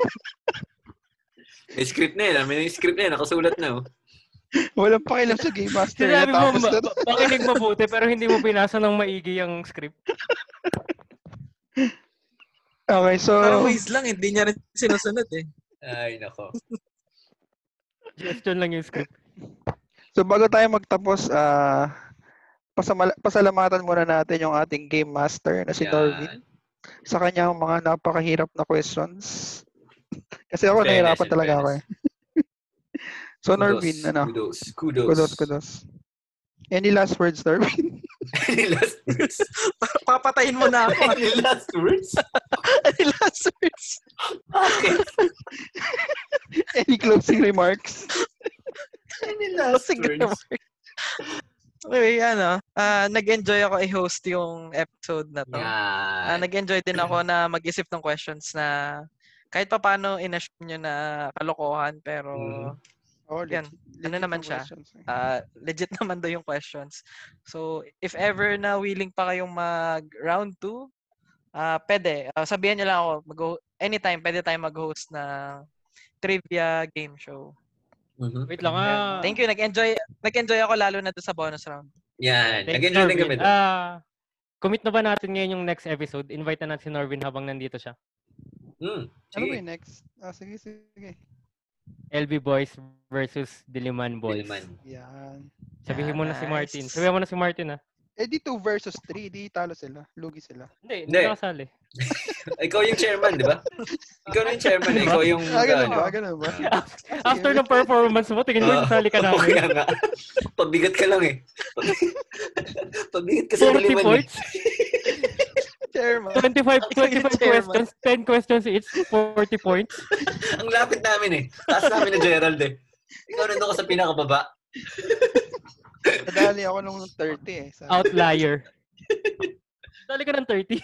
Speaker 3: May script na eh. Alam mo na yung script na eh. Nakasulat na oh.
Speaker 4: Walang pakialam sa Game Master.
Speaker 2: Sinabi mo,
Speaker 4: Natapos na
Speaker 2: ma-
Speaker 4: to.
Speaker 2: makinig mabuti pero hindi mo pinasa ng maigi yung script.
Speaker 4: Okay, so,
Speaker 1: Parang ways lang, hindi niya rin sinusunod eh.
Speaker 3: Ay, nako.
Speaker 2: Gestion lang yung script.
Speaker 4: so bago tayo magtapos, ah pasamala- pasalamatan muna natin yung ating Game Master na si Norvin
Speaker 3: Yan.
Speaker 4: sa kanyang mga napakahirap na questions. kasi ako,
Speaker 3: Fairness,
Speaker 4: nahirapan
Speaker 3: in
Speaker 4: talaga ako eh.
Speaker 3: fairness.
Speaker 4: So, Norvin,
Speaker 3: Kudos,
Speaker 4: ano?
Speaker 3: Kudos. Kudos.
Speaker 4: Kudos, kudos. Any last words, Norvin?
Speaker 3: Any last words?
Speaker 1: Papatayin mo na ako.
Speaker 3: Any last words?
Speaker 1: Any last words?
Speaker 3: Okay.
Speaker 4: Any closing remarks?
Speaker 3: Any last words?
Speaker 1: Okay, ano, ah, nag-enjoy ako i-host yung episode na to. Ah,
Speaker 3: Yan.
Speaker 1: nag-enjoy din ako na mag-isip ng questions na kahit pa paano in-assume nyo na kalokohan pero
Speaker 3: Mhm.
Speaker 4: Oh,
Speaker 1: Yan. Ano naman siya? ah, legit naman daw yung questions. So, if ever na willing pa kayong mag round 2, ah pwede. Ah, sabihan nyo lang ako, mag anytime, pwede tayong mag-host ng trivia game show.
Speaker 3: Mhm.
Speaker 2: Wait lang
Speaker 1: Ayan.
Speaker 2: ah.
Speaker 1: Thank you. Nag-enjoy, nag-enjoy ako lalo na doon sa bonus round.
Speaker 3: Yan.
Speaker 2: Thanks,
Speaker 3: Nag-enjoy din
Speaker 2: Norvin.
Speaker 3: kami doon.
Speaker 2: Ah, commit na ba natin ngayon yung next episode? Invite na natin si Norvin habang nandito siya.
Speaker 3: Mm.
Speaker 4: Ano ba
Speaker 3: Sige.
Speaker 4: yung next? Ah, sige, sige.
Speaker 2: LB Boys versus Diliman Boys.
Speaker 3: Bilman.
Speaker 4: Yan.
Speaker 2: Sabihin mo na si
Speaker 1: Nice.
Speaker 2: Martin. Sabihin mo na si Martin ah.
Speaker 4: Eh, di 2 versus 3. Di talo sila. Lugi sila.
Speaker 2: Hindi,
Speaker 3: Hindi.
Speaker 2: hindi nakasali.
Speaker 3: Ikaw yung chairman, di ba? Ikaw na yung chairman. eh. Ikaw yung...
Speaker 4: Ah, ganun ba?
Speaker 3: ano.
Speaker 4: Ganun ba?
Speaker 3: Ah.
Speaker 2: After ng performance mo, tingin mo
Speaker 3: Oo.
Speaker 2: kasali ka
Speaker 3: Oo,
Speaker 2: namin.
Speaker 3: kaya Ah, nga. Pabigat ka lang eh. Pabigat ka sa
Speaker 2: 40
Speaker 3: liman eh.
Speaker 2: points,
Speaker 4: Chairman.
Speaker 2: 25,
Speaker 1: Sige,
Speaker 2: 25
Speaker 1: chairman.
Speaker 2: questions, 10 questions each, 40 points.
Speaker 3: Ang lapit namin eh. Taas namin na Gerald eh. Ikaw nandun ka sa pinakababa.
Speaker 4: Nadali ako nung 30 eh. Sabi.
Speaker 2: Outlier. Sali ka ng 30.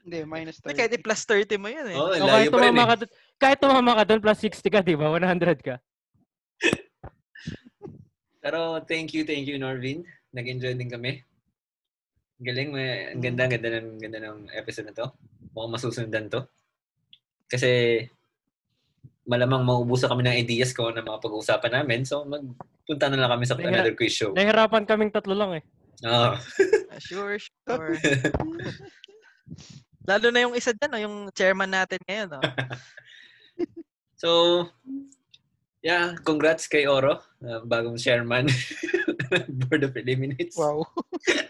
Speaker 4: Hindi, minus
Speaker 1: Okay, di
Speaker 4: 30.
Speaker 1: plus 30 mo yun eh.
Speaker 3: Oo, oh,
Speaker 2: O
Speaker 3: layo
Speaker 2: kahit
Speaker 3: pa rin
Speaker 2: tumama
Speaker 3: eh.
Speaker 2: ka doon, kahit tumama ka doon, plus 60 ka, di ba? 100 ka.
Speaker 3: Pero thank you, thank you Norvin. Nag-enjoy din kami. Ang Galing, may, ang ganda, ang ganda ng, ang ganda ng episode na to. Mukhang masusundan to. Kasi malamang maubusan kami ng ideas kung ano ang mga pag-uusapan namin. So magpunta na lang kami sa
Speaker 2: Nahira-
Speaker 3: another quiz show.
Speaker 2: Nahirapan kaming tatlo lang eh.
Speaker 1: Ah,
Speaker 3: Oo.
Speaker 1: Sure, sure. Lalo na yung isa dyan, no, yung chairman natin ngayon. No?
Speaker 3: so, yeah, congrats kay Oro, uh, bagong chairman ng Board of Eliminates.
Speaker 4: Wow.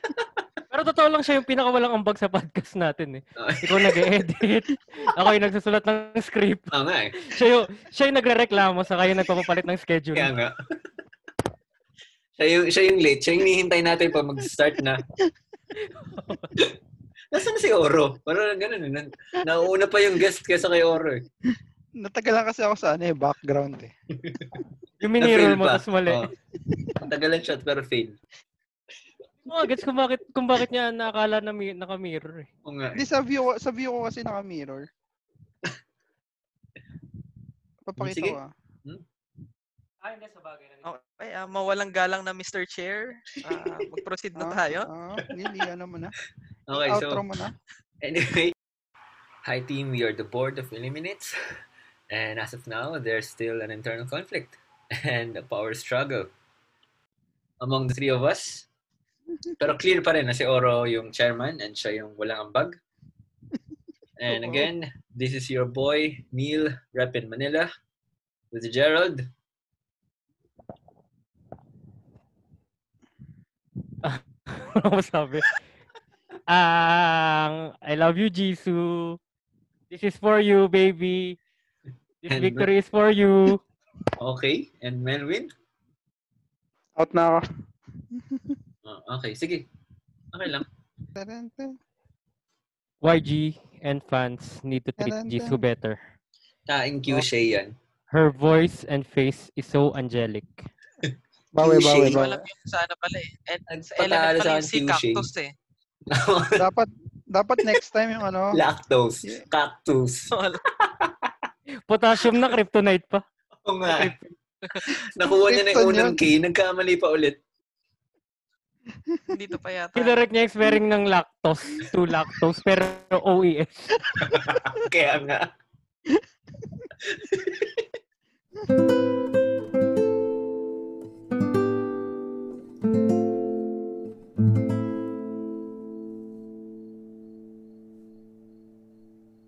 Speaker 2: Pero totoo lang siya yung pinakawalang ambag sa podcast natin eh.
Speaker 3: Oo.
Speaker 2: Ikaw nag-edit. Ako yung nagsusulat ng script.
Speaker 3: Oo nga eh.
Speaker 2: Siya yung, siya yung nagre-reklamo sa kayo nagpapapalit ng schedule.
Speaker 3: Kaya nga. siya, yung, siya yung late. Siya yung hinihintay natin pag mag-start na. Nasaan na si Oro? Parang ganun. eh. Na- Nauuna pa yung guest kaysa kay Oro eh.
Speaker 4: Natagal lang kasi ako sa ano eh, background eh.
Speaker 2: Yung
Speaker 3: Na-fail
Speaker 2: minirol mo,
Speaker 3: pa.
Speaker 2: tapos mali.
Speaker 3: Oo. Ang tagalan siya pero fail.
Speaker 2: Oh, gets kung bakit, kung bakit niya nakakala na mi- naka-mirror eh.
Speaker 3: Oo nga. eh.
Speaker 4: Hindi, sa view, ko- sa view ko kasi naka-mirror. Papakita
Speaker 3: Sige.
Speaker 4: ko ah.
Speaker 2: Ah, hindi sa bagay na.
Speaker 1: Okay, ah, mawalang galang na Mr. Chair. Ah, mag-proceed na
Speaker 4: Ah,
Speaker 1: tayo.
Speaker 4: Ah, hindi, ano mo na.
Speaker 3: Okay, so...
Speaker 4: Outro mo na.
Speaker 3: Anyway, hi team, we are the board of Eliminates. And as of now, there's still an internal conflict and a power struggle among the three of us. Pero clear pa rin na si Oro yung chairman and siya yung walang ambag. And
Speaker 4: Oo.
Speaker 3: again, this is your boy, Neil, rep in Manila, with Gerald.
Speaker 2: Ano ko sabi? Ang I love you, Jisoo. This is for you, baby. If victory is for you.
Speaker 3: Okay. And Melwin?
Speaker 4: Out na ako.
Speaker 3: Oh, okay. Sige. Okay lang.
Speaker 2: YG and fans need to treat
Speaker 4: Taran,
Speaker 2: Jisoo
Speaker 4: taran.
Speaker 2: better.
Speaker 3: Taing Q-Shay yan.
Speaker 2: Her voice and face is so angelic.
Speaker 4: Bawi, bawi,
Speaker 1: Hindi
Speaker 3: Touche.
Speaker 1: ko
Speaker 4: bawi.
Speaker 1: alam yung sa ano pala eh. And, sa
Speaker 3: Nagpatalo
Speaker 1: element pala
Speaker 3: sa akin
Speaker 1: yung si
Speaker 3: si Uche.
Speaker 1: Cactus eh.
Speaker 4: Dapat, dapat next time yung ano,
Speaker 3: Lactose. Cactus.
Speaker 2: Potassium na kryptonite pa.
Speaker 3: Oo nga. Nakuha niya na yung
Speaker 4: Krypton
Speaker 3: unang K. Nagkamali pa ulit.
Speaker 1: Dito pa yata.
Speaker 2: Kinorek niya yung swearing ng lactose to lactose pero E OES.
Speaker 3: Kaya nga.